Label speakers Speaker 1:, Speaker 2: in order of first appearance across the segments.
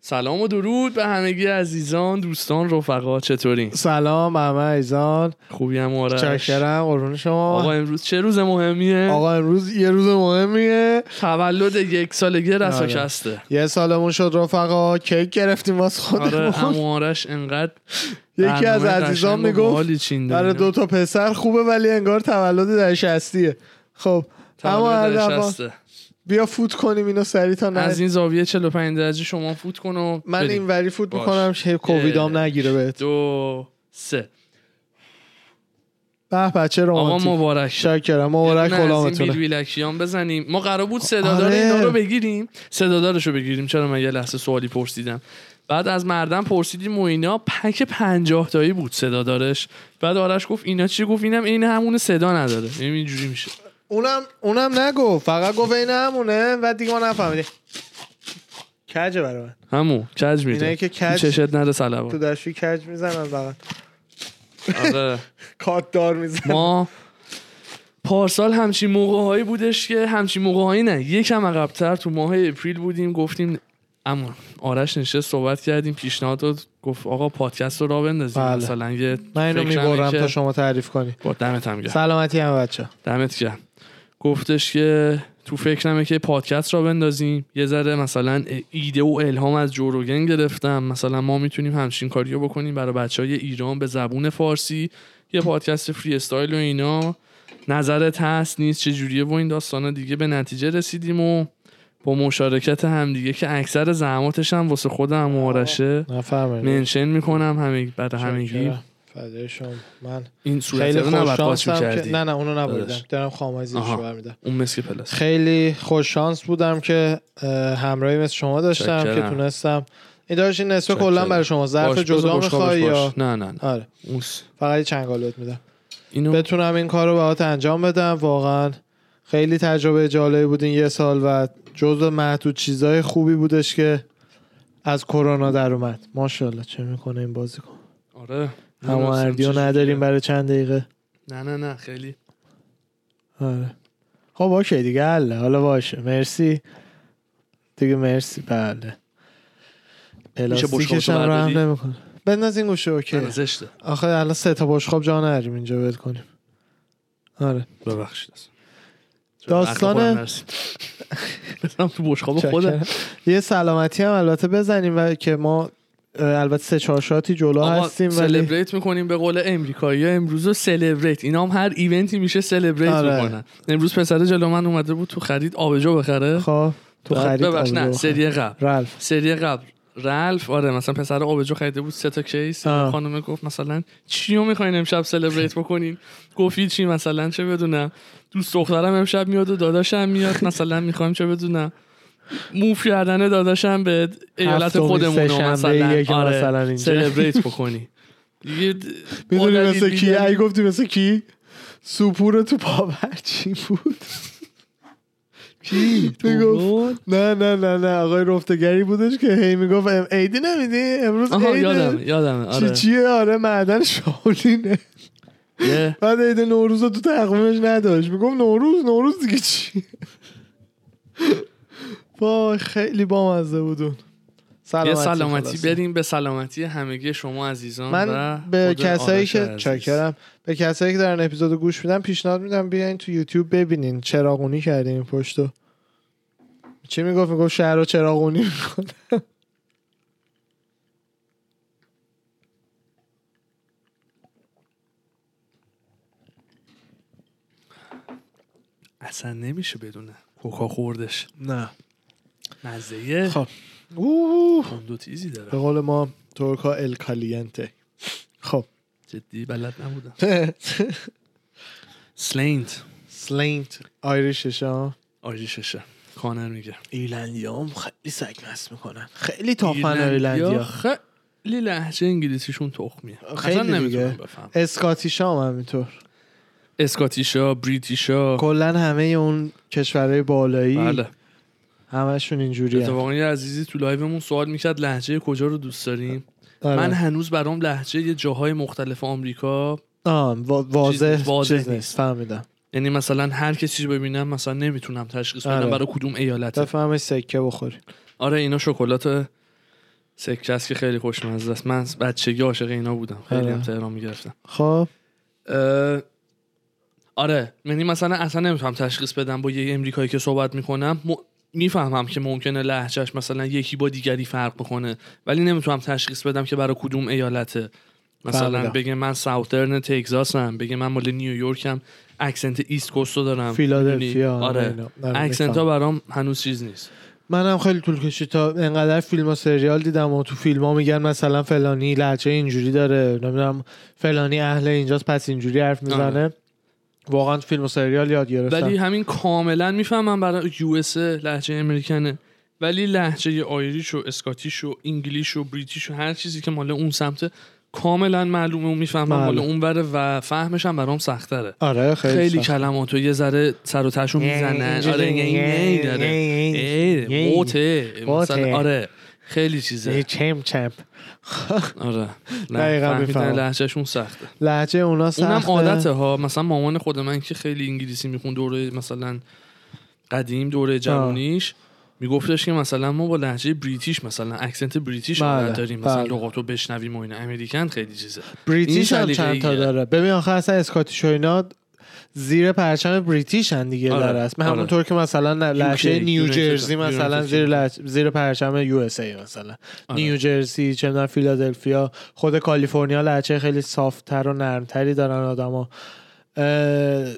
Speaker 1: سلام و درود به همگی عزیزان دوستان رفقا چطورین
Speaker 2: سلام همه ایزان
Speaker 1: خوبی هم آرش
Speaker 2: چکرم قربون
Speaker 1: آقا
Speaker 2: شما
Speaker 1: امروز چه روز مهمیه
Speaker 2: آقا امروز یه روز مهمیه
Speaker 1: تولد یک سالگی رسا
Speaker 2: آره.
Speaker 1: کسته
Speaker 2: یه سالمون شد رفقا کیک گرفتیم واسه
Speaker 1: آره
Speaker 2: خودمون
Speaker 1: عمو آرش انقدر
Speaker 2: یکی از عزیزان میگفت
Speaker 1: آره
Speaker 2: برای دو تا پسر خوبه ولی انگار تولد در شستیه خب اما هر دفعه بیا فوت کنیم اینو سری تا نه
Speaker 1: از این زاویه 45 درجه شما فوت کن و
Speaker 2: من
Speaker 1: بریم.
Speaker 2: این وری فوت
Speaker 1: باش.
Speaker 2: میکنم شه کوویدام نگیره بهت
Speaker 1: دو سه
Speaker 2: به بچه
Speaker 1: آقا
Speaker 2: رومانتیک
Speaker 1: مبارک
Speaker 2: شکرم مبارک
Speaker 1: نه، از این
Speaker 2: غلامتونه
Speaker 1: بیلبیلکشیان بزنیم ما قرار بود صدادار
Speaker 2: آره.
Speaker 1: اینا رو بگیریم صدادارش رو بگیریم چرا من یه لحظه سوالی پرسیدم بعد از مردم پرسیدیم و اینا پک پنجاه تایی بود صدادارش بعد آرش گفت اینا چی گفت اینم این همون صدا نداره این اینجوری میشه
Speaker 2: اونم اونم نگفت فقط گفت این همونه و دیگه ما نفهمیدیم کجه برای من
Speaker 1: همون کج میده
Speaker 2: اینایی که کج-
Speaker 1: چشت نره
Speaker 2: تو
Speaker 1: سلام
Speaker 2: دستشوی کج میزنن بغل آره. کات دار میزنن
Speaker 1: ما پارسال همچین موقع هایی بودش که همچین موقع هایی نه یکم عقبتر تو ماه اپریل بودیم گفتیم اما آرش نشست صحبت کردیم پیشنهاد داد گفت آقا پادکست رو را بندازیم
Speaker 2: بله.
Speaker 1: مثلا یه
Speaker 2: من اینو
Speaker 1: فکرم این
Speaker 2: میبرم
Speaker 1: که-
Speaker 2: تا شما تعریف کنی
Speaker 1: با دمت هم گرم
Speaker 2: سلامتی هم بچه
Speaker 1: دمت گرم گفتش که تو فکرمه که پادکست را بندازیم یه ذره مثلا ایده و الهام از جوروگن گرفتم مثلا ما میتونیم همچین کاری رو بکنیم برای بچه های ایران به زبون فارسی یه پادکست فری استایل و اینا نظرت هست نیست چه جوریه و این داستانا دیگه به نتیجه رسیدیم و با مشارکت همدیگه که اکثر زحماتش هم واسه خودم مورشه
Speaker 2: نفهمید
Speaker 1: منشن میکنم همه برای همگی
Speaker 2: فدای شما من
Speaker 1: این صورت
Speaker 2: خیلی
Speaker 1: رو نباید باز
Speaker 2: خوششانسم که
Speaker 1: می‌کردی.
Speaker 2: نه نه اونو نبریدم
Speaker 1: داداش.
Speaker 2: دارم خامازیش
Speaker 1: آها.
Speaker 2: رو برمیدم
Speaker 1: اون مسک پلاس
Speaker 2: خیلی خوششانس بودم که اه، همراهی مثل شما داشتم
Speaker 1: چکرم.
Speaker 2: که تونستم این داشت این نصفه
Speaker 1: چکرم.
Speaker 2: کلا برای شما ظرف
Speaker 1: باش،
Speaker 2: جدا
Speaker 1: بذار بشقابش
Speaker 2: میخوای یا
Speaker 1: باش. نه نه نه
Speaker 2: آره
Speaker 1: اون س-
Speaker 2: فقط یه چنگال بهت میدم
Speaker 1: اینو
Speaker 2: بتونم این کار رو باهات انجام بدم واقعا خیلی تجربه جالبی بود این یه سال و جزو محدود چیزای خوبی بودش که از کرونا در اومد ماشاءالله چه میکنه این بازیکن
Speaker 1: آره
Speaker 2: هماهنگی رو نداریم برای چند دقیقه
Speaker 1: نه نه نه خیلی
Speaker 2: آره خب اوکی دیگه حله حالا باشه مرسی دیگه مرسی بله پلاستیکش
Speaker 1: بشقابشو
Speaker 2: هم رحم
Speaker 1: برداری؟
Speaker 2: نمیکنه بنداز این گوشه اوکی
Speaker 1: نه، زشته
Speaker 2: آخه الان سه تا بشخاب جا نریم اینجا ول کنیم آره
Speaker 1: ببخشید اصلا.
Speaker 2: داستان-
Speaker 1: عقل خودم نرسید. بزنم تو بشقاب خودم
Speaker 2: چکرم. یه سلامتی هم البته بزنیم و که ما اه، البته سه چهار شاتی جلو
Speaker 1: آقا
Speaker 2: هستیم ولی
Speaker 1: سلبریت میکنیم به قول امریکایی امروز رو سلبریت اینا هم هر ایونتی میشه سلبریت
Speaker 2: آره.
Speaker 1: میکنن امروز پسر جلو من اومده بود تو خرید آبجو بخره
Speaker 2: خب تو
Speaker 1: بعد
Speaker 2: خرید
Speaker 1: ببخش
Speaker 2: آبجو
Speaker 1: نه
Speaker 2: بخور.
Speaker 1: سری قبل
Speaker 2: رالف
Speaker 1: سری قبل رالف آره مثلا پسر آبجو خریده بود سه تا کیس
Speaker 2: آه.
Speaker 1: خانم گفت مثلا چی رو میخواین امشب سلبریت بکنین گفتی چی مثلا چه بدونم دوست دخترم امشب میاد و داداشم میاد مثلا میخوایم چه بدونم موف کردن داداشم به ایالت
Speaker 2: هفتمین
Speaker 1: خودمون رو
Speaker 2: سه‌شنبه
Speaker 1: مثلا
Speaker 2: ایه که
Speaker 1: آره
Speaker 2: مثلا اینجا.
Speaker 1: سلبریت بکنی دیگه د-
Speaker 2: میدونی
Speaker 1: عادتی
Speaker 2: مثل کی
Speaker 1: بیداری-
Speaker 2: ای گفتی مثل کی سوپور تو پاورچی بود
Speaker 1: کی
Speaker 2: تو
Speaker 1: تو
Speaker 2: نه نه نه نه آقای رفتگری بودش که هی میگفت ام ایدی نمیدی امروز
Speaker 1: آها
Speaker 2: عیده.
Speaker 1: یادم یادم
Speaker 2: چی
Speaker 1: آره
Speaker 2: چیه آره معدن شاولینه
Speaker 1: یه-
Speaker 2: بعد عید نوروز رو تو تقویمش نداشت میگفت نوروز نوروز دیگه چی وای خیلی بامزه بودون
Speaker 1: یه
Speaker 2: سلامتی
Speaker 1: سلامتی
Speaker 2: خلاصه.
Speaker 1: بریم به سلامتی همگی شما عزیزان
Speaker 2: من
Speaker 1: و
Speaker 2: به
Speaker 1: خود
Speaker 2: کسایی
Speaker 1: آرش
Speaker 2: که
Speaker 1: عزیز.
Speaker 2: چکرم به کسایی که دارن اپیزودو گوش میدن پیشنهاد میدم بیاین تو یوتیوب ببینین چراغونی کردیم این پشتو چی میگفت میگفت شهر رو چراغونی میکنه
Speaker 1: اصلا نمیشه بدونه کوکا خوردش
Speaker 2: نه
Speaker 1: مزه
Speaker 2: خب. اوه.
Speaker 1: دو تیزی داره
Speaker 2: به قول ما ترکا الکالینته خب
Speaker 1: جدی بلد نبودم سلینت
Speaker 2: سلینت آیریشش ها
Speaker 1: آریششه کانر میگه
Speaker 2: ایرلندیا هم خیلی سگمس میکنن خیلی تافن ایرلندیا
Speaker 1: خیلی لحجه انگلیسیشون تخمیه
Speaker 2: خیلی
Speaker 1: اصلا نمیتونم
Speaker 2: دیگه.
Speaker 1: بفهم
Speaker 2: اسکاتیش هم همینطور
Speaker 1: اسکاتیشا بریتیشا
Speaker 2: کلا همه اون کشورهای بالایی
Speaker 1: خب. بله
Speaker 2: همشون اینجوری
Speaker 1: اتفاقا یه عزیزی تو لایومون سوال میکرد لحجه کجا رو دوست داریم
Speaker 2: آره.
Speaker 1: من هنوز برام لحجه یه جاهای مختلف آمریکا
Speaker 2: واضح
Speaker 1: چیز- واضح نیست.
Speaker 2: چیز نیست فهمیدم
Speaker 1: یعنی مثلا هر کسی رو ببینم مثلا نمیتونم تشخیص بدم
Speaker 2: آره.
Speaker 1: برای کدوم ایالت
Speaker 2: بفهمی سکه بخوری
Speaker 1: آره اینا شکلات سکه است که خیلی خوشمزه است من از بچگی عاشق اینا بودم خیلی
Speaker 2: آره.
Speaker 1: هم تهران میگرفتم
Speaker 2: خب
Speaker 1: اه، آره یعنی مثلا اصلا نمیتونم تشخیص بدم با یه امریکایی که صحبت میکنم م... میفهمم که ممکنه لهجهش مثلا یکی با دیگری فرق بکنه ولی نمیتونم تشخیص بدم که برای کدوم ایالته مثلا
Speaker 2: فهمیدم.
Speaker 1: بگه من ساوترن تگزاسم بگه من مال نیویورکم اکسنت ایست کوست رو دارم
Speaker 2: فیلادلفیا
Speaker 1: می‌دونی؟ آره
Speaker 2: اینا. نه،
Speaker 1: اکسنت ها
Speaker 2: می‌فهمم.
Speaker 1: برام هنوز چیز نیست
Speaker 2: منم خیلی طول کشید تا انقدر فیلم و سریال دیدم و تو فیلم ها میگن مثلا فلانی لهجه اینجوری داره نمیدونم فلانی اهل اینجاست پس اینجوری حرف میزنه واقعا تو فیلم و سریال یاد گرفتم
Speaker 1: آره. ولی همین کاملا میفهمم برای یو اس لهجه امریکنه ولی لهجه آیریش و اسکاتیش و انگلیش و بریتیش و هر چیزی که مال اون سمت کاملا معلومه و میفهمم مال
Speaker 2: معلوم.
Speaker 1: اون وره و فهمش هم برام سختره خیلی,
Speaker 2: آره بله. خیلی,
Speaker 1: خیلی
Speaker 2: سخت.
Speaker 1: کلماتو یه ذره سر و تهشو میزنن آره یه این ای داره ای، موته
Speaker 2: موته.
Speaker 1: مثلا آره خیلی چیزه
Speaker 2: یه چم چم
Speaker 1: آره
Speaker 2: دقیقاً
Speaker 1: فهمیدن
Speaker 2: میفهمم.
Speaker 1: لهجهشون سخته
Speaker 2: لهجه اونا سخته
Speaker 1: اونم عادته ها مثلا مامان خود من که خیلی انگلیسی میخون دوره مثلا قدیم دوره جوانیش میگفتش که مثلا ما با لهجه بریتیش مثلا اکسنت بریتیش
Speaker 2: بله،
Speaker 1: عادت داریم مثلا
Speaker 2: بله.
Speaker 1: لغاتو بشنویم و این امریکن خیلی چیزه
Speaker 2: بریتیش
Speaker 1: این
Speaker 2: هم چند تا
Speaker 1: سلیقه‌ایه.
Speaker 2: داره ببین آخه اصلا اسکاتیش و اینا زیر پرچم بریتیش هن دیگه
Speaker 1: آره،
Speaker 2: در اصل
Speaker 1: آره.
Speaker 2: همونطور که مثلا لهجه
Speaker 1: UK,
Speaker 2: نیوجرسی
Speaker 1: United-
Speaker 2: مثلا
Speaker 1: United
Speaker 2: زیر لهجه- زیر پرچم یو اس ای مثلا
Speaker 1: آره.
Speaker 2: نیوجرسی چه می‌دونم فیلادلفیا خود کالیفرنیا لهجه خیلی صافتر و نرمتری دارن آدما اه،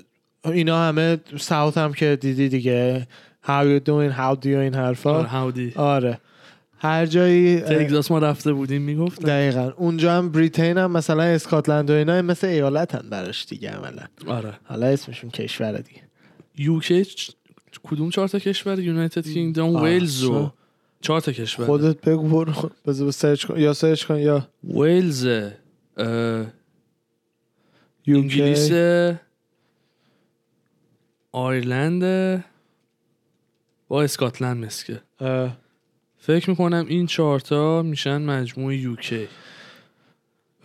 Speaker 2: اینا همه ساوت هم که دیدی دیگه How you doing How do you این
Speaker 1: آره،
Speaker 2: حرفا
Speaker 1: هاودی
Speaker 2: آره هر جایی اه،
Speaker 1: تگزاس ما رفته بودیم میگفت
Speaker 2: دقیقا اونجا هم بریتین هم مثلا اسکاتلند و اینا مثل ایالت هم براش دیگه عملا
Speaker 1: آره
Speaker 2: حالا اسمشون کشور دیگه
Speaker 1: بله. یوکی چ- کدوم چهار تا کشور یونایتد کینگدام
Speaker 2: آه،
Speaker 1: ویلز و
Speaker 2: آه.
Speaker 1: چهار تا کشور
Speaker 2: خودت بگو برو خود- بذار سرچ کن یا سرچ کن یا
Speaker 1: ویلز
Speaker 2: یوکی
Speaker 1: انگلیس آیرلند با اسکاتلند مسکه
Speaker 2: اه،
Speaker 1: فکر میکنم این چهارتا میشن مجموع یوکی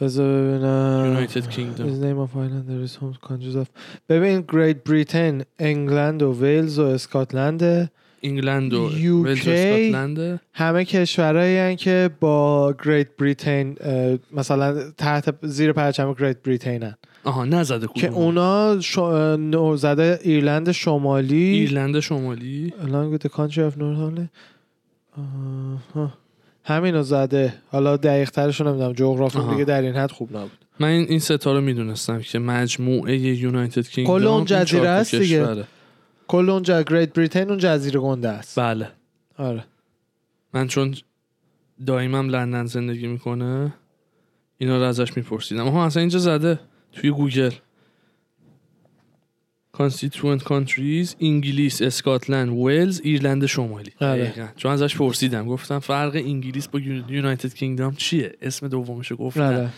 Speaker 2: بذار ببینم
Speaker 1: یونایتد کینگدم
Speaker 2: His name of Ireland there is home countries of ببین گریت بریتین انگلند و ویلز و اسکاتلند
Speaker 1: انگلند و
Speaker 2: UK.
Speaker 1: ویلز و اسکاتلند
Speaker 2: همه کشورهایی هن که با گریت بریتین اه، مثلا تحت زیر پرچم گریت بریتین
Speaker 1: آها نزده
Speaker 2: که
Speaker 1: کدوم
Speaker 2: اونا شو... نوزده ایرلند شمالی
Speaker 1: ایرلند شمالی
Speaker 2: along with the country of North Ireland. آها. همینو زده حالا دقیق ترشو نمیدونم جغرافی
Speaker 1: آها.
Speaker 2: دیگه در این حد خوب نبود
Speaker 1: من این این ستا رو میدونستم که مجموعه یونایتد کینگدام
Speaker 2: کل اون
Speaker 1: این چهار
Speaker 2: جزیره
Speaker 1: تا
Speaker 2: است دیگه.
Speaker 1: کشوره.
Speaker 2: کل اونجا گریت بریتین اون جزیره گنده است
Speaker 1: بله
Speaker 2: آره
Speaker 1: من چون دایمم لندن زندگی میکنه اینا رو ازش میپرسیدم آها اصلا اینجا زده توی گوگل constituent countries انگلیس اسکاتلند ویلز ایرلند شمالی
Speaker 2: آره.
Speaker 1: دقیقاً. چون ازش پرسیدم گفتم فرق انگلیس با یو- یونایتد کینگدام چیه اسم دومشو گفت نه.
Speaker 2: آره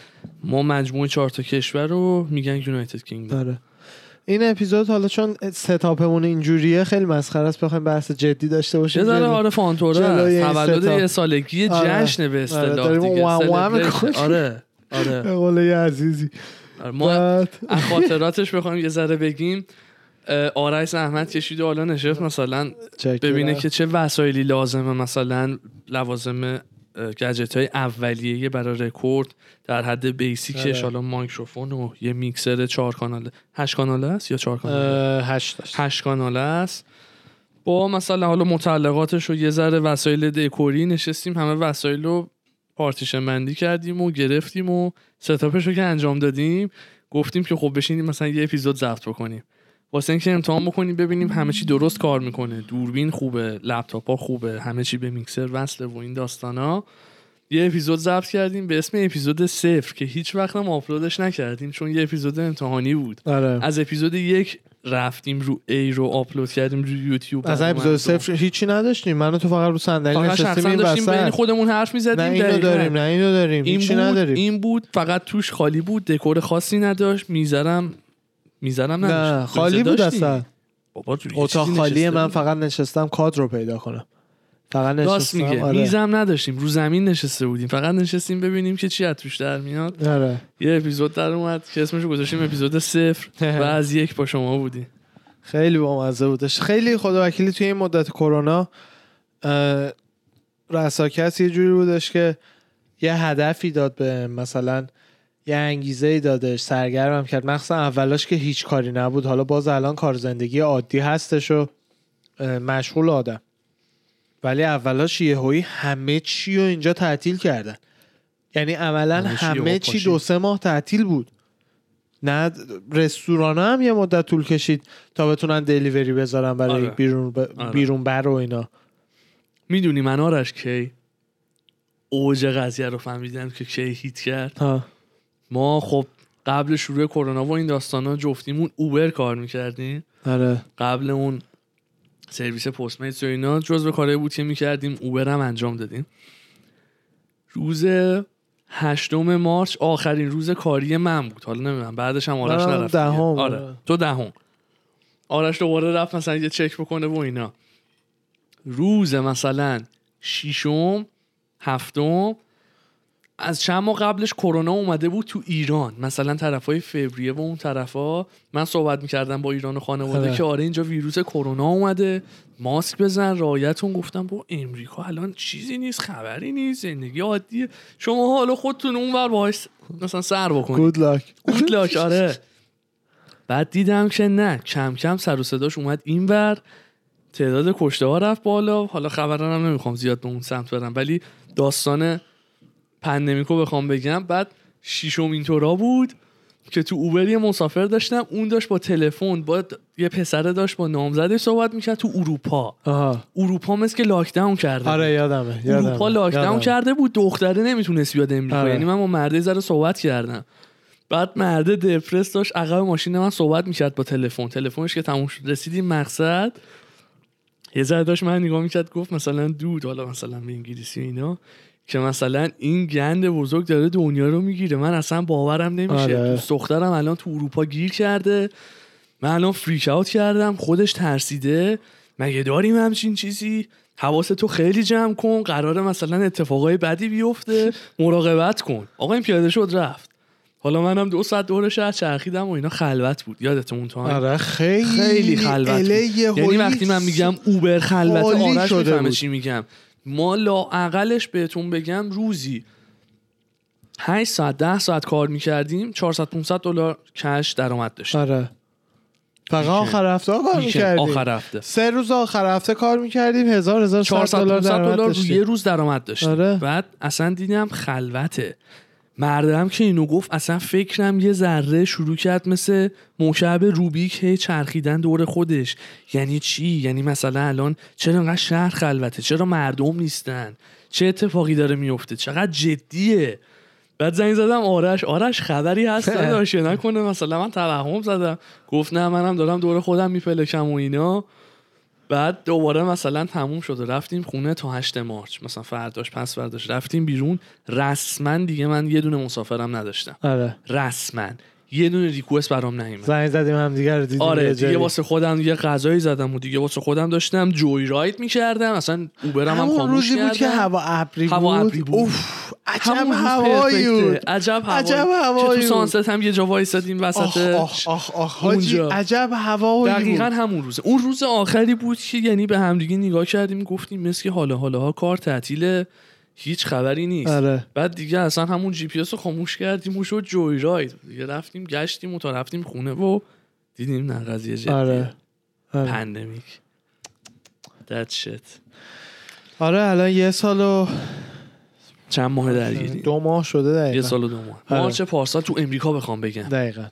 Speaker 1: ما مجموع چهار تا کشور رو میگن یونایتد کینگدام
Speaker 2: آره این اپیزود حالا چون ستاپمون اینجوریه خیلی مسخره است بخوایم بحث جدی داشته
Speaker 1: یه
Speaker 2: باشیم
Speaker 1: ذره
Speaker 2: جدی.
Speaker 1: آره فانتوره
Speaker 2: جلوی
Speaker 1: است.
Speaker 2: این
Speaker 1: تولد
Speaker 2: ستا.
Speaker 1: یه سالگی
Speaker 2: آره.
Speaker 1: جشن به اصطلاح
Speaker 2: داریم
Speaker 1: دیگه
Speaker 2: وام وام
Speaker 1: Celebration.
Speaker 2: می‌کنیم.
Speaker 1: آره آره
Speaker 2: به قول یه عزیزی
Speaker 1: آره، ما
Speaker 2: بعد-
Speaker 1: از خاطراتش بخوایم یه ذره بگیم اه، آرش زحمت کشید و حالا نشست مثلا
Speaker 2: چکرم.
Speaker 1: ببینه که چه وسایلی لازمه مثلا لوازم گجت های اولیه برای رکورد در حد بیسیکش
Speaker 2: آره.
Speaker 1: حالا مایکروفون و یه میکسر چهار کاناله هشت کاناله است یا چهار کاناله
Speaker 2: اه، هشت داشت
Speaker 1: هشت کاناله است با مثلا حالا متعلقاتش و یه ذره وسایل دکوری نشستیم همه وسایل رو پارتیشن بندی کردیم و گرفتیم و ستاپش رو که انجام دادیم گفتیم که خب بشینیم مثلا یه اپیزود ضبط بکنیم واسه اینکه امتحان بکنیم ببینیم همه چی درست کار میکنه دوربین خوبه لپتاپ ها خوبه همه چی به میکسر وصله و این داستانا یه اپیزود ضبط کردیم به اسم اپیزود صفر که هیچ وقت هم آپلودش نکردیم چون یه اپیزود امتحانی بود
Speaker 2: آره
Speaker 1: از اپیزود یک رفتیم رو ای رو آپلود کردیم رو یوتیوب
Speaker 2: از اپیزود صفر هیچی نداشتیم من و تو فقط رو صندلی
Speaker 1: فقط
Speaker 2: نشستیم
Speaker 1: شخصا
Speaker 2: این
Speaker 1: داشتیم بین
Speaker 2: وسط
Speaker 1: خودمون حرف
Speaker 2: نه
Speaker 1: میزدیم
Speaker 2: اینو داریم نه اینو داریم
Speaker 1: این
Speaker 2: هیچی
Speaker 1: بود
Speaker 2: نداریم
Speaker 1: این بود فقط توش خالی بود دکور خاصی نداشت میذارم میذارم
Speaker 2: نه خالی بود اصلا
Speaker 1: بابا تو یه
Speaker 2: اتاق
Speaker 1: چیزی
Speaker 2: خالیه
Speaker 1: نشسته
Speaker 2: من
Speaker 1: بود.
Speaker 2: فقط نشستم کادر رو پیدا کنم فقط
Speaker 1: راست
Speaker 2: نشستم
Speaker 1: میگه
Speaker 2: آره.
Speaker 1: میزم نداشتیم رو زمین نشسته بودیم فقط نشستیم ببینیم که چی از توش در میاد
Speaker 2: آره.
Speaker 1: یه اپیزود در اومد که اسمش رو گذاشتیم اپیزود صفر و از یک با شما بودیم
Speaker 2: خیلی بامزه بودش خیلی خدا وکیلی توی این مدت کرونا اه، رساکس یه جوری بودش که یه هدفی داد به مثلا یه انگیزه ای دادش سرگرمم کرد مخصوصا اولاش که هیچ کاری نبود حالا باز الان کار زندگی عادی هستش و اه، مشغول آدم ولی اولاش یهویی همه چی رو اینجا تعطیل کردن یعنی عملا
Speaker 1: همه چی
Speaker 2: همه
Speaker 1: یهو
Speaker 2: چی
Speaker 1: پاشید.
Speaker 2: دو سه ماه تعطیل بود نه رستوران هم یه مدت طول کشید تا بتونن دلیوری بذارن برای
Speaker 1: آره.
Speaker 2: بیرون, ب...
Speaker 1: آره.
Speaker 2: بیرون بر و اینا
Speaker 1: میدونی من آرش کی اوج قضیه رو فهمیدم که کی هیت کرد
Speaker 2: ها.
Speaker 1: ما خب قبل شروع کرونا و این داستانا جفتیمون اوبر کار میکردیم
Speaker 2: آره
Speaker 1: قبل اون سرویس پست میتس و اینا جزو کارهایی بود که میکردیم اوبر هم انجام دادیم روز هشتم مارچ آخرین روز کاری من بود حالا نمیدونم بعدش هم آرش
Speaker 2: منم
Speaker 1: نرفت
Speaker 2: دهم.
Speaker 1: دیگه. آره تو دهم آرش دوباره رفت مثلا یه چک بکنه و اینا روز مثلا ششم هفتم از چند ماه قبلش کرونا اومده بود تو ایران مثلا طرفای فوریه و اون طرفا من صحبت میکردم با ایران و خانواده
Speaker 2: آره.
Speaker 1: که آره اینجا ویروس کرونا اومده ماسک بزن رایتون گفتم با امریکا الان چیزی نیست خبری نیست زندگی عادیه شما حالا خودتون اونور باش مثلا سر بکنید
Speaker 2: گود لاک
Speaker 1: گودلاک آره بعد دیدم که نه کم کم سر و صداش اومد اینور تعداد کشته ها رفت بالا حالا خبرم هم نمیخوام زیاد به اون سمت برم ولی داستان پندمیکو بخوام بگم بعد شیشم اینطورا بود که تو اوبر یه مسافر داشتم اون داشت با تلفن با د- یه پسره داشت با نامزدش صحبت میکرد تو اروپا
Speaker 2: آها
Speaker 1: اروپا مثل که لاکداون کرده
Speaker 2: آره یادمه یادمه
Speaker 1: اروپا لاکداون
Speaker 2: یادمه.
Speaker 1: کرده بود دختره نمیتونست بیاد امریکا
Speaker 2: آره.
Speaker 1: یعنی من با مرده ذره صحبت کردم بعد مرده دپرس داشت عقب ماشین من صحبت میکرد با تلفن تلفنش که تموم شد رسیدیم مقصد یه ذره داشت من نگاه میکرد گفت مثلا دود حالا مثلا به انگلیسی اینا که مثلا این گند بزرگ داره دنیا رو میگیره من اصلا باورم نمیشه
Speaker 2: آره.
Speaker 1: دوست دخترم الان تو اروپا گیر کرده من الان فریک اوت کردم خودش ترسیده مگه داریم همچین چیزی حواس تو خیلی جمع کن قراره مثلا اتفاقای بدی بیفته مراقبت کن آقا این پیاده شد رفت حالا منم دو ساعت دور شهر چرخیدم و اینا خلوت بود یادتون اون تایم
Speaker 2: آره خیلی
Speaker 1: خیلی خلوت بود.
Speaker 2: اله
Speaker 1: یعنی
Speaker 2: یهویی
Speaker 1: وقتی من میگم اوبر خلوت
Speaker 2: خالی
Speaker 1: آرش
Speaker 2: شده
Speaker 1: میفهمه
Speaker 2: بود.
Speaker 1: چی میگم ما لاعقلش بهتون بگم روزی 8 ساعت 10 ساعت کار میکردیم 400 500 دلار کش درآمد داشتیم
Speaker 2: آره فقط آخر هفته ها کار
Speaker 1: ویکند،
Speaker 2: میکردیم
Speaker 1: آخر هفته
Speaker 2: سه روز آخر هفته کار میکردیم هزار هزار
Speaker 1: 400
Speaker 2: دلار
Speaker 1: 500
Speaker 2: درآمد
Speaker 1: دلار روی
Speaker 2: داشتیم.
Speaker 1: یه روز درآمد داشتیم
Speaker 2: آره.
Speaker 1: بعد اصلا دیدم خلوته مردم که اینو گفت اصلا فکرم یه ذره شروع کرد مثل مشعب روبیک هی چرخیدن دور خودش یعنی چی یعنی مثلا الان چرا انقدر شهر خلوته چرا مردم نیستن چه اتفاقی داره میفته چقدر جدیه بعد زنگ زدم آرش آرش خبری هست داشته نکنه مثلا من توهم زدم گفت نه منم دارم دور خودم میپلکم و اینا بعد دوباره مثلا تموم شد و رفتیم خونه تا 8 مارچ مثلا فرداش پس فرداش رفتیم بیرون رسما دیگه من یه دونه مسافرم نداشتم
Speaker 2: آره
Speaker 1: رسما یه دونه ریکوست برام نیومد
Speaker 2: زنگ زدیم هم دیگر رو دیدیم
Speaker 1: آره
Speaker 2: یه جایی.
Speaker 1: دیگه واسه خودم یه غذایی زدم و دیگه واسه خودم داشتم جوی راید میکردم اصلا اوبرم هم
Speaker 2: همون
Speaker 1: خاموش
Speaker 2: روزی بود که
Speaker 1: کردم
Speaker 2: هوا ابری بود
Speaker 1: هوا ابری بود.
Speaker 2: اوف عجب
Speaker 1: همون روز
Speaker 2: هوایی
Speaker 1: پرفکته.
Speaker 2: بود
Speaker 1: عجب هوایی
Speaker 2: عجب
Speaker 1: که
Speaker 2: هوایی
Speaker 1: تو
Speaker 2: بود.
Speaker 1: سانست هم یه جا وایسادیم
Speaker 2: آخ
Speaker 1: وسط
Speaker 2: آخ آخ آخ حاجی
Speaker 1: اونجا.
Speaker 2: عجب هوایی
Speaker 1: دقیقا
Speaker 2: بود
Speaker 1: همون روزه اون روز آخری بود که یعنی به همدیگه نگاه کردیم گفتیم مثل که حالا حالا ها کار تعطیله هیچ خبری نیست
Speaker 2: آره
Speaker 1: بعد دیگه اصلا همون جی پی اس رو خاموش کردیم و شد جوی راید دیگه رفتیم گشتیم و تا رفتیم خونه و دیدیم نه قضیه جدیه
Speaker 2: آره آره.
Speaker 1: پندمیک That shit.
Speaker 2: آره الان یه سال و
Speaker 1: چند ماه درگیری
Speaker 2: دو ماه شده دقیقا
Speaker 1: یه سال و دو ماه
Speaker 2: آره.
Speaker 1: مارچ پارسال تو امریکا بخوام بگم
Speaker 2: دقیقا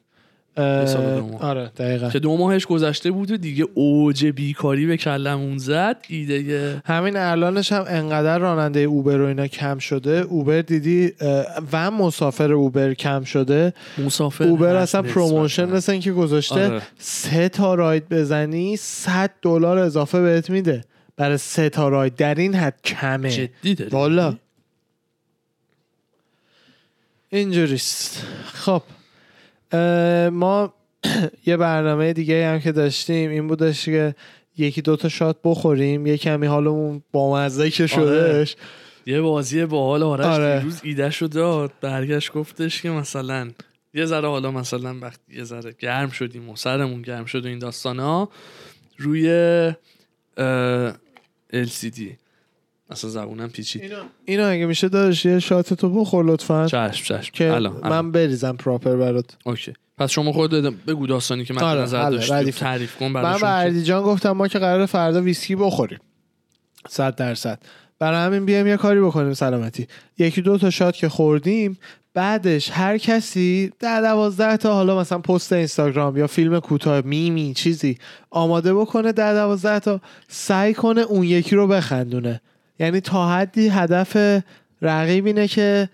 Speaker 1: سال و دو
Speaker 2: اه...
Speaker 1: ماه.
Speaker 2: آره دقیقا
Speaker 1: که دو ماهش گذشته بود و دیگه اوج بیکاری به کلمون زد ایده
Speaker 2: همین الانش هم انقدر راننده اوبر و اینا کم شده اوبر دیدی اه، و مسافر اوبر کم شده
Speaker 1: مسافر
Speaker 2: اوبر
Speaker 1: هست
Speaker 2: اصلا
Speaker 1: نسبتاً.
Speaker 2: پروموشن مثل اینکه گذاشته
Speaker 1: آره.
Speaker 2: سه تا راید بزنی 100 دلار اضافه بهت میده برای سه تا راید در این حد کمه
Speaker 1: جدی داری
Speaker 2: والا اینجوریست خب اه، ما یه برنامه دیگه هم که داشتیم این بودش که یکی دوتا شات بخوریم یه کمی حالمون با مزه
Speaker 1: آره.
Speaker 2: که شدهش
Speaker 1: یه بازی با حال آرش
Speaker 2: آره.
Speaker 1: دیروز ایدهش رو داد برگشت گفتش که مثلا یه ذره حالا مثلا وقتی یه ذره گرم شدیم و سرمون گرم شد و این داستان ها روی اه، LCD اصلا زبونم پیچید
Speaker 2: اینو اینو اگه میشه داداش یه شات تو بخور لطفا
Speaker 1: چشم چشم
Speaker 2: که
Speaker 1: الان الان.
Speaker 2: من بریزم پراپر برات
Speaker 1: اوکی پس شما خود بگو داستانی که من
Speaker 2: آره،
Speaker 1: نظر
Speaker 2: حله،
Speaker 1: داشتی
Speaker 2: ردیف.
Speaker 1: تعریف کن
Speaker 2: من به
Speaker 1: برای
Speaker 2: اردی جان گفتم ما که قرار فردا ویسکی بخوریم صد درصد برای همین بیایم یه کاری بکنیم سلامتی یکی دو تا شات که خوردیم بعدش هر کسی در دوازده تا حالا مثلا پست اینستاگرام یا فیلم کوتاه میمی چیزی آماده بکنه در دوازده تا سعی کنه اون یکی رو بخندونه یعنی تا حدی هدف رقیب اینه که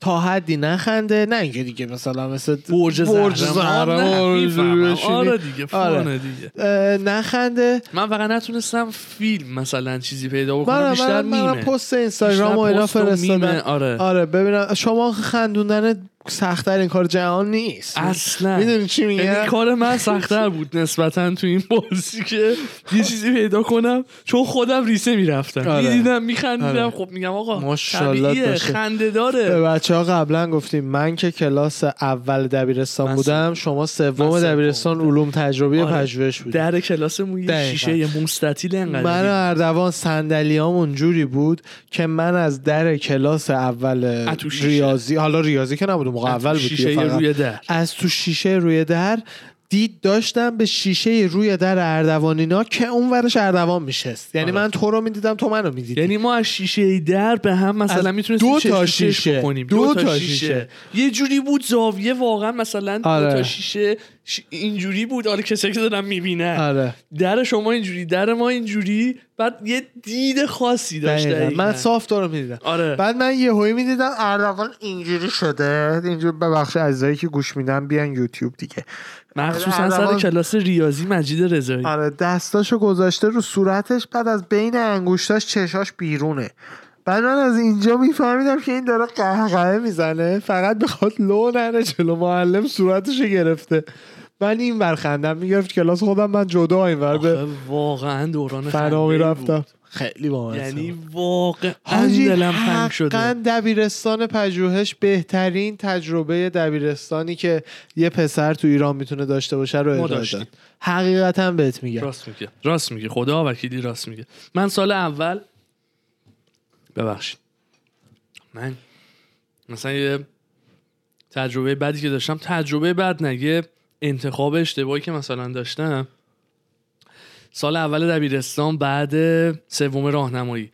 Speaker 2: تا حدی نخنده نه اینکه دیگه مثلا مثل
Speaker 1: برج
Speaker 2: زهرم
Speaker 1: زهرم
Speaker 2: رو بشینی.
Speaker 1: آره دیگه
Speaker 2: آره.
Speaker 1: فانه دیگه
Speaker 2: اه، نخنده
Speaker 1: من فقط نتونستم فیلم مثلا چیزی پیدا بکنم
Speaker 2: من
Speaker 1: خب، بیشتر
Speaker 2: من من
Speaker 1: میمه
Speaker 2: پست اینستاگرام و اینا
Speaker 1: بیشتر پست و میمه،
Speaker 2: فرستادم
Speaker 1: آره
Speaker 2: آره ببینم شما خندوندن سختترین کار جهان نیست
Speaker 1: اصلا
Speaker 2: میدونی چی
Speaker 1: یعنی
Speaker 2: میگم
Speaker 1: کار من سختتر بود نسبتا تو این بازی که یه چیزی پیدا کنم چون خودم ریسه میرفتم
Speaker 2: آره.
Speaker 1: میدیدم میخندیدم
Speaker 2: آره.
Speaker 1: خب میگم آقا
Speaker 2: ماشاءالله
Speaker 1: طبیعیه
Speaker 2: باشه.
Speaker 1: خنده داره
Speaker 2: به بچه ها قبلا گفتیم من که کلاس اول
Speaker 1: من
Speaker 2: دبیرستان بودم شما
Speaker 1: من
Speaker 2: سوم
Speaker 1: سوم
Speaker 2: دبیرستان علوم تجربی
Speaker 1: آره.
Speaker 2: پژوهش بود
Speaker 1: در کلاسمون یه
Speaker 2: دقیقاً.
Speaker 1: شیشه یه مستطیل
Speaker 2: من
Speaker 1: انقدر
Speaker 2: و اردوان صندلیامون جوری بود که من از در کلاس اول
Speaker 1: اتو شیشه.
Speaker 2: ریاضی حالا ریاضی که نبودم موقع اول بود دیگه
Speaker 1: شیشه
Speaker 2: فقط.
Speaker 1: روی در
Speaker 2: از تو شیشه روی در دید داشتم به شیشه روی در اردوان اینا که اون ورش اردوان میشست یعنی
Speaker 1: آره.
Speaker 2: من تو رو میدیدم تو منو میدیدی
Speaker 1: یعنی ما از شیشه در به هم مثلا
Speaker 2: از
Speaker 1: میتونستیم
Speaker 2: دو تا
Speaker 1: چش تو چش
Speaker 2: شیشه.
Speaker 1: بکنیم
Speaker 2: دو تا شیشه.
Speaker 1: یه جوری بود زاویه واقعا مثلا دو
Speaker 2: آره.
Speaker 1: تا شیشه ش- اینجوری بود حالا کسی که دارن میبینن
Speaker 2: آره
Speaker 1: در شما اینجوری در ما اینجوری بعد یه دید خاصی داشت
Speaker 2: دقیقاً.
Speaker 1: دقیقاً.
Speaker 2: من صاف تو رو میدیدم
Speaker 1: آره
Speaker 2: بعد من یه هایی میدیدم اردوان اینجوری شده اینجوری ببخش عزیزایی که گوش میدن بیان یوتیوب دیگه
Speaker 1: مخصوصا
Speaker 2: بعد
Speaker 1: سر
Speaker 2: اول-
Speaker 1: کلاس ریاضی مجید رضایی
Speaker 2: آره دستاشو گذاشته رو صورتش بعد از بین انگوشتاش چشاش بیرونه بعد من از اینجا میفهمیدم که این داره قهقهه میزنه فقط بخواد لو نره جلو معلم صورتشو گرفته من این ور خندم میگرفت کلاس خودم من جدا این ور به
Speaker 1: آخه واقعا دوران خنده
Speaker 2: فنا میرفتم
Speaker 1: بود.
Speaker 2: خیلی با
Speaker 1: یعنی واقعا
Speaker 2: حاجی
Speaker 1: دلم تنگ شده
Speaker 2: حقاً دبیرستان پژوهش بهترین تجربه دبیرستانی که یه پسر تو ایران میتونه داشته باشه رو
Speaker 1: ما
Speaker 2: ارائه
Speaker 1: داشتیم.
Speaker 2: داد حقیقتا بهت میگم
Speaker 1: راست میگه راست میگه خدا وکیلی راست میگه من سال اول ببخشید من مثلا یه تجربه بدی که داشتم تجربه بد نگه انتخاب اشتباهی که مثلا داشتم سال اول دبیرستان بعد سوم راهنمایی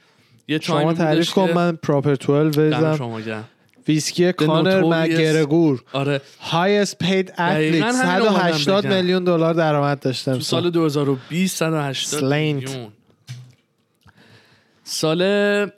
Speaker 1: یه تایمی
Speaker 2: شما
Speaker 1: بودش
Speaker 2: تعریف کن
Speaker 1: که-
Speaker 2: من پراپر
Speaker 1: دم
Speaker 2: 12 بریزم
Speaker 1: شما گرم.
Speaker 2: ویسکی کانر
Speaker 1: notorious-
Speaker 2: مکگرگور
Speaker 1: آره
Speaker 2: هایست پید
Speaker 1: دقیقاً
Speaker 2: اتلیت
Speaker 1: همین رو آدم
Speaker 2: 180
Speaker 1: بگم.
Speaker 2: میلیون دلار درآمد داشتم
Speaker 1: تو سال 2020 180
Speaker 2: Slant.
Speaker 1: میلیون سال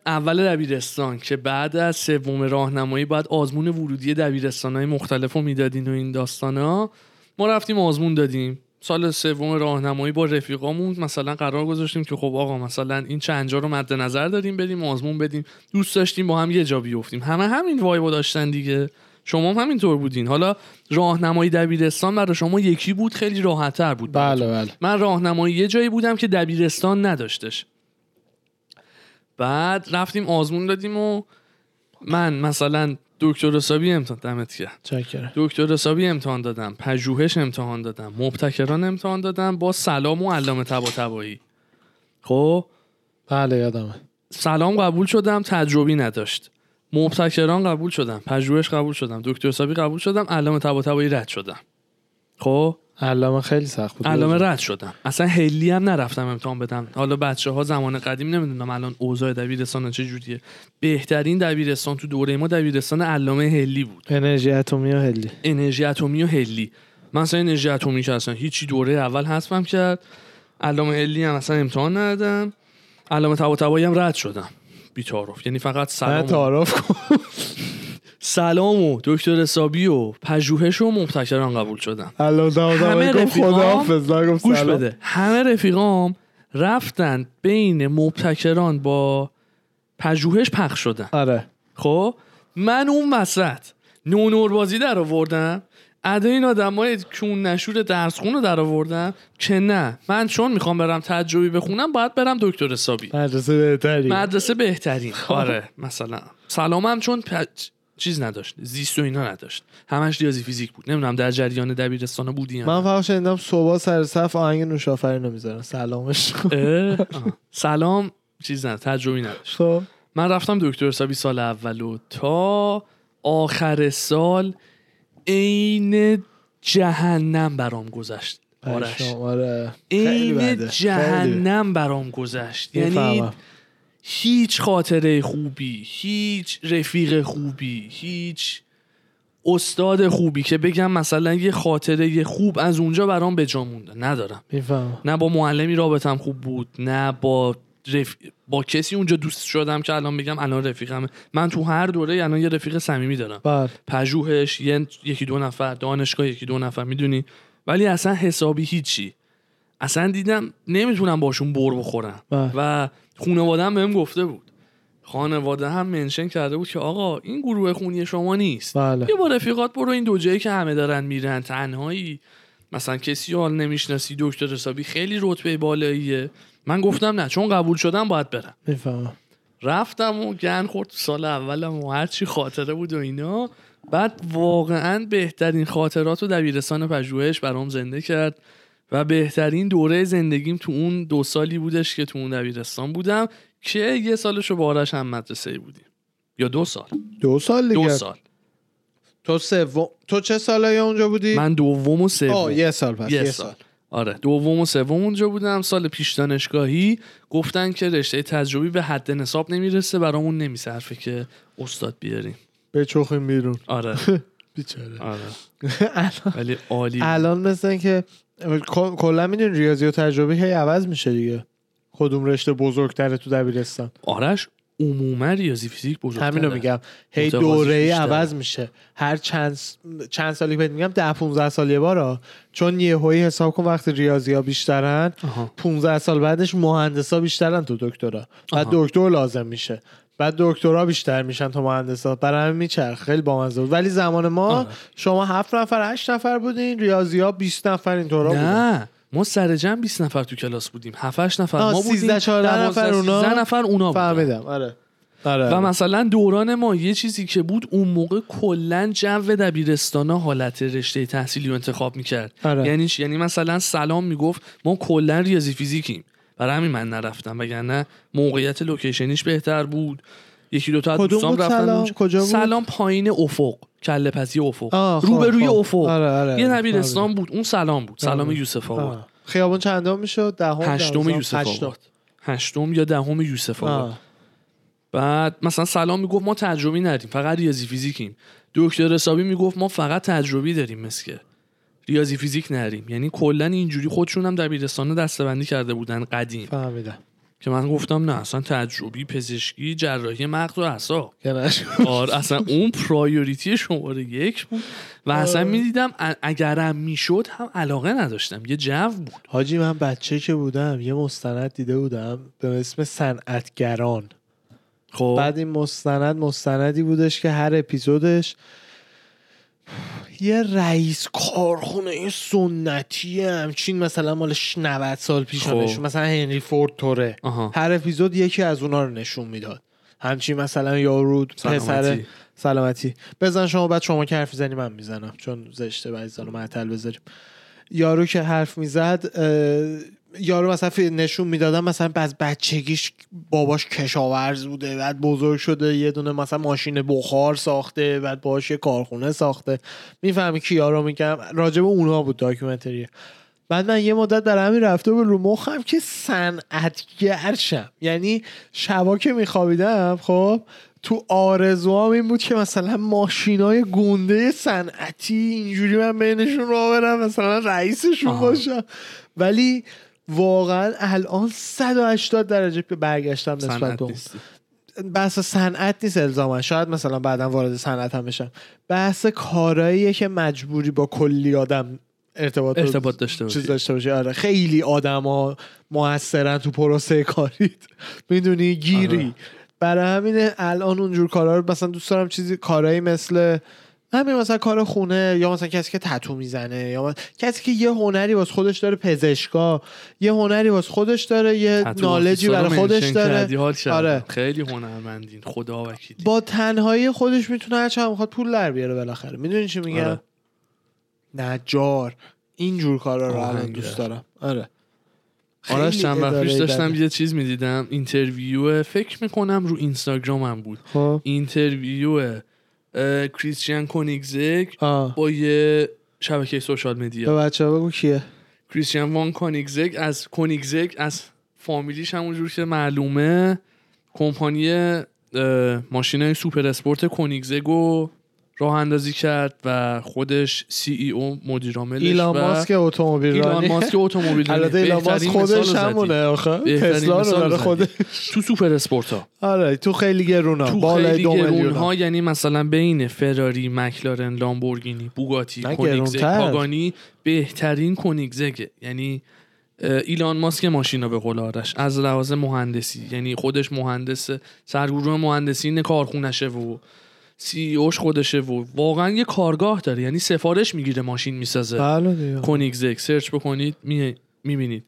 Speaker 1: اول دبیرستان که بعد از سوم راهنمایی باید آزمون ورودی دبیرستان های مختلف رو میدادین و این داستان ها ما رفتیم آزمون دادیم سال سوم راهنمایی با رفیقامون مثلا قرار گذاشتیم که خب آقا مثلا این چنجا رو مد نظر داریم بریم آزمون بدیم دوست داشتیم با هم یه جا بیفتیم همه همین وایبو داشتن دیگه شما هم همینطور بودین حالا راهنمایی دبیرستان برای شما یکی بود خیلی راحتتر بود
Speaker 2: بله بله
Speaker 1: من راهنمایی یه جایی بودم که دبیرستان نداشتش بعد رفتیم آزمون دادیم و من مثلا دکتر حسابی امتحان دمت گرم.
Speaker 2: چکر
Speaker 1: دکتر حسابی امتحان دادم پژوهش امتحان دادم مبتکران امتحان دادم با سلام و علامه طباطبایی خب
Speaker 2: بله یادمه
Speaker 1: سلام قبول شدم تجربی نداشت مبتکران قبول شدم پژوهش قبول شدم دکتر حسابی قبول شدم علامه طباطبایی رد شدم خب
Speaker 2: علامه خیلی سخت بود
Speaker 1: علامه رد شدم اصلا هلی هم نرفتم امتحان بدم حالا بچه ها زمان قدیم نمیدونم الان اوضاع دبیرستان چه جوریه بهترین دبیرستان تو دوره ما دبیرستان علامه هلی بود
Speaker 2: انرژی اتمی و هلی
Speaker 1: انرژی اتمی و هلی من اصلا انرژی اتمی که اصلا هیچی دوره اول حذفم کرد علامه هلی هم اصلا امتحان ندادم علامه طباطبایی هم رد شدم بی‌تعارف یعنی فقط
Speaker 2: نه
Speaker 1: سلام و-
Speaker 2: تعارف کن
Speaker 1: سلام و دکتر حسابی و پژوهش و مبتکران قبول شدم
Speaker 2: علامه
Speaker 1: همه
Speaker 2: دوازده گفت
Speaker 1: رفیقام
Speaker 2: خداحافظ نگفت
Speaker 1: گوش
Speaker 2: سلام.
Speaker 1: بده همه رفیقام رفتن بین مبتکران با پژوهش پخش شدن
Speaker 2: آره
Speaker 1: خب من اون وسط نونور بازی در آوردم ادا این آدمای کون نشور درس رو در آوردم که نه من چون میخوام برم تجربی بخونم باید برم دکتر حسابی
Speaker 2: مدرسه بهتری
Speaker 1: مدرسه بهترین
Speaker 2: خب.
Speaker 1: آره مثلا سلامم چون پ- چیز نداشت زیست و اینا نداشت همش ریاضی فیزیک بود نمیدونم در جریان دبیرستان بودی یا نه.
Speaker 2: من فقط شنیدم صبح سر صف آهنگ نوشافری رو میذارن سلامش کن.
Speaker 1: اه، آه. سلام چیز نه تجربی نداشت
Speaker 2: خب
Speaker 1: من رفتم دکتر حسابی سال اول و تا آخر سال عین جهنم برام گذشت آرش
Speaker 2: پشمام، آره خیلی بده.
Speaker 1: عین
Speaker 2: خیلی بده.
Speaker 1: جهنم برام گذشت یعنی
Speaker 2: می‌فهمم.
Speaker 1: هیچ خاطره خوبی هیچ رفیق خوبی هیچ استاد خوبی که بگم مثلا یه خاطره خوب از اونجا برام به جا مونده ندارم
Speaker 2: میفهمم
Speaker 1: نه با معلمی رابطم خوب بود نه با رف... با کسی اونجا دوست شدم که الان بگم الان رفیقمه من تو هر دوره الان یه رفیق صمیمی دارم
Speaker 2: بله
Speaker 1: پژوهش یه... یکی دو نفر دانشگاه یکی دو نفر میدونی ولی اصلا حسابی هیچی اصلا دیدم نمیتونم باشون بر بخورم
Speaker 2: بله.
Speaker 1: و خانواده‌ام بهم گفته بود خانواده هم منشن کرده بود که آقا این گروه خونی شما نیست
Speaker 2: بله
Speaker 1: یه با رفیقات برو این دو جایی که همه دارن میرن تنهایی مثلا کسی حال نمیشناسی دکتر حسابی خیلی رتبه بالاییه من گفتم نه چون قبول شدم باید برم
Speaker 2: میفهمم
Speaker 1: رفتم و گن خورد تو سال اولم و هرچی خاطره بود و اینا بعد واقعا بهترین خاطرات رو دبیرستان پژوهش برام زنده کرد و بهترین دوره زندگیم تو اون دو سالی بودش که تو اون دبیرستان بودم که یه سالشو با آرش هم مدرسه بودیم یا دو سال
Speaker 2: دو سال دیگه
Speaker 1: دو سال
Speaker 2: تو سوم تو چه سالایی اونجا بودی
Speaker 1: من دوم و سوم
Speaker 2: آه یه سال پس
Speaker 1: یه
Speaker 2: یه
Speaker 1: سال. آره دوم و سوم اونجا بودم سال پیش دانشگاهی گفتن که رشته تجربی به حد نصاب نمیرسه برامون نمیصرفه که استاد بیاریم
Speaker 2: بچخیم بیرون
Speaker 1: آره
Speaker 2: بیچاره
Speaker 1: آره ولی عالی بود.
Speaker 2: الان مثلا که ک- کلا میدون ریاضی و تجربه هی عوض میشه دیگه کدوم رشته بزرگتره تو دبیرستان
Speaker 1: آرش عموما ریاضی فیزیک بزرگتره
Speaker 2: همینو میگم هی
Speaker 1: متقاضیش
Speaker 2: دوره ای
Speaker 1: بیشتره.
Speaker 2: عوض میشه هر چند س- چند سالی که بهت میگم ده 15 سال یه بارا چون یه هایی حساب کن وقتی ریاضی ها بیشترن
Speaker 1: آها.
Speaker 2: 15 سال بعدش مهندسا بیشترن تو دکترا بعد
Speaker 1: آها.
Speaker 2: دکتر لازم میشه بعد دکترا بیشتر میشن تا مهندسا برای همین میچرخ خیلی بامزه بود ولی زمان ما
Speaker 1: آره.
Speaker 2: شما هفت نفر هشت نفر بودین ریاضی ها 20 نفر اینطورا بودن
Speaker 1: نه ما سر جمع 20 نفر تو کلاس بودیم 7 8 نفر
Speaker 2: آه،
Speaker 1: ما بودیم
Speaker 2: 13 14
Speaker 1: 12
Speaker 2: نفر اونا.
Speaker 1: 13 نفر اونا بودن.
Speaker 2: فهمیدم آره آره
Speaker 1: و مثلا دوران ما یه چیزی که بود اون موقع کلا جو دبیرستان حالت رشته تحصیلی رو انتخاب میکرد
Speaker 2: آره.
Speaker 1: یعنی چی؟ یعنی مثلا سلام میگفت ما کلا ریاضی فیزیکیم برای همین من نرفتم وگرنه موقعیت لوکیشنیش بهتر بود یکی دو تا از
Speaker 2: کدوم
Speaker 1: دوستام
Speaker 2: بود
Speaker 1: رفتن
Speaker 2: سلام؟
Speaker 1: اونجا.
Speaker 2: کجا بود؟
Speaker 1: سلام پایین افق کله پسی افق
Speaker 2: آه، خب،
Speaker 1: روبروی
Speaker 2: خب.
Speaker 1: افق
Speaker 2: آره، آره،
Speaker 1: یه
Speaker 2: آره.
Speaker 1: دبیرستان بود اون سلام بود سلام
Speaker 2: آره.
Speaker 1: یوسف آباد
Speaker 2: آه. خیابون چندم میشد دهم
Speaker 1: هشتم
Speaker 2: دوازدهم؟
Speaker 1: یوسف
Speaker 2: هشتم.
Speaker 1: آباد هشتم یا دهم یوسف آباد
Speaker 2: آه.
Speaker 1: بعد مثلا سلام میگفت ما تجربی نداریم فقط ریاضی فیزیکیم دکتر حسابی میگفت ما فقط تجربی داریم مثل که. ریاضی فیزیک نداریم یعنی کلا اینجوری خودشون هم دبیرستان دستبندی کرده بودن قدیم
Speaker 2: فهمیدم
Speaker 1: که من گفتم نه اصلا تجربی پزشکی جراحی مغز و اعصاب
Speaker 2: که نشد.
Speaker 1: آره اصلا اون پرایوریتی شماره یک بود و
Speaker 2: آره.
Speaker 1: اصلا میدیدم اگرم میشد هم علاقه نداشتم یه جو بود
Speaker 2: حاجی من بچه که بودم یه مستند دیده بودم به اسم صنعتگران
Speaker 1: خب
Speaker 2: بعد این مستند مستندی بودش که هر اپیزودش یه رئیس کارخونه یه سنتی همچین مثلا مال 90 سال پیش
Speaker 1: خب.
Speaker 2: نشون مثلا هنری فورد توره
Speaker 1: آها.
Speaker 2: هر اپیزود یکی از اونا رو نشون میداد همچین مثلا یارو پسر
Speaker 1: سلامتی.
Speaker 2: سلامتی بزن شما بعد شما که حرف زنی من میزنم چون زشته بعضیزان رو معطل بذاریم یارو که حرف میزد اه، یارو مثلا فی- نشون میدادن مثلا از بچگیش باباش کشاورز بوده بعد بزرگ شده یه دونه مثلا ماشین بخار ساخته بعد باهاش یه کارخونه ساخته میفهمی کی یارو میگم راجب اونها بود داکیومنتری بعد من یه مدت در همین رفته بود رو مخم که صنعتگر شم یعنی شبا که میخوابیدم خب تو آرزوام این بود که مثلا ماشینای گنده صنعتی اینجوری من بینشون رو برم مثلا رئیسشون
Speaker 1: آها.
Speaker 2: باشم ولی واقعا الان 180 درجه که برگشتم نسبت
Speaker 1: صنعت
Speaker 2: به اون
Speaker 1: نیستی.
Speaker 2: بحث صنعت نیست الزاما شاید مثلا بعدا وارد صنعت هم بشم بحث کاراییه که مجبوری با کلی آدم ارتباط
Speaker 1: ارتباط داشته باشی.
Speaker 2: چیز داشته باشی آره خیلی آدما موثرن تو پروسه کاریت میدونی گیری
Speaker 1: آره.
Speaker 2: برای همین الان اونجور کارا رو مثلا دوست دارم چیزی کارایی مثل همین مثلا کار خونه یا مثلا کسی که تتو میزنه یا مثلا کسی که یه هنری واسه خودش داره پزشکا یه هنری واسه خودش داره یه
Speaker 1: تتو
Speaker 2: نالجی
Speaker 1: آرتیستا رو
Speaker 2: برای خودش
Speaker 1: منشن
Speaker 2: داره
Speaker 1: کردی، حال کردم.
Speaker 2: آره.
Speaker 1: خیلی هنرمندین خدا وکیلی
Speaker 2: با تنهایی خودش میتونه هر چقدر میخواد پول در بیاره بالاخره میدونی چی میگم
Speaker 1: آره.
Speaker 2: نجار اینجور کارا رو الان
Speaker 1: آهنگر.
Speaker 2: دوست دارم آره خیلی
Speaker 1: آرش چند وقت
Speaker 2: اداره
Speaker 1: پیش داشتم
Speaker 2: بده.
Speaker 1: یه چیز میدیدم اینترویو فکر میکنم رو اینستاگرام هم بود
Speaker 2: خب
Speaker 1: اینترویو اه، کریستیان کونیگزک
Speaker 2: آه
Speaker 1: با یه شبکه سوشال مدیا
Speaker 2: به بچه بگو کیه
Speaker 1: کریستیان وان کانیگزک از کانیگزک از فامیلیش همونجور که معلومه کمپانی اه، ماشین های سوپر اسپورت کانیگزک رو راه اندازی کرد و خودش سی ای او مدیر عاملش
Speaker 2: ایلان
Speaker 1: و
Speaker 2: ماسک اتومبیل
Speaker 1: ایلان
Speaker 2: رانی.
Speaker 1: ماسک اتومبیل رانی.
Speaker 2: البته ایلان ماسک
Speaker 1: بهترین مثال رو
Speaker 2: خودش
Speaker 1: زدی.
Speaker 2: همونه آخه
Speaker 1: بهترین
Speaker 2: تسلا رو
Speaker 1: مثال رو
Speaker 2: داره
Speaker 1: زدی.
Speaker 2: خودش
Speaker 1: تو سوپر اسپورت ها
Speaker 2: آره تو خیلی گرون ها
Speaker 1: تو
Speaker 2: بالای
Speaker 1: خیلی
Speaker 2: دو
Speaker 1: گرون
Speaker 2: میلیون
Speaker 1: ها
Speaker 2: ها
Speaker 1: یعنی مثلا بین فراری مکلارن لامبورگینی بوگاتی
Speaker 2: نه،
Speaker 1: کونیگزک
Speaker 2: گرونتر.
Speaker 1: پاگانی بهترین کونیگزگه یعنی اه، ایلان ماسک ماشینا به قول آرش از لحاظ مهندسی یعنی خودش مهندس سرگروه مهندسین کارخونشه و سی اوش خودشه و واقعا یه کارگاه داره یعنی سفارش میگیره ماشین میسازه
Speaker 2: بله دیگه.
Speaker 1: کنیگزک سرچ بکنید میبینید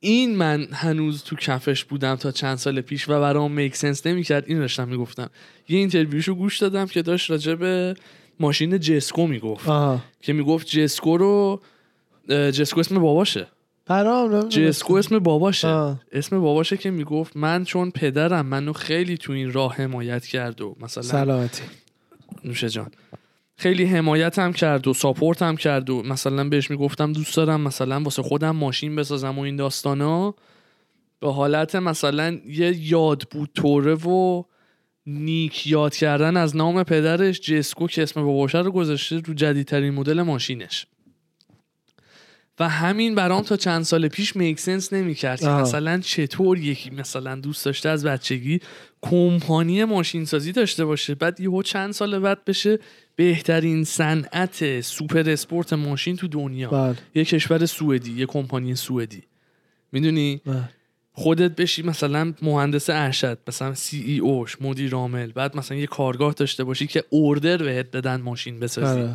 Speaker 1: این من هنوز تو کفش بودم تا چند سال پیش و برام میک سنس نمیکرد این داشتم میگفتم یه اینترویوشو گوش دادم که داشت راجع به ماشین جسکو میگفت
Speaker 2: آها
Speaker 1: که میگفت جسکو رو اه، جسکو اسم باباشه
Speaker 2: پرام نمی‌دونم.
Speaker 1: جسکو اسم باباشه
Speaker 2: آه.
Speaker 1: اسم باباشه که میگفت من چون پدرم منو خیلی تو این راه حمایت کرد و مثلا
Speaker 2: سلامتی
Speaker 1: نوشه جان خیلی حمایت هم کرد و ساپورت هم کرد و مثلا بهش میگفتم دوست دارم مثلا واسه خودم ماشین بسازم و این داستانا به حالت مثلا یه یاد بود طوره و نیک یاد کردن از نام پدرش جسکو که اسم باباشه رو گذاشته رو جدیدترین مدل ماشینش و همین برام تا چند سال پیش میکسنس نمیکرد
Speaker 2: آها.
Speaker 1: مثلا چطور یکی مثلا دوست داشته از بچگی کمپانی ماشین سازی داشته باشه بعد یهو چند سال بعد بشه بهترین صنعت سوپر اسپورت ماشین تو دنیا
Speaker 2: بله
Speaker 1: یه کشور سوئدی یه کمپانی سوئدی میدونی
Speaker 2: بله.
Speaker 1: خودت بشی مثلا مهندس ارشد مثلا سی ای اوش مدیر عامل بعد مثلا یه کارگاه داشته باشی که اوردر بهت بدن ماشین بسازی
Speaker 2: آره.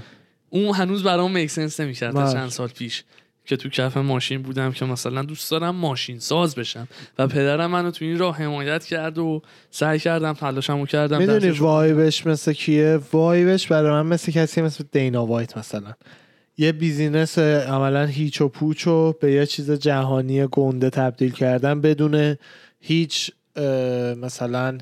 Speaker 1: اون هنوز برام مکسنس نمیکرد
Speaker 2: بله.
Speaker 1: تا چند سال پیش که تو کف ماشین بودم که مثلا دوست دارم ماشین ساز بشم و پدرم منو تو این راه حمایت کرد و سعی کردم تلاشمو کردم
Speaker 2: میدونی
Speaker 1: درسشو-
Speaker 2: وایبش مثل کیه وایبش برای من مثل کسی مثل دینا وایت مثلا یه بیزینس عملا هیچ و پوچ رو به یه چیز جهانی گنده تبدیل کردن بدون هیچ اه، مثلا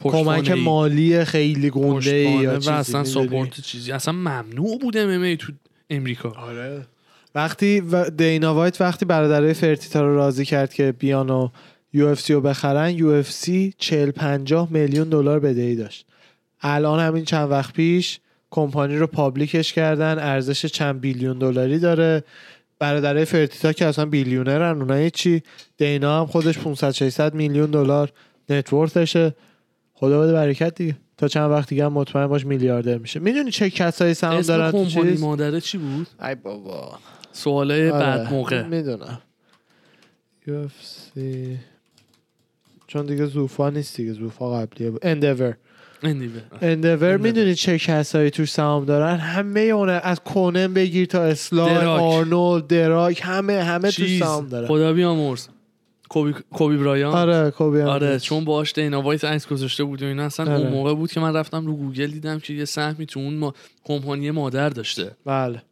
Speaker 1: پشتوانه
Speaker 2: کمک
Speaker 1: ای.
Speaker 2: مالی خیلی گنده
Speaker 1: پشتوانه
Speaker 2: یا
Speaker 1: و
Speaker 2: چیزی
Speaker 1: اصلا
Speaker 2: می‌دونی؟
Speaker 1: ساپورت چیزی اصلا ممنوع بود ام تو امریکا
Speaker 2: آره وقتی و دینا وایت وقتی برادرای فرتیتا رو راضی کرد که بیان و یو اف سی رو بخرن یو اف سی 40 50 میلیون دلار بدهی داشت الان همین چند وقت پیش کمپانی رو پابلیکش کردن ارزش چند بیلیون دلاری داره برادرای فرتیتا که اصلا بیلیونرن اونها یه چی دینا هم خودش 500 600 میلیون دلار نتورثشه خدا بده برکت دیگه تا چند وقت دیگه هم مطمئن باش میلیاردر میشه میدونی چه کسایی سهام
Speaker 1: اسم
Speaker 2: دارن تو
Speaker 1: کمپانی
Speaker 2: چیز آره.
Speaker 1: مادره چی بود
Speaker 2: ای بابا
Speaker 1: سوالای بعد موقع
Speaker 2: میدونم UFC چون دیگه زوفا نیست دیگه زوفا قبلیه بود اندیور
Speaker 1: اندیوه.
Speaker 2: اندیور میدونی چه کسایی توش سهام دارن همه اون از کنن بگیر تا اسلام
Speaker 1: دراک.
Speaker 2: آرنولد دراک همه همه توش
Speaker 1: چیز
Speaker 2: سهام دارن
Speaker 1: خدا بیامرز کوبی کوبی برایان آره,
Speaker 2: آره کوبی هم بود.
Speaker 1: چون باهاش دینا وایت عکس گذاشته بود و اینا اصلا
Speaker 2: آره.
Speaker 1: اون موقع بود که من رفتم رو گوگل دیدم که یه سهمی تو اون ما... کمپانی مادر داشته
Speaker 2: بله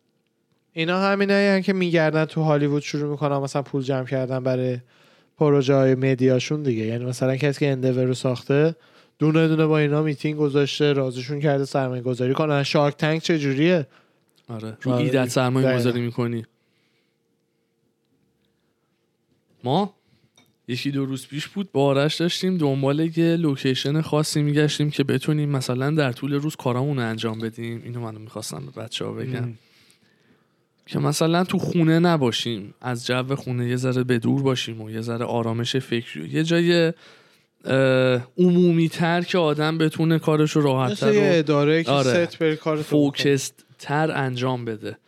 Speaker 2: اینا همینایی هن که میگردن تو هالیوود شروع میکنن مثلا پول جمع کردن برای پروژه های مدیاشون دیگه یعنی مثلا کسی که اندور رو ساخته دونه دونه با اینا میتینگ گذاشته رازشون کرده سرمایه گذاری کنن شارک تنک چجوریه
Speaker 1: آره رو
Speaker 2: آره.
Speaker 1: ایدت سرمایه
Speaker 2: دقیقا.
Speaker 1: گذاری میکنی ما یکی دو روز پیش بود با آرش داشتیم دنبال یه لوکیشن خاصی میگشتیم که بتونیم مثلا در طول روز کارامون رو انجام بدیم اینو من میخواستم به بچه ها بگم که مثلا تو خونه نباشیم از جو خونه یه ذره به دور باشیم و یه ذره آرامش فکری و یه جای عمومی تر که آدم بتونه کارش رو راحت
Speaker 2: مثل یه اداره که
Speaker 1: آره.
Speaker 2: ست بری کار
Speaker 1: فوکست تر انجام بده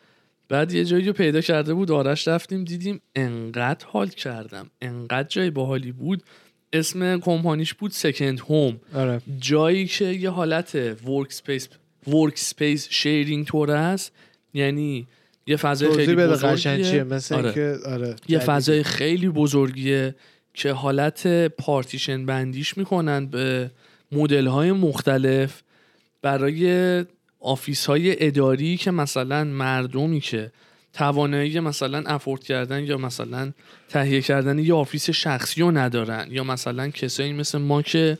Speaker 1: بعد یه جایی رو پیدا کرده بود آرش رفتیم دیدیم انقدر حال کردم انقدر جای باحالی بود اسم کمپانیش بود سکند هوم
Speaker 2: آره
Speaker 1: جایی که یه حالت ورک سپیس ورک سپیس شیرینگ طور است یعنی یه فضای
Speaker 2: توضیح
Speaker 1: خیلی
Speaker 2: بده
Speaker 1: بزرگیه
Speaker 2: قشنگ چیه مثل
Speaker 1: آره.
Speaker 2: اینکه آره
Speaker 1: یه
Speaker 2: جدید.
Speaker 1: فضای خیلی بزرگیه که حالت پارتیشن بندیش میکنن به مدل های مختلف برای آفیس های اداری که مثلا مردمی که توانایی مثلا افورد کردن یا مثلا تهیه کردن یه آفیس شخصی رو ندارن یا مثلا کسایی مثل ما که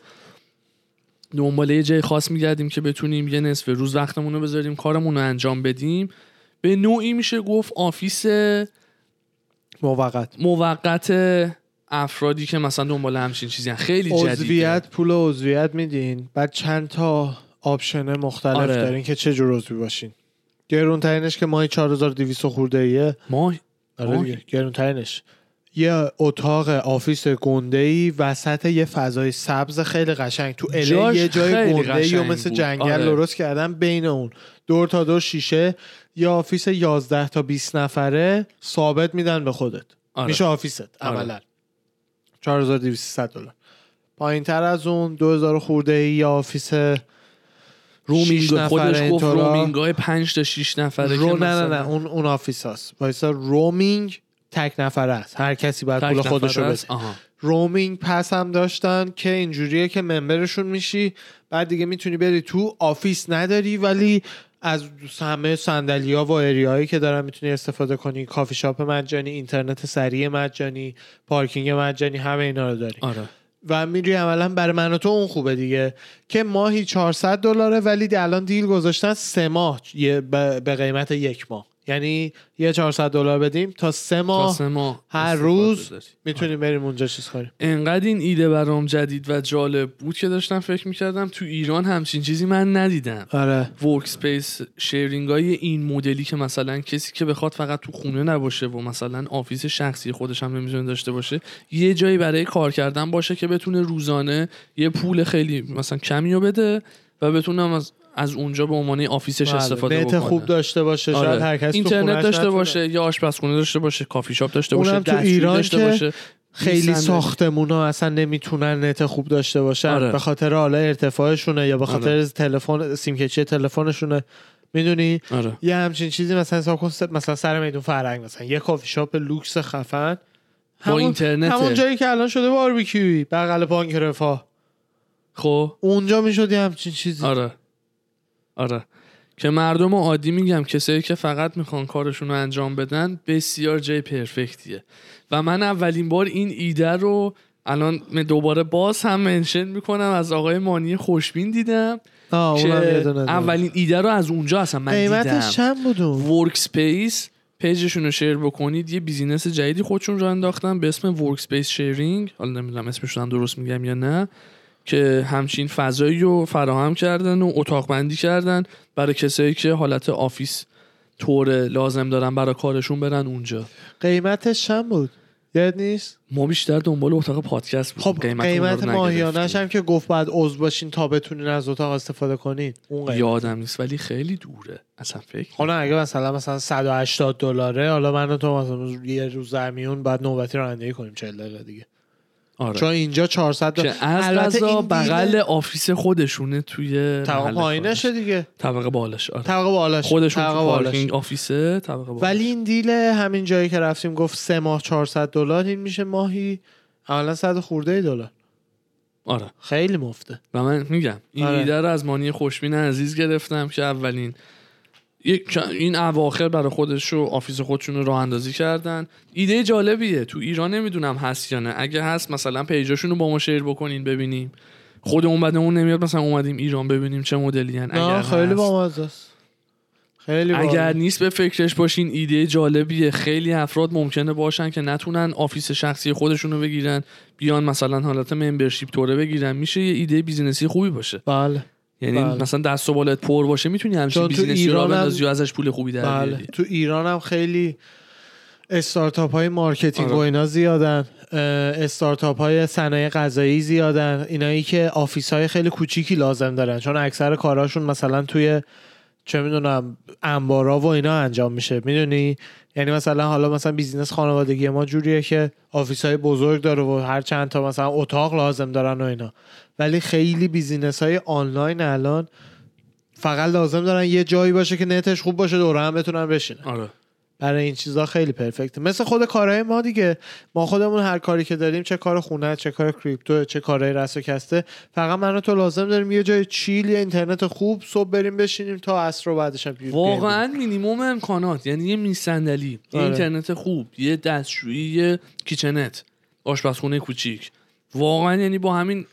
Speaker 1: دنباله یه جای خاص میگردیم که بتونیم یه نصف روز وقتمون رو بذاریم کارمون رو انجام بدیم به نوعی میشه گفت آفیس
Speaker 2: موقت
Speaker 1: موقت افرادی که مثلا دنبال همچین چیزی هن. خیلی جدیده
Speaker 2: عضویت پول عضویت میدین بعد چند تا آپشن مختلف
Speaker 1: آره.
Speaker 2: دارین که چه جور عضوی باشین گرونترینش که ماهی 4200 خورده ایه
Speaker 1: ما
Speaker 2: آره
Speaker 1: آه.
Speaker 2: دیگه، گرونترینش یه اتاق آفیس گنده ای وسط یه فضای سبز خیلی قشنگ تو اله
Speaker 1: جاش
Speaker 2: یه جای
Speaker 1: خیلی
Speaker 2: گنده ای و
Speaker 1: قشنگ
Speaker 2: مثل
Speaker 1: بود.
Speaker 2: جنگل
Speaker 1: آره.
Speaker 2: درست کردن بین اون دور تا دور شیشه یه آفیس 11 تا 20 نفره ثابت میدن به خودت
Speaker 1: آره.
Speaker 2: میشه آفیست
Speaker 1: آره.
Speaker 2: عملا 4200 دلار پایین تر از اون 2000 خورده ای یه آفیس شیش
Speaker 1: رومینگ
Speaker 2: نفره
Speaker 1: خودش گفت
Speaker 2: اینطورا.
Speaker 1: رومینگ های پنج تا شیش نفره
Speaker 2: رو
Speaker 1: که
Speaker 2: نه نه
Speaker 1: مثلا
Speaker 2: نه اون اون آفیس هاست وایسا رومینگ تک نفره است هر کسی باید
Speaker 1: تک
Speaker 2: پول
Speaker 1: نفره
Speaker 2: خودش رو
Speaker 1: است.
Speaker 2: بده
Speaker 1: آها.
Speaker 2: رومینگ پس هم داشتن که اینجوریه که ممبرشون میشی بعد دیگه میتونی بری تو آفیس نداری ولی از همه صندلی ها و اریاهایی که دارن میتونی استفاده کنی کافی شاپ مجانی اینترنت سریع مجانی پارکینگ مجانی همه اینا رو داری
Speaker 1: آره
Speaker 2: و میری عملا برای من و تو اون خوبه دیگه که ماهی 400 دلاره ولی دی- الان دیل گذاشتن سه ماه یه- ب- به قیمت یک ماه یعنی یه 400 دلار بدیم تا سه ماه
Speaker 1: واسه ما
Speaker 2: هر
Speaker 1: استفاده
Speaker 2: روز
Speaker 1: داری.
Speaker 2: میتونیم بریم اونجا چیز کنیم
Speaker 1: انقدر این ایده برام جدید و جالب بود که داشتم فکر میکردم تو ایران همچین چیزی من ندیدم
Speaker 2: آره
Speaker 1: ورکسپیس شیرینگ های این مدلی که مثلا کسی که بخواد فقط تو خونه نباشه و مثلا آفیس شخصی خودش هم نمیتونه داشته باشه یه جایی برای کار کردن باشه که بتونه روزانه یه پول خیلی مثلا کمی رو بده و بتونم از, از اونجا به عنوان آفیسش
Speaker 2: بله.
Speaker 1: استفاده
Speaker 2: نت
Speaker 1: بکنه
Speaker 2: خوب داشته باشه
Speaker 1: آره.
Speaker 2: شاید هر کس تو
Speaker 1: اینترنت
Speaker 2: خونه‌اش
Speaker 1: داشته
Speaker 2: نتونه.
Speaker 1: باشه یا آشپزخونه داشته باشه کافی شاپ داشته باشه
Speaker 2: اونم تو
Speaker 1: دستشویی
Speaker 2: ایران
Speaker 1: داشته
Speaker 2: که
Speaker 1: باشه
Speaker 2: خیلی
Speaker 1: می‌سنده.
Speaker 2: ساختمون ها اصلا نمیتونن نت خوب داشته باشن
Speaker 1: آره.
Speaker 2: به خاطر حالا ارتفاعشونه یا به خاطر
Speaker 1: آره.
Speaker 2: تلفن سیمکچی تلفنشونه میدونی
Speaker 1: آره
Speaker 2: یه همچین چیزی مثلا حساب کن س- مثلا سر میدون فرهنگ مثلا یه کافی شاپ لوکس خفن
Speaker 1: با
Speaker 2: همون,
Speaker 1: اینترنت
Speaker 2: همون جایی که الان شده باربیکیوی بغل پانکرفا
Speaker 1: خب
Speaker 2: اونجا میشد یه همچین چیزی
Speaker 1: آره آره که مردم رو عادی میگم کسایی که فقط میخوان کارشون رو انجام بدن بسیار جای پرفکتیه و من اولین بار این ایده رو الان من دوباره باز هم منشن میکنم از آقای مانی خوشبین دیدم
Speaker 2: آه،
Speaker 1: که
Speaker 2: اونم یه دونه داره.
Speaker 1: اولین ایده رو از اونجا اصلا من دیدم
Speaker 2: قیمتش چند بود اون؟
Speaker 1: ورکسپیس پیجشون رو شیر بکنید یه بیزینس جدیدی خودشون رو انداختن به اسم ورکسپیس شیرینگ حالا نمیدونم اسمشون هم درست میگم یا نه که همچین فضایی رو فراهم کردن و اتاق بندی کردن برای کسایی که حالت آفیس طور لازم دارن برای کارشون برن اونجا
Speaker 2: قیمتش چند بود یاد نیست
Speaker 1: ما بیشتر دنبال اتاق پادکست بودیم
Speaker 2: خب
Speaker 1: قیمت,
Speaker 2: قیمت,
Speaker 1: اونا رو نگرفتیم.
Speaker 2: ماهیانش هم که گفت باید عضو باشین تا بتونین از اتاق استفاده کنین اون قیمت
Speaker 1: یادم نیست ولی خیلی دوره اصلا فکر
Speaker 2: خب نه اگه مثلا مثلا 180 دلاره حالا من و تو مثلا یه روز در میون بعد نوبتی رانندگی کنیم 40 دقیقه دیگه
Speaker 1: آره.
Speaker 2: چون اینجا 400 دلار
Speaker 1: که از
Speaker 2: البته
Speaker 1: غذا
Speaker 2: این دیل-
Speaker 1: بغل آفیس خودشونه توی
Speaker 2: طبقه
Speaker 1: محل
Speaker 2: پایینش
Speaker 1: کارش.
Speaker 2: دیگه
Speaker 1: طبقه بالاش آره
Speaker 2: طبقه بالاش
Speaker 1: خودشون
Speaker 2: طبقه
Speaker 1: تو
Speaker 2: بالاش
Speaker 1: پارکینگ آفیسه طبقه بالا
Speaker 2: ولی این دیل همین جایی که رفتیم گفت سه ماه 400 دلار این میشه ماهی عملا 100 خورده دلار
Speaker 1: آره
Speaker 2: خیلی مفته
Speaker 1: و من میگم این
Speaker 2: آره.
Speaker 1: ایده رو از مانی خوشبین عزیز گرفتم که اولین یک چ- این اواخر برای خودش و آفیس خودشون رو راه اندازی کردن ایده جالبیه تو ایران نمیدونم هست یا نه اگه هست مثلا پیجاشون رو با ما شیر بکنین ببینیم خودمون بدمون نمیاد مثلا اومدیم ایران ببینیم چه مدلی هن.
Speaker 2: نه
Speaker 1: اگر
Speaker 2: خیلی
Speaker 1: هست.
Speaker 2: بامزه است خیلی
Speaker 1: اگر
Speaker 2: بامزه
Speaker 1: نیست به فکرش باشین ایده جالبیه خیلی افراد ممکنه باشن که نتونن آفیس شخصی خودشون رو بگیرن بیان مثلا حالت ممبرشیپ طوره بگیرن میشه یه ایده بیزینسی خوبی باشه
Speaker 2: بله
Speaker 1: یعنی
Speaker 2: بله.
Speaker 1: مثلا دست و بالت پر باشه میتونی همچین
Speaker 2: چون تو
Speaker 1: بیزینسی رو
Speaker 2: ایرانم-
Speaker 1: بندازی و ازش پول خوبی در
Speaker 2: بله
Speaker 1: بیاری.
Speaker 2: تو ایران هم خیلی استارتاپ های مارکتینگ
Speaker 1: آره.
Speaker 2: و اینا زیادن اه، استارتاپ های صنایع غذایی زیادن اینایی که آفیس های خیلی کوچیکی لازم دارن چون اکثر کاراشون مثلا توی چه میدونم انبارا و اینا انجام میشه میدونی یعنی مثلا حالا مثلا بیزینس خانوادگی ما جوریه که آفیس های بزرگ داره و هر چند تا مثلا اتاق لازم دارن و اینا ولی خیلی بیزینس های آنلاین الان فقط لازم دارن یه جایی باشه که نتش خوب باشه دور هم بتونن بشینن
Speaker 1: آره
Speaker 2: برای این چیزها خیلی پرفکته مثل خود کارهای ما دیگه ما خودمون هر کاری که داریم چه کار خونه چه کار کریپتو چه کارهای رس و کسته فقط من و تو لازم داریم یه جای چیل یه اینترنت خوب صبح بریم بشینیم تا عصر رو بعدش هم گیم بزنیم.
Speaker 1: واقعا مینیموم امکانات یعنی یه میسندلی یه
Speaker 2: آره.
Speaker 1: اینترنت خوب یه دستشویی یه کیچنت آشپزخونه کوچیک واقعا یعنی با همین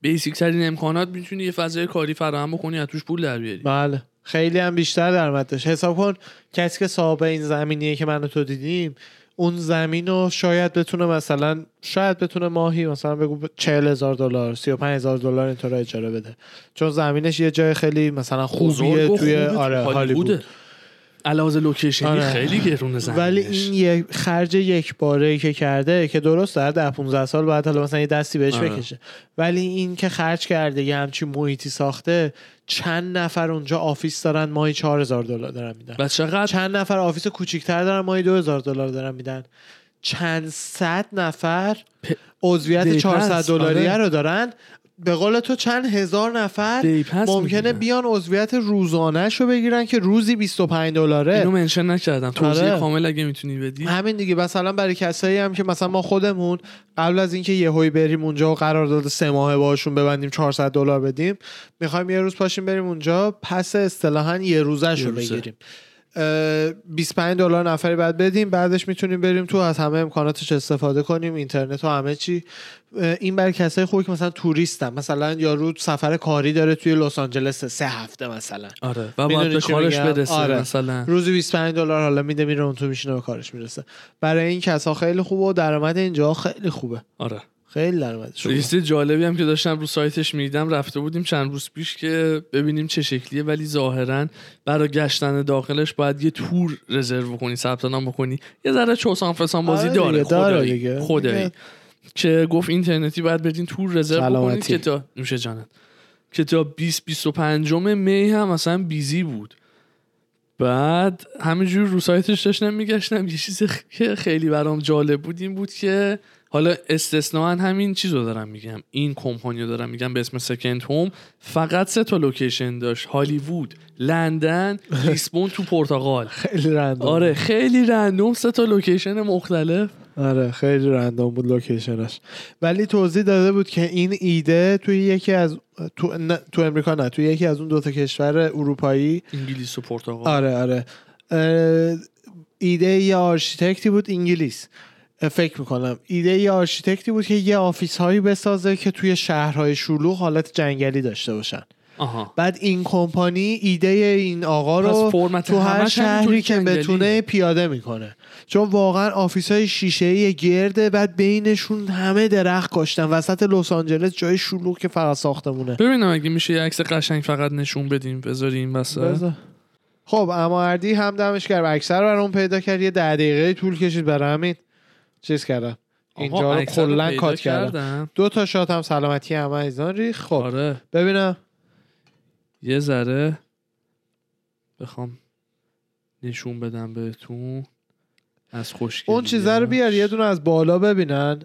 Speaker 1: بیسیک ترین امکانات میتونی یه فضای کاری فراهم بکنی از توش پول در بیاری
Speaker 2: بله خیلی هم بیشتر درآمد داشت حساب کن کسی که صاحب این زمینیه که من و تو دیدیم اون زمین رو شاید بتونه مثلا شاید بتونه ماهی مثلا بگو چهل هزار دلار سی و هزار دلار اینطور اجاره بده چون زمینش یه جای خیلی مثلا خوبیه
Speaker 1: بزرگ و
Speaker 2: توی
Speaker 1: خوبه تو
Speaker 2: آره هالیوود
Speaker 1: علاوه لوکیشنی
Speaker 2: آره.
Speaker 1: خیلی گرون زمینش
Speaker 2: ولی این یک خرج یک باره که کرده که درست در ده 15 سال بعد حالا مثلا یه دستی بهش
Speaker 1: آره.
Speaker 2: بکشه ولی این که خرج کرده یه همچین محیطی ساخته چند نفر اونجا آفیس دارن ماهی 4000 دلار دارن میدن
Speaker 1: و چقدر
Speaker 2: چند نفر آفیس کوچیکتر دارن ماهی 2000 دلار دارن میدن چند صد نفر
Speaker 1: پ-
Speaker 2: عضویت
Speaker 1: دیپس،
Speaker 2: 400 دلاری
Speaker 1: آره.
Speaker 2: رو دارن به قول تو چند هزار نفر
Speaker 1: دی پس
Speaker 2: ممکنه
Speaker 1: می‌گیرن.
Speaker 2: بیان عضویت روزانش رو بگیرن که روزی 25 دلاره
Speaker 1: اینو منشن نکردم توضیح
Speaker 2: آره.
Speaker 1: کامل اگه میتونی بدی
Speaker 2: همین دیگه مثلا برای کسایی هم که مثلا ما خودمون قبل از اینکه یهویی بریم اونجا و قرارداد سه ماهه باشون ببندیم 400 دلار بدیم میخوایم یه روز پاشیم بریم اونجا پس اصطلاحا یه روزش
Speaker 1: یه
Speaker 2: رو
Speaker 1: روزه.
Speaker 2: بگیریم اه، 25 دلار نفری بعد بدیم بعدش میتونیم بریم تو از همه امکاناتش استفاده کنیم اینترنت و همه چی اه، این برای کسایی خوبه که مثلا توریستن مثلا یارو سفر کاری داره توی لس آنجلس سه هفته مثلا
Speaker 1: آره و باید
Speaker 2: می‌دونی
Speaker 1: به
Speaker 2: چی
Speaker 1: کارش
Speaker 2: میگم؟
Speaker 1: برسه
Speaker 2: آره.
Speaker 1: مثلا
Speaker 2: روزی 25 دلار حالا میده میره اون تو میشینه به کارش میرسه برای این کسا خیلی خوبه و درآمد اینجا خیلی خوبه
Speaker 1: آره
Speaker 2: خیلی درآمدش خوبه.
Speaker 1: لیست جالبی هم که داشتم رو سایتش میدم رفته بودیم چند روز پیش که ببینیم چه شکلیه ولی ظاهرا برای گشتن داخلش باید یه تور رزرو کنی ثبت نام بکنی یه ذره چوسان فسان بازی
Speaker 2: آره دیگه،
Speaker 1: داره خدایی
Speaker 2: دیگه.
Speaker 1: خدایی
Speaker 2: دیگه.
Speaker 1: که گفت اینترنتی باید بدین تور رزرو بکنید
Speaker 2: سلامتی.
Speaker 1: که تا نوشه جانت که تا 20 25 می هم اصلا بیزی بود بعد همینجور رو سایتش داشتم میگشتم یه چیز خ- که خیلی برام جالب بود این بود که حالا استثنا همین چیز رو دارم میگم این کمپانی رو دارم میگم به اسم سکند هوم فقط سه تا لوکیشن داشت هالیوود لندن لیسبون تو پرتغال
Speaker 2: خیلی رندوم
Speaker 1: آره خیلی رندوم سه تا لوکیشن مختلف
Speaker 2: آره خیلی رندوم بود لوکیشنش ولی توضیح داده بود که این ایده توی یکی از تو, نه، تو امریکا نه توی یکی از اون دوتا کشور اروپایی
Speaker 1: انگلیس و پرتغال
Speaker 2: آره آره اه، ایده یه آرشیتکتی بود انگلیس اه، فکر میکنم ایده یه آرشیتکتی بود که یه آفیس هایی بسازه که توی شهرهای شلوغ حالت جنگلی داشته باشن
Speaker 1: آها
Speaker 2: بعد این کمپانی ایده این آقا
Speaker 1: پس
Speaker 2: رو
Speaker 1: فرمت
Speaker 2: تو هر
Speaker 1: همش
Speaker 2: شهری
Speaker 1: همینطوری
Speaker 2: که
Speaker 1: جنگلیه.
Speaker 2: بتونه پیاده میکنه چون واقعا آفیس های شیشه ای گرده بعد بینشون همه درخت کاشتن وسط لس آنجلس جای شلوغ که فقط ساختمونه
Speaker 1: ببینم اگه میشه یه عکس قشنگ فقط نشون بدیم بذاریم بس
Speaker 2: بذار. خب اما اردی هم دمش کرد اکثر برام پیدا کرد یه ده دقیقه طول کشید برای همین چیز کردم اینجا رو کلا کات کردم دو تا شات هم سلامتی همه ایزان ریخ خب
Speaker 1: آره
Speaker 2: ببینم
Speaker 1: یه ذره بخوام نشون بدم بهتون از خوشگلی
Speaker 2: اون چیزه رو بیار یه دونه از بالا ببینن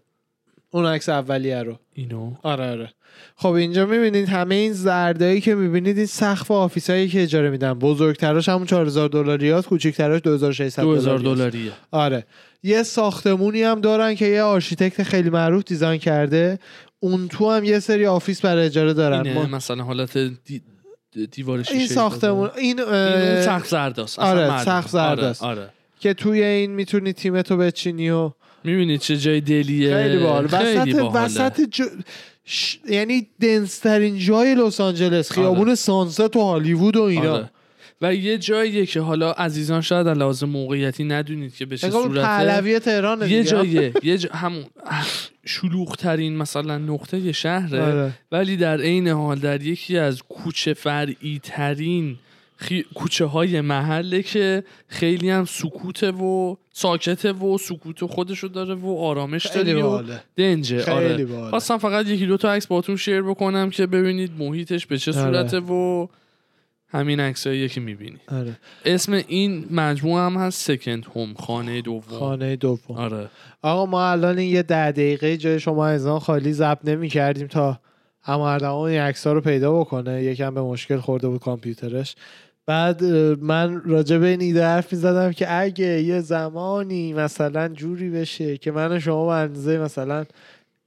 Speaker 2: اون عکس اولیه رو
Speaker 1: اینو
Speaker 2: آره آره خب اینجا میبینید همه این زردایی که میبینید این سقف آفیسایی که اجاره میدن بزرگتراش همون 4000 دلاریات کوچیکتراش 2600
Speaker 1: 2000
Speaker 2: دلاریاست.
Speaker 1: دلاریه
Speaker 2: آره یه ساختمونی هم دارن که یه آرشیتکت خیلی معروف دیزاین کرده اون تو هم یه سری آفیس برای اجاره دارن
Speaker 1: اینه
Speaker 2: آره، ما-
Speaker 1: مثلا حالت دی... دیوار شیشه
Speaker 2: این ساختمون این, اه،
Speaker 1: این سخت زرداست اصلا
Speaker 2: آره،
Speaker 1: معلومه.
Speaker 2: سقف زرداست.
Speaker 1: آره, آره.
Speaker 2: که توی این میتونی تیمتو بچینی و
Speaker 1: میبینی چه جای دلیه
Speaker 2: خیلی باحال
Speaker 1: خیلی
Speaker 2: وسط
Speaker 1: باحاله.
Speaker 2: وسط جو... ش... یعنی دنسترین جای لس آنجلس خیابون سانست و هالیوود و اینا
Speaker 1: آره. و یه جاییه که حالا عزیزان شاید از لحاظ موقعیتی ندونید که به چه
Speaker 2: انگار
Speaker 1: صورته
Speaker 2: پهلوی تهران
Speaker 1: یه جاییه یه جا همون شلوغ ترین مثلا نقطه شهره
Speaker 2: آره.
Speaker 1: ولی در عین حال در یکی از کوچه فرعی ترین خی... کوچه های محله که خیلی هم سکوته و ساکته و سکوت خودشو داره و آرامش
Speaker 2: خیلی
Speaker 1: داره و
Speaker 2: باحاله
Speaker 1: دنجه
Speaker 2: خیلی
Speaker 1: آره
Speaker 2: باحاله
Speaker 1: خواستم فقط یکی دو تا عکس باتون شیر بکنم که ببینید محیطش به چه
Speaker 2: آره.
Speaker 1: صورته و همین عکسایی که میبینی
Speaker 2: آره.
Speaker 1: اسم این مجموعه هم هست سکند هوم خانه دوم
Speaker 2: خانه دوم
Speaker 1: آره
Speaker 2: آقا ما الان این یه ده دقیقه جای شما از آن خالی ضبط نمی کردیم تا اما اردمان این عکس رو پیدا بکنه یکم به مشکل خورده بود کامپیوترش بعد اه، من راجع به این ایده حرف میزدم که اگه یه زمانی مثلا جوری بشه که من و شما به اندازه مثلا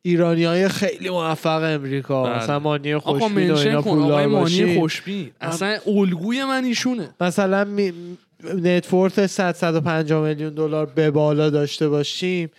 Speaker 2: ایرانی های خیلی موفق امریکا
Speaker 1: بله.
Speaker 2: مثلا مانی
Speaker 1: آقا
Speaker 2: خوشبین و
Speaker 1: منشن
Speaker 2: اینا آره.
Speaker 1: کن آقای
Speaker 2: پولدار
Speaker 1: مانی
Speaker 2: باشیم.
Speaker 1: خوشبین اصلا الگوی من ایشونه
Speaker 2: مثلا می... نتورت 100 150 میلیون دلار به بالا داشته باشیم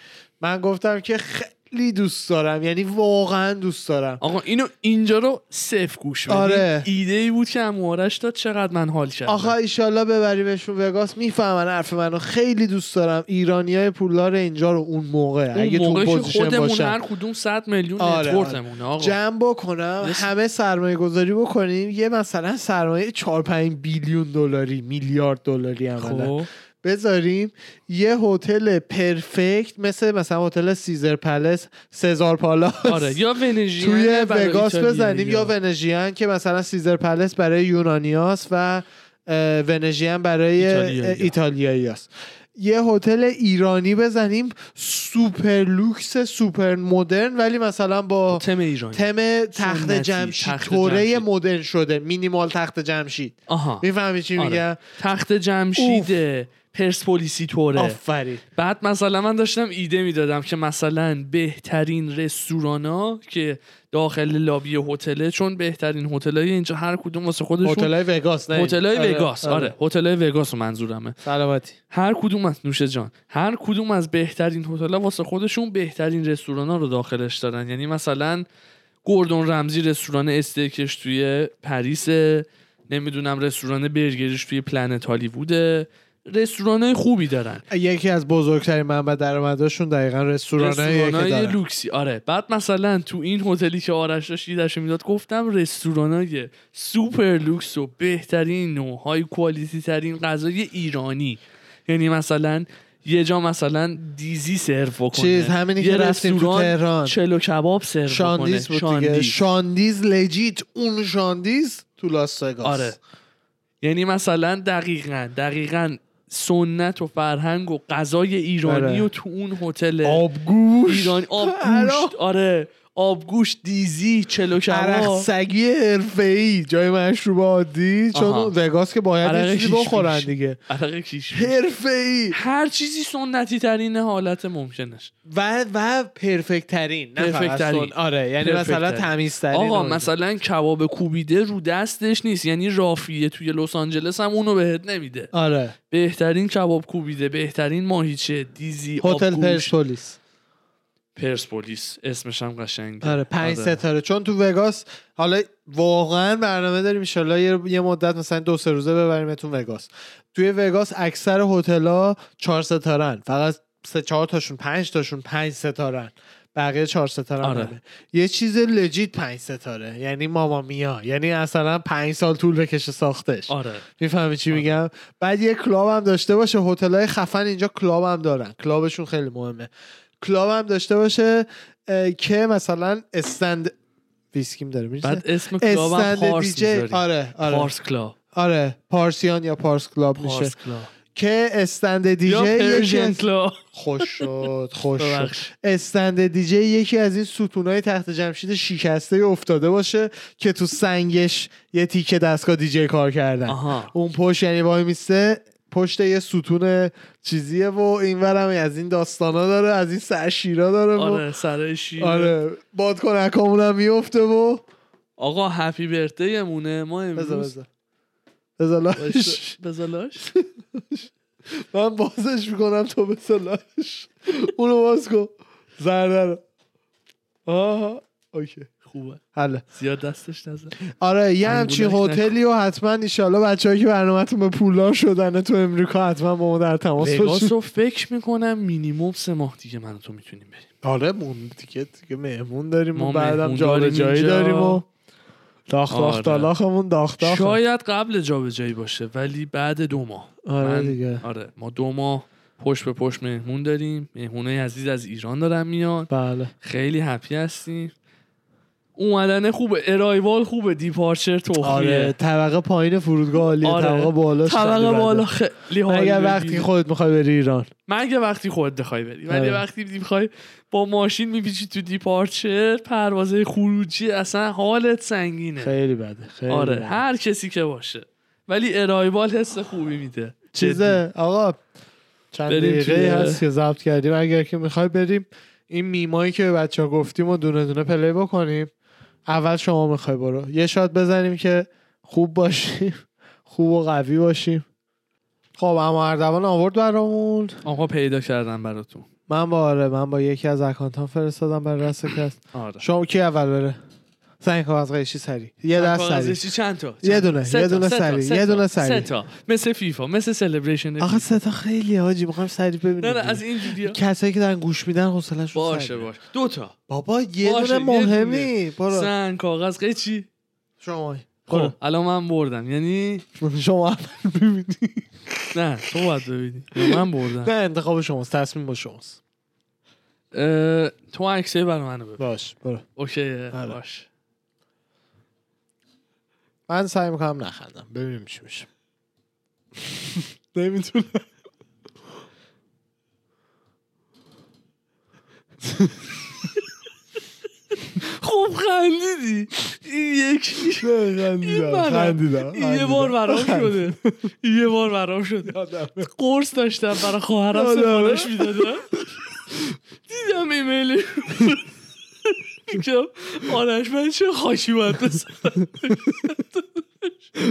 Speaker 2: من گفتم که خیلی دوست دارم یعنی واقعا دوست دارم
Speaker 1: آقا اینو اینجا رو صفر گوش بدین
Speaker 2: آره.
Speaker 1: ایده ای بود که اموارش داد چقدر من حال کردم
Speaker 2: آخه ایشالله ببریمشون وگاس میفهمن حرف منو خیلی دوست دارم ایرانی های پولدار اینجا رو اون موقع
Speaker 1: اون
Speaker 2: اگه تو اون
Speaker 1: موقعش
Speaker 2: پوزیشن
Speaker 1: خودمون هر
Speaker 2: باشن
Speaker 1: کدوم 100 میلیون
Speaker 2: آره،
Speaker 1: نتورتمونه آقا
Speaker 2: جمع بکنم
Speaker 1: یس.
Speaker 2: همه سرمایه گذاری بکنیم یه مثلا سرمایه 4 5 بیلیون دلاری میلیارد دلاری عملا
Speaker 1: خب
Speaker 2: بذاریم یه هتل پرفکت مثل مثلا هتل سیزر پلس سزار پالاس
Speaker 1: آره یا ونژین
Speaker 2: توی وگاس بزنیم یا ونژین که مثلا سیزر پلس برای یونانیاس و اه، ونژین برای
Speaker 1: ایتالیایی.
Speaker 2: ایتالیاییاست یه هتل ایرانی بزنیم سوپر لوکس سوپر مدرن ولی مثلا با
Speaker 1: تم ایرانی
Speaker 2: تم تخت
Speaker 1: سنتی،
Speaker 2: جمشید
Speaker 1: تخت
Speaker 2: توره
Speaker 1: جمشید.
Speaker 2: مدرن شده مینیمال تخت جمشید
Speaker 1: آها
Speaker 2: میفهمی چی
Speaker 1: آره.
Speaker 2: میگم
Speaker 1: تخت جمشید پرسپولیسی توره
Speaker 2: آفرین
Speaker 1: بعد مثلا من داشتم ایده میدادم که مثلا بهترین رستورانا که داخل لابی هتله چون بهترین هتلای اینجا هر کدوم واسه خودشون
Speaker 2: هتلای وگاس نه
Speaker 1: هتلای
Speaker 2: آره،
Speaker 1: وگاس آره هتلای وگاس رو منظورمه
Speaker 2: سلامتی
Speaker 1: هر کدوم از نوشه جان هر کدوم از بهترین هتل‌ها واسه خودشون بهترین رستورانا رو داخلش دارن یعنی مثلا گوردون رمزی رستوران استیکش توی پریس نمیدونم رستوران برگرش توی پلنت هالیووده رستورانای خوبی دارن
Speaker 2: یکی از بزرگترین منبع درآمدشون دقیقا رستورانه که
Speaker 1: رستورانای
Speaker 2: دارن
Speaker 1: لوکسی آره بعد مثلا تو این هتلی که آرش داشت ایدهشو میداد گفتم رستورانای سوپر لوکس و بهترین نوع های کوالیتی ترین غذای ایرانی یعنی مثلا یه جا مثلا دیزی سرو بکنه
Speaker 2: چیز همینی که
Speaker 1: یه
Speaker 2: رفتیم تو
Speaker 1: رستوران
Speaker 2: تهران
Speaker 1: چلو کباب سرو
Speaker 2: شاندیز
Speaker 1: بکنه
Speaker 2: بود دیگه
Speaker 1: شاندیز.
Speaker 2: شاندیز لجیت اون شاندیز تو لاس وگاس
Speaker 1: آره یعنی مثلا دقیقا دقیقا سنت و فرهنگ و غذای ایرانی
Speaker 2: آره.
Speaker 1: و تو اون هتل
Speaker 2: آبگوش
Speaker 1: ایرانی آب
Speaker 2: خب، عراق.
Speaker 1: گوشت آره آب گوشت دیزی چلو
Speaker 2: عرق
Speaker 1: کباب
Speaker 2: سگی حرفه‌ای جای مشروب عادی چون
Speaker 1: آها.
Speaker 2: وگاس که باید
Speaker 1: عرق
Speaker 2: یه چیزی
Speaker 1: شیش
Speaker 2: بخورن
Speaker 1: پیش.
Speaker 2: دیگه
Speaker 1: عرق کیش
Speaker 2: حرفه‌ای
Speaker 1: هر چیزی سنتی ترین حالت ممکنش
Speaker 2: و و پرفکت ترین نه فقط
Speaker 1: پرفکت‌ترین.
Speaker 2: سن- آره یعنی مثلا
Speaker 1: پرفکت‌ترین.
Speaker 2: تمیز ترین
Speaker 1: آقا مثلا کباب کوبیده رو دستش نیست یعنی رافیه توی لس آنجلس هم اونو بهت نمیده
Speaker 2: آره
Speaker 1: بهترین کباب کوبیده بهترین ماهیچه دیزی
Speaker 2: هتل
Speaker 1: آبگوشت.
Speaker 2: پرسپولیس
Speaker 1: پرسپولیس اسمش هم قشنگه
Speaker 2: آره پنج ستاره چون تو وگاس حالا واقعا برنامه داریم انشالله یه, یه مدت مثلا دو سه روزه ببریمتون وگاس توی وگاس اکثر هتل‌ها چهار ستارن فقط سه چهار تاشون پنج تاشون پنج ستارن بقیه چهار ستاره
Speaker 1: آره.
Speaker 2: آره. یه چیز لجیت پنج ستاره یعنی ماما میا یعنی اصلا پنج سال طول بکشه ساختش
Speaker 1: آره
Speaker 2: میفهمی چی میگم بعد یه کلاب هم داشته باشه هتلای خفن اینجا کلاب هم دارن کلابشون خیلی مهمه کلاب هم داشته باشه اه، که مثلا استند ویسکیم داره میشه
Speaker 1: بعد اسم کلابم
Speaker 2: استند
Speaker 1: پارس
Speaker 2: دیجی
Speaker 1: میذاری
Speaker 2: آره آره
Speaker 1: پارس کلاب
Speaker 2: آره پارسیان یا پارس کلاب میشه
Speaker 1: پارس کلاب
Speaker 2: که استند
Speaker 1: یا
Speaker 2: دیجی یکی
Speaker 1: پرژن
Speaker 2: از...
Speaker 1: کلاب
Speaker 2: خوش شد خوش شد
Speaker 1: ببخش.
Speaker 2: استند دیجی یکی از این ستونای تخت جمشید شکسته افتاده باشه که تو سنگش یه تیکه دستگاه دیجی کار کردن
Speaker 1: آها
Speaker 2: اون پشت یعنی وای میسته پشت یه ستون چیزیه و این ورم از این داستانا داره از این سرشیرا داره و
Speaker 1: آره سرای شیر
Speaker 2: آره بادکنکامون هم میفته و
Speaker 1: آقا هپی برتدی مونه ما
Speaker 2: بذار
Speaker 1: امروز
Speaker 2: بذار بذار لاش
Speaker 1: باش- بذار لاش
Speaker 2: من بازش میکنم تو بذار لاش اونو باز کن زرده رو آها اوکی
Speaker 1: خوبه
Speaker 2: حله
Speaker 1: زیاد دستش نزن
Speaker 2: آره یه همچین
Speaker 1: انگولک
Speaker 2: هتلی و حتما ایشالله بچه‌ای که برنامه‌تون به پولدار شدنه تو امریکا حتما با ما در تماس
Speaker 1: وگاس
Speaker 2: باشید
Speaker 1: رو فکر میکنم مینیموم سه ماه دیگه من و تو میتونیم بریم
Speaker 2: آره مون دیگه دیگه مهمون داریم
Speaker 1: ما
Speaker 2: و بعدم
Speaker 1: مهمون
Speaker 2: جا به
Speaker 1: داریم
Speaker 2: جایی
Speaker 1: اینجا.
Speaker 2: داریم و داخت
Speaker 1: آره.
Speaker 2: داخت دالاخمون داخت داخت
Speaker 1: شاید قبل جابجایی باشه ولی بعد دو ماه
Speaker 2: آره
Speaker 1: من-
Speaker 2: دیگه
Speaker 1: آره ما دو ماه پشت به پشت مهمون داریم مهمونه عزیز از ایران دارن میان
Speaker 2: بله
Speaker 1: خیلی هپی هستیم اومدن خوبه ارایوال خوبه دیپارچر توخیه
Speaker 2: آره طبقه پایین فرودگاه عالیه
Speaker 1: آره.
Speaker 2: طبقه بالا
Speaker 1: طبقه بالا خیلی حال
Speaker 2: اگر
Speaker 1: می‌دی.
Speaker 2: وقتی خودت میخوای بری ایران
Speaker 1: مگه وقتی خودت بخوای بری ولی
Speaker 2: آره.
Speaker 1: وقتی میخوای با ماشین میپیچی تو دیپارچر پروازه خروجی اصلا حالت سنگینه
Speaker 2: خیلی بده خیلی
Speaker 1: آره
Speaker 2: بده.
Speaker 1: هر کسی که باشه ولی ارایوال حس خوبی میده
Speaker 2: چیزه آقا چند
Speaker 1: بریم توی-
Speaker 2: دقیقه هست که ضبط کردیم اگر که میخوای بریم این میمایی که به بچه ها گفتیم و دونه دونه پلی بکنیم اول شما میخوای برو یه شات بزنیم که خوب باشیم خوب و قوی باشیم خب اما اردوان آورد برامون
Speaker 1: جدی. آقا پیدا کردم براتون
Speaker 2: من با آره من با یکی از اکانت هم فرستادم برای رسکست
Speaker 1: آره
Speaker 2: شما کی اول بره سعی کن از قیشی سری یه
Speaker 1: من
Speaker 2: دست سری
Speaker 1: کاغذشی چند تا
Speaker 2: یه دونه،
Speaker 1: سه
Speaker 2: یه
Speaker 1: تا،
Speaker 2: دونه
Speaker 1: سه تا،
Speaker 2: سری،
Speaker 1: سه تا،
Speaker 2: یه دونه
Speaker 1: سه
Speaker 2: سری.
Speaker 1: تا مثل فیفا مثل سلبریشن
Speaker 2: آقا ستا خیلی حاجی میخوام سری ببینیم
Speaker 1: نه نه از این جودیا
Speaker 2: کسایی که دارن گوش میدن حوصله‌شون سری.
Speaker 1: باشه باشه دو تا
Speaker 2: بابا یه
Speaker 1: باشه،
Speaker 2: دونه
Speaker 1: یه دونه.
Speaker 2: مهمی برو
Speaker 1: سن کاغذ قیچی
Speaker 2: شما
Speaker 1: خب الان من بردم یعنی
Speaker 2: برو. شما اول ببینی
Speaker 1: نه تو باید ببینی یا من بردم
Speaker 2: نه انتخاب شماست تصمیم با شماست
Speaker 1: اه، تو عکسه برای منو ببین
Speaker 2: باش برو
Speaker 1: اوکی
Speaker 2: بله.
Speaker 1: باش
Speaker 2: من سعی میکنم نخندم ببینیم چی میشه نمیتونم
Speaker 1: خب خندیدی این یکی این
Speaker 2: خندیدم
Speaker 1: منم.
Speaker 2: خندیدم
Speaker 1: این یه بار برام شده این یه بار برام شده قرص داشتم برای خواهرم
Speaker 2: آره، آره.
Speaker 1: سفارش میدادم دیدم ایمیل میگم آرش من چه خاکی باید بزنم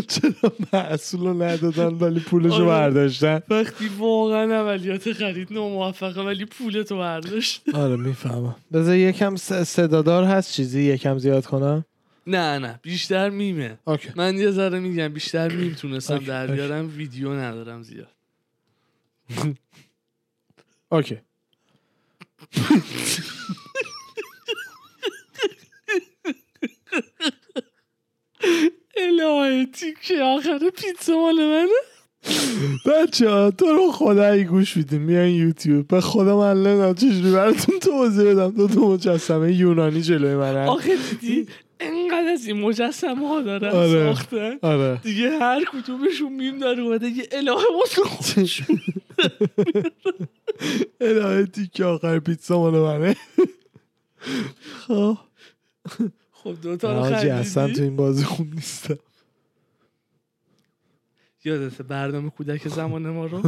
Speaker 2: چرا محصول رو ندادن ولی پولشو
Speaker 1: آره.
Speaker 2: برداشتن
Speaker 1: وقتی واقعا عملیات خرید ناموفقه ولی پول تو برداشت
Speaker 2: آره میفهمم بذار یکم س- صدادار هست چیزی یکم زیاد کنم
Speaker 1: نه نه بیشتر میمه
Speaker 2: اوکی
Speaker 1: من یه ذره میگم بیشتر میم تونستم
Speaker 2: اوکی،
Speaker 1: در
Speaker 2: اوکی.
Speaker 1: بیارم ویدیو ندارم زیاد
Speaker 2: اوکی
Speaker 1: الهه که آخر پیتزا مال منه
Speaker 2: بچه ها تو رو خدا ای گوش میدین میان یوتیوب به خدا من نمیدونم چجوری براتون توضیح بدم دو تا مجسمه یونانی جلوی من
Speaker 1: آخه دیدی انقدر از این مجسمه ها دارن
Speaker 2: آره.
Speaker 1: ساختن
Speaker 2: آره
Speaker 1: دیگه هر کدومشون میم داره اومده یه الهه واسه خودشون
Speaker 2: الهه تیکه آخر پیتزا مال منه خب
Speaker 1: خب دوتا رو
Speaker 2: حاجی اصلا تو
Speaker 1: خریدی
Speaker 2: این بازی خوب نیستم
Speaker 1: یادت برنامه کودک زمان ما رو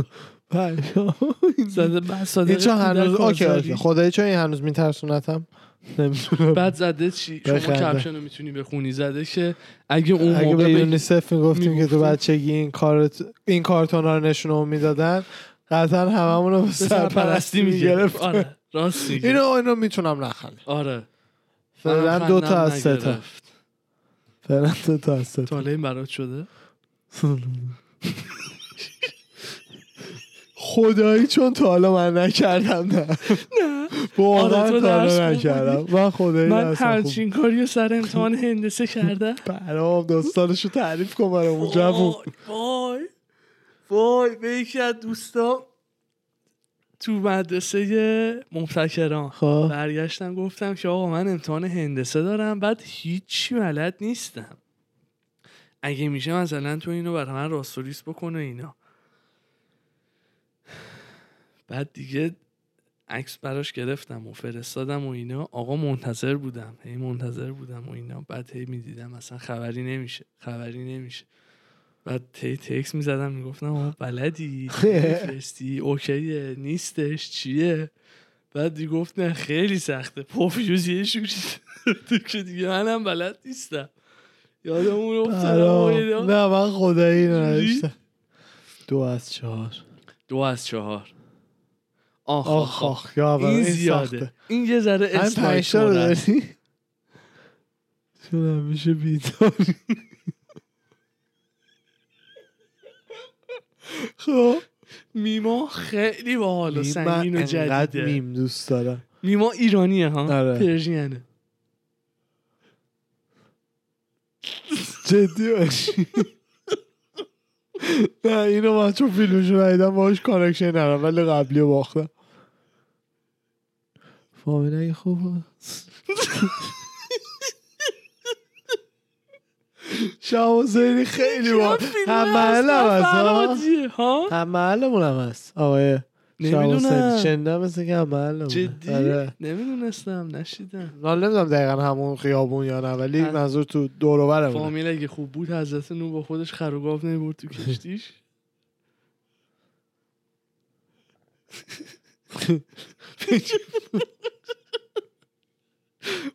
Speaker 2: بچه‌ها، این-
Speaker 1: زده بعد صادق
Speaker 2: این چون هنوز
Speaker 1: کودک
Speaker 2: اوکی
Speaker 1: آزادی.
Speaker 2: اوکی خدایی چون این هنوز میترسونتم نمیدونم
Speaker 1: بعد زده چی شما
Speaker 2: بخنده.
Speaker 1: کپشن رو میتونی بخونی زده که اگه اون
Speaker 2: اگه
Speaker 1: موقع
Speaker 2: به
Speaker 1: بگی-
Speaker 2: یونیسف میگفتیم که تو
Speaker 1: می‌گفتیم.
Speaker 2: بچگی این کارت این کارتون رو نشونمون میدادن قطعا هممون رو به
Speaker 1: به
Speaker 2: سرپرستی میگرفت
Speaker 1: میگرفت آره راست میگی
Speaker 2: اینو اینو میتونم نخندم
Speaker 1: آره
Speaker 2: فعلا
Speaker 1: منم
Speaker 2: دو تا
Speaker 1: خندم
Speaker 2: از سه تا
Speaker 1: نگرفت.
Speaker 2: فعلا دو تا از سه
Speaker 1: تا
Speaker 2: تا
Speaker 1: حالا این برات شده
Speaker 2: خدایی چون تا حالا من نکردم نه
Speaker 1: نه آره،
Speaker 2: واقعا
Speaker 1: تو
Speaker 2: تا
Speaker 1: درس
Speaker 2: حالا
Speaker 1: خوب
Speaker 2: نکردم من خدایی
Speaker 1: من
Speaker 2: اصلا خوب
Speaker 1: همچین کاری رو سر امتحان هندسه کردم
Speaker 2: برام داستانشو تعریف کن
Speaker 1: خب.
Speaker 2: برامون جوون
Speaker 1: وای وای به یکی از دوستام تو مدرسه مبتکران
Speaker 2: خب
Speaker 1: برگشتم گفتم که آقا من امتحان هندسه دارم بعد هیچی بلد نیستم اگه میشه مثلا تو اینو برای من راستوریس بکن و اینا بعد دیگه عکس براش گرفتم و فرستادم و اینا آقا منتظر بودم هی منتظر بودم و اینا بعد هی میدیدم اصلا خبری نمیشه خبری نمیشه بعد هی تکس میزدم میگفتم آقا بلدی فرستی اوکیه نیستش چیه بعد دیگه گفت نه خیلی سخته پوفیوز یه شوری تو که دیگه منم بلد نیستم یادمون افتاد آقا یه
Speaker 2: برام.
Speaker 1: دفعه-
Speaker 2: نه من خدایی
Speaker 1: جوری؟
Speaker 2: ننوشتم دو از چهار
Speaker 1: دو از چهار آخ
Speaker 2: آخ
Speaker 1: آخ, آخ.
Speaker 2: آخ یا بابا،
Speaker 1: این
Speaker 2: سخته.
Speaker 1: زیاده این یه ذره
Speaker 2: من
Speaker 1: اسمایک
Speaker 2: پنجتا رو
Speaker 1: مونه است.
Speaker 2: داری چون همیشه بیداری خب
Speaker 1: میما خیلی باحال و
Speaker 2: میم
Speaker 1: سنگین و
Speaker 2: من انقدر
Speaker 1: جدیده
Speaker 2: میم دوست دارم
Speaker 1: میما ایرانیه ها
Speaker 2: آره.
Speaker 1: پرژینه
Speaker 2: جدی باشی نه اینو من چون فیلمشو ندیدم باهاش کانکشن ندارم ولی قبلی رو باختم فامیلای خوب شما سری خیلی با هم محلم هست ها
Speaker 1: ها
Speaker 2: هم محلمون هم هست آقای
Speaker 1: نمیدونم.
Speaker 2: شنده مثل که عمل
Speaker 1: جدی
Speaker 2: آره.
Speaker 1: نمیدونستم نشیدم
Speaker 2: حالا نمیدونم دقیقا همون خیابون یا نه ولی
Speaker 1: اه.
Speaker 2: منظور تو دوروبرمونه
Speaker 1: فامیل اگه خوب بود حضرت نو با خودش خروگاف نمیبرد تو کشتیش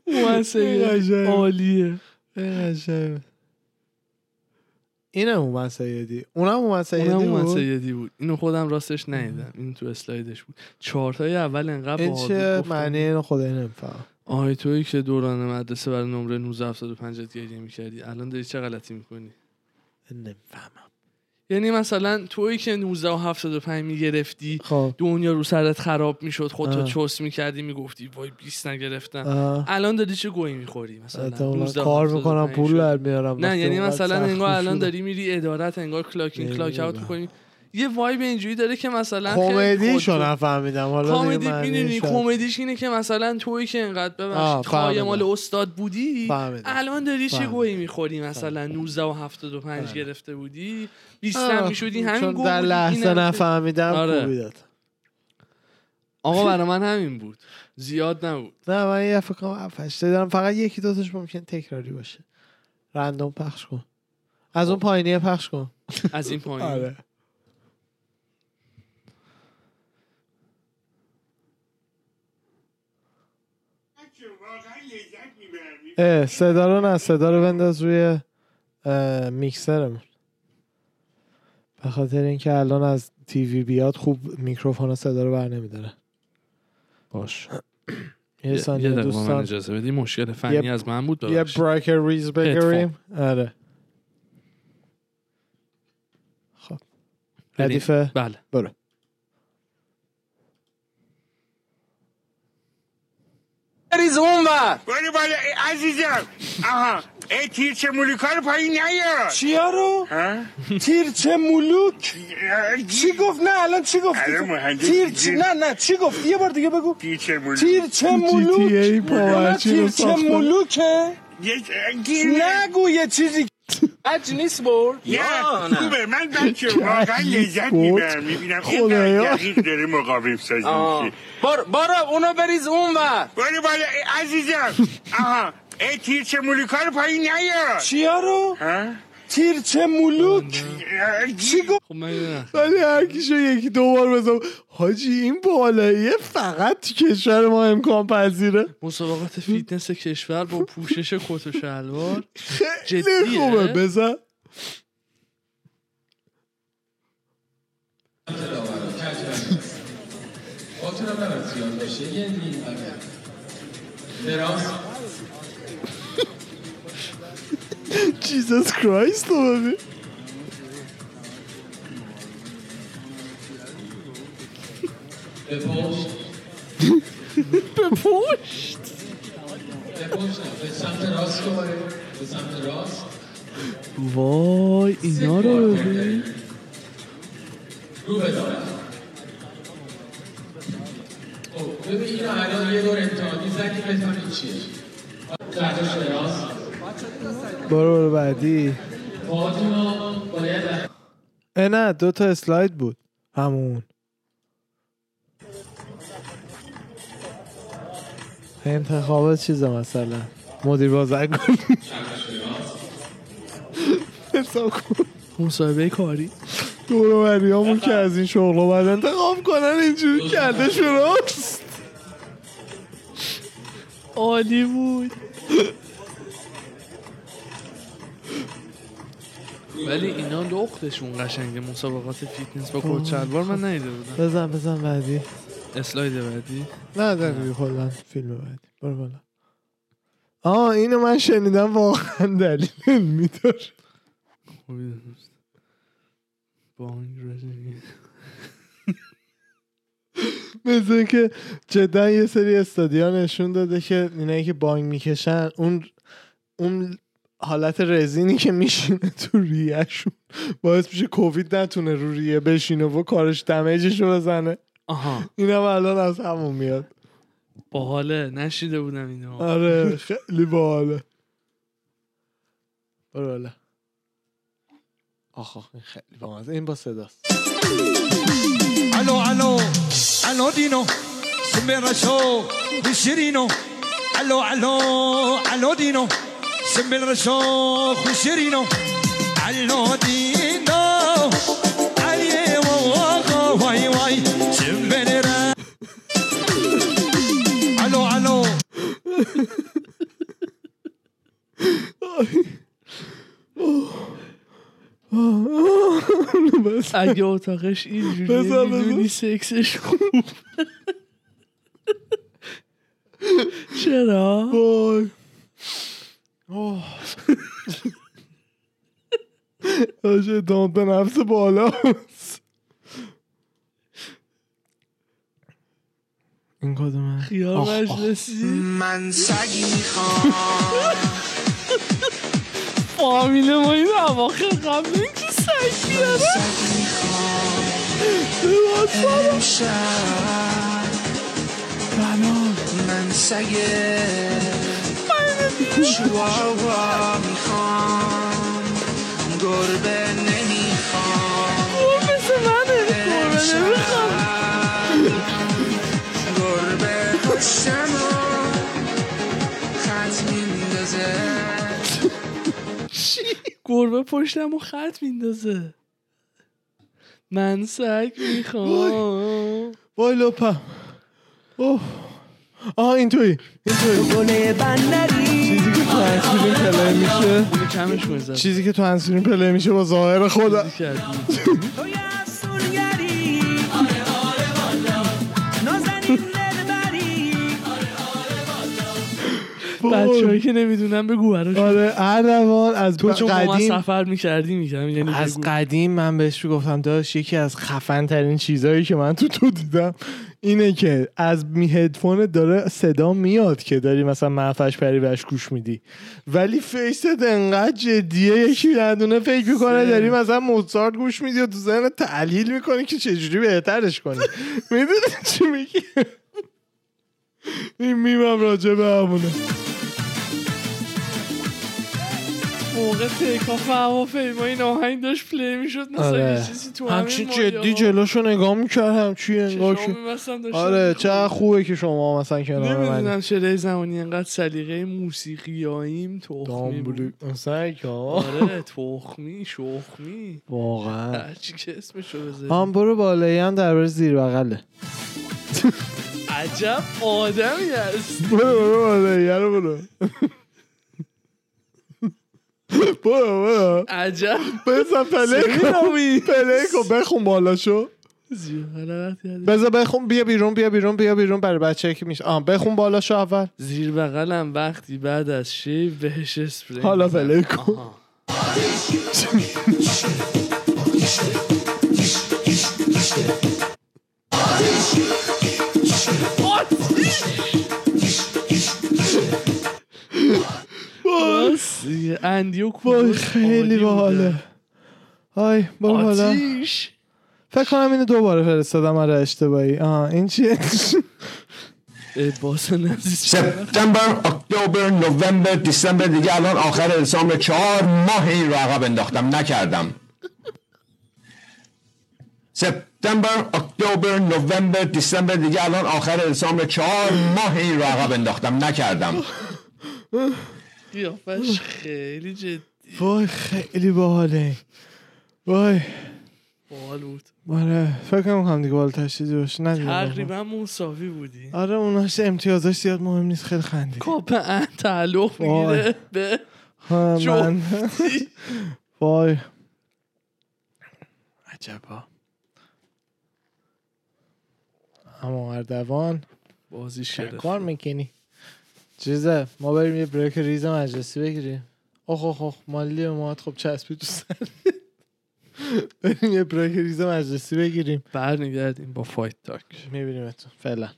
Speaker 1: موسیقی
Speaker 2: قشنگ.
Speaker 1: عالیه
Speaker 2: ای قشنگ. اینم اومد سیدی اونم اومد سیدی
Speaker 1: اونم اومد
Speaker 2: بود؟
Speaker 1: سیدی بود اینو خودم راستش ندیدم این تو اسلایدش بود چارتای اول انقدر
Speaker 2: این
Speaker 1: باحال
Speaker 2: چه
Speaker 1: بود. گفتم،
Speaker 2: معنی اینو خدای نمیفهم
Speaker 1: آی تویی که دوران مدرسه برای نمره 1975 ت گریه میکردی الان داری چه غلطی میکنی
Speaker 2: نمیفهمم
Speaker 1: یعنی مثلا تویی که 1975 میگرفتی
Speaker 2: خب
Speaker 1: دنیا رو سرت خراب میشد خودتو
Speaker 2: آه.
Speaker 1: چوس میکردی میگفتی وای 20 نگرفتم
Speaker 2: آه.
Speaker 1: الان داری چه گویی میخوری مثلا
Speaker 2: احتمالاً
Speaker 1: 19
Speaker 2: کار
Speaker 1: 75
Speaker 2: میکنم پول
Speaker 1: شد.
Speaker 2: در میارم
Speaker 1: نه
Speaker 2: خب وقتی
Speaker 1: یعنی
Speaker 2: اونقدر
Speaker 1: مثلا
Speaker 2: سخت
Speaker 1: انگار الان
Speaker 2: شده.
Speaker 1: داری میری ادارت انگار کلاکین کلاک اوت
Speaker 2: نمی‌دونم.
Speaker 1: میکنی یه وایب اینجوری داره که مثلا خیلی
Speaker 2: کمدیشو
Speaker 1: خودتو-
Speaker 2: نفهمیدم حالا
Speaker 1: کمدی
Speaker 2: دیگه معنیش
Speaker 1: میدونی
Speaker 2: شد.
Speaker 1: کمدیش اینه که مثلا تویی که انقدر
Speaker 2: آه،
Speaker 1: ببخشید خواهی
Speaker 2: فهمیدم.
Speaker 1: مال استاد بودی
Speaker 2: فهمیدم
Speaker 1: الان داری چه
Speaker 2: فهمیدم.
Speaker 1: گویی میخوری مثلا 19 و 75
Speaker 2: فهمیدم.
Speaker 1: گرفته بودی 20
Speaker 2: آره. آه،
Speaker 1: هم میشدی همین
Speaker 2: چون
Speaker 1: گو
Speaker 2: در
Speaker 1: بودی، این
Speaker 2: لحظه
Speaker 1: هم-
Speaker 2: نفهمیدم
Speaker 1: آره.
Speaker 2: خوبی داد
Speaker 1: آقا برای من همین بود زیاد نبود
Speaker 2: نه من یه فکر کنم هفت هشت تا دارم فقط یکی دوتاش ممکن تکراری باشه رندوم پخش کن از اون پایینیه پخش کن
Speaker 1: از این پایین
Speaker 2: آره. اه، صدا رو نه صدا رو بنداز روی اه، میکسرمون به خاطر اینکه الان از تیوی بیاد خوب میکروفون و صدا رو بر نمیداره
Speaker 1: باش
Speaker 2: یه ثانیه دوستان
Speaker 1: اجازه بدی مشکل
Speaker 2: فنی
Speaker 1: از من بود
Speaker 2: یه برایکر ریز بگیریم آره خب ردیفه
Speaker 1: بله
Speaker 2: برو
Speaker 3: بریز اون ور
Speaker 4: برو بالا ای عزیزم آها ای تیر چه مولوکا رو پایین نیار
Speaker 3: چیا رو
Speaker 4: ها؟
Speaker 3: تیر چه ملوک
Speaker 4: ای
Speaker 3: چی گفت نه الان چی گفت
Speaker 4: الان مهندس
Speaker 3: تیر
Speaker 4: چی-
Speaker 3: چی نه نه چی گفت یه بار دیگه بگو
Speaker 4: تیر چه مولوک
Speaker 3: تیر چه ملوک
Speaker 2: GTA
Speaker 3: نه
Speaker 2: پاورچین رو
Speaker 3: تیر چه
Speaker 2: ساخته.
Speaker 3: ملوکه
Speaker 4: یک- گیر نه.
Speaker 3: نگو یه چیزی اج نیست بر
Speaker 4: نه
Speaker 3: یا نه
Speaker 4: خوبه من بچه واقعا لذت میبرم میبینم
Speaker 2: خدایا.
Speaker 4: اینقدر دقیق داره مقاوم سازی
Speaker 3: آه.
Speaker 4: میشه
Speaker 3: بار بارا اونو بریز اون ور
Speaker 4: برو بالا ای عزیزم آها ای تیر چه مولوکا رو پایین نیار
Speaker 3: چیا رو
Speaker 4: ها؟
Speaker 3: تیر چه ملوک
Speaker 4: ای
Speaker 3: چی گفت
Speaker 1: خب من نه
Speaker 2: ولی هر کیشو یکی دو بار بزنم حاجی این بالاییه فقط تو کشور ما امکان پذیره
Speaker 1: مسابقات فیتنس کشور با پوشش کت و شلوار
Speaker 2: خیلی
Speaker 1: جدیه؟
Speaker 2: خوبه بزن
Speaker 5: خاطرم نباید زیاد باشه یه نیم آره. دراز
Speaker 2: جیزس کرایست رو ببین
Speaker 5: به پشت
Speaker 1: به پشت
Speaker 5: به پشت نه. به سمت راست دوباره به سمت راست
Speaker 1: وای اینا رو ببین
Speaker 5: رو به دارم خب، ببین اینو الان یه دور امتحانی زدی بفهمی چیه برداشت به راست
Speaker 2: برو برو بعدی
Speaker 5: پاهاتون رو باید
Speaker 2: اه نه دو تا اسلاید بود همون انتخاب چیزا مثلا مدیر بازرگان حساب کن
Speaker 1: مصاحبه کاری
Speaker 2: دور همون که از این شغل باید انتخاب کنن اینجوری کرده شراست
Speaker 1: عالی بود ولی اینا لختشون قشنگه مسابقات فیتنس با کت شلوار من ندیده بودم
Speaker 2: بزن بزن بعدی
Speaker 1: اسلاید بعدی
Speaker 2: نه دقیقی کلا فیلم بعدی برو بالا آه اینو من شنیدم واقعا دلیل علمی داره
Speaker 1: خوبی دوست. بانگ رزنی.
Speaker 2: مثل اینکه جدا یه سری استادیا نشون داده که اینایی که بانگ میکشن اون اون حالت رزینی که میشینه تو ریهشون باعث میشه کووید نتونه رو ریه بشینه و کارش دمیجش رو بزنه
Speaker 1: آها
Speaker 2: اینم الان از همون میاد
Speaker 1: باحاله نشیده بودم اینو
Speaker 2: آره خیلی باحاله برو حالا آخ آخ، این خیلی بامزه این با صداست
Speaker 6: الو الو الو دینو سمبرا شو خوشرینو الو الو الو دینو سمبرا شو خوشرینو الو دینو ای واقا وای وای سمبرا الو الو
Speaker 1: اگه اتاقش اینجوریه
Speaker 2: بذار، بذار.
Speaker 1: میدونی سکسش خوب چرا؟
Speaker 2: وای آجه دامت نفس بالا این کدومه
Speaker 1: خیار مجلسی
Speaker 4: من سگی میخوام
Speaker 1: فامیل ما این اواخر قبل اینکه سگ بیاره
Speaker 4: من سگ چواوا میخوام گربه نمیخوام
Speaker 1: مثل منه گربه نمیخوام
Speaker 4: گربه پشتم رو خط میندازه
Speaker 1: گربه پشتم و خط میندازه من سگ میخوام
Speaker 2: وای لپم اوه آه این توی این توی چیزی که تو انسکرین پلی میشه
Speaker 1: اینو کمش میزد
Speaker 2: چیزی که تو انسکرین پلی میشه با ظاهر خودم
Speaker 4: آره،
Speaker 1: بچه که نمیدونم بگو براش
Speaker 2: آره اردوان از تو
Speaker 1: چون با من
Speaker 2: قدیم
Speaker 1: سفر میکردی میگم یعنی
Speaker 2: از
Speaker 1: بگو.
Speaker 2: قدیم من بهش گفتم داشت یکی از خفن ترین چیزهایی که من تو تو دیدم اینه که از می هدفون داره صدا میاد که داری مثلا معفش پری بهش گوش میدی ولی فیست انقدر جدیه یکی دندونه فکر میکنه داری مثلا موزارت گوش میدی و تو ذهن تحلیل میکنی که چجوری بهترش کنی میدونی چی میگی این میمم راجع به همونه
Speaker 1: موقع تکاف هواپیما این آهنگ داشت پلی میشد مثلا یه چیزی تو همین
Speaker 2: آره. همچین
Speaker 1: مایه‌ها.
Speaker 2: جدی جلوشو نگاه میکرد همچی انگار
Speaker 1: چشام
Speaker 2: که-
Speaker 1: می‌بستم داشتم
Speaker 2: آره
Speaker 1: می‌خوردم.
Speaker 2: چه آره، خوبه که شما مثلا کنار من
Speaker 1: نمیدونم چرا زمانی اینقدر سلیقه موسیقیاییم تخمی بود.
Speaker 2: دامبلو سگ ها
Speaker 1: آره تخمی شخمی
Speaker 2: واقعا
Speaker 1: هرچی که اسمشو بذاری
Speaker 2: هم برو بالایی هم درباره زیر بغله
Speaker 1: عجب آدمی هست
Speaker 2: برو برو بالایی رو برو برو برو
Speaker 1: عجب
Speaker 2: بزن پله کن پله کن بخون بالا شو
Speaker 1: زیر
Speaker 2: بزن بخون بیا بیرون بیا بیرون بیا بیرون برای بچه که میشه آه بخون بالا شو اول
Speaker 1: زیر بغلم وقتی بعد از شیب بهش اسپری
Speaker 2: حالا
Speaker 1: می‌زنم.
Speaker 2: پله کن
Speaker 1: آها. راستی، اندی و
Speaker 2: وای
Speaker 1: کوروش عالی
Speaker 2: خیلی
Speaker 1: بودن.
Speaker 2: باحاله آی برو بالا
Speaker 1: آتیش
Speaker 2: فکر کنم اینو دوباره فرستادم آره اشتباهی آه این چیه
Speaker 1: اه، باز نزدیک
Speaker 7: سپتامبر، اکتبر، نوامبر، دیسامبر دیگه الان آخر دسامبر چهار ماه این رو عقب انداختم نکردم سپتامبر، اکتبر، نوامبر، دیسامبر دیگه الان آخر دسامبر چهار ماه این رو عقب انداختم نکردم
Speaker 1: قیافش خیلی جدی
Speaker 2: وای خیلی باحاله این. وای
Speaker 1: باحال بود
Speaker 2: آره فکر کنم دیگه بالا تشدیدی باشه ندیدم واقعا.
Speaker 1: تقریبا مساوی بودی
Speaker 2: آره اوناش امتیازاش زیاد مهم نیست خیلی خندید
Speaker 1: کاپ ان تعلق
Speaker 2: وای.
Speaker 1: میگیره به
Speaker 2: آه،
Speaker 1: جو.
Speaker 2: من وای عجبا اما اردوان
Speaker 1: بازی
Speaker 2: چه
Speaker 1: شده
Speaker 2: کار میکنی چیزه ما بریم یه بریک ریز مجلسی بگیریم آخ آخ آخ مالی به ماهات خب چسبی تو سر بریم یه بریک ریز مجلسی بگیریم
Speaker 1: برنگردیم با فایت تاک
Speaker 2: میبینیم اتون فعلا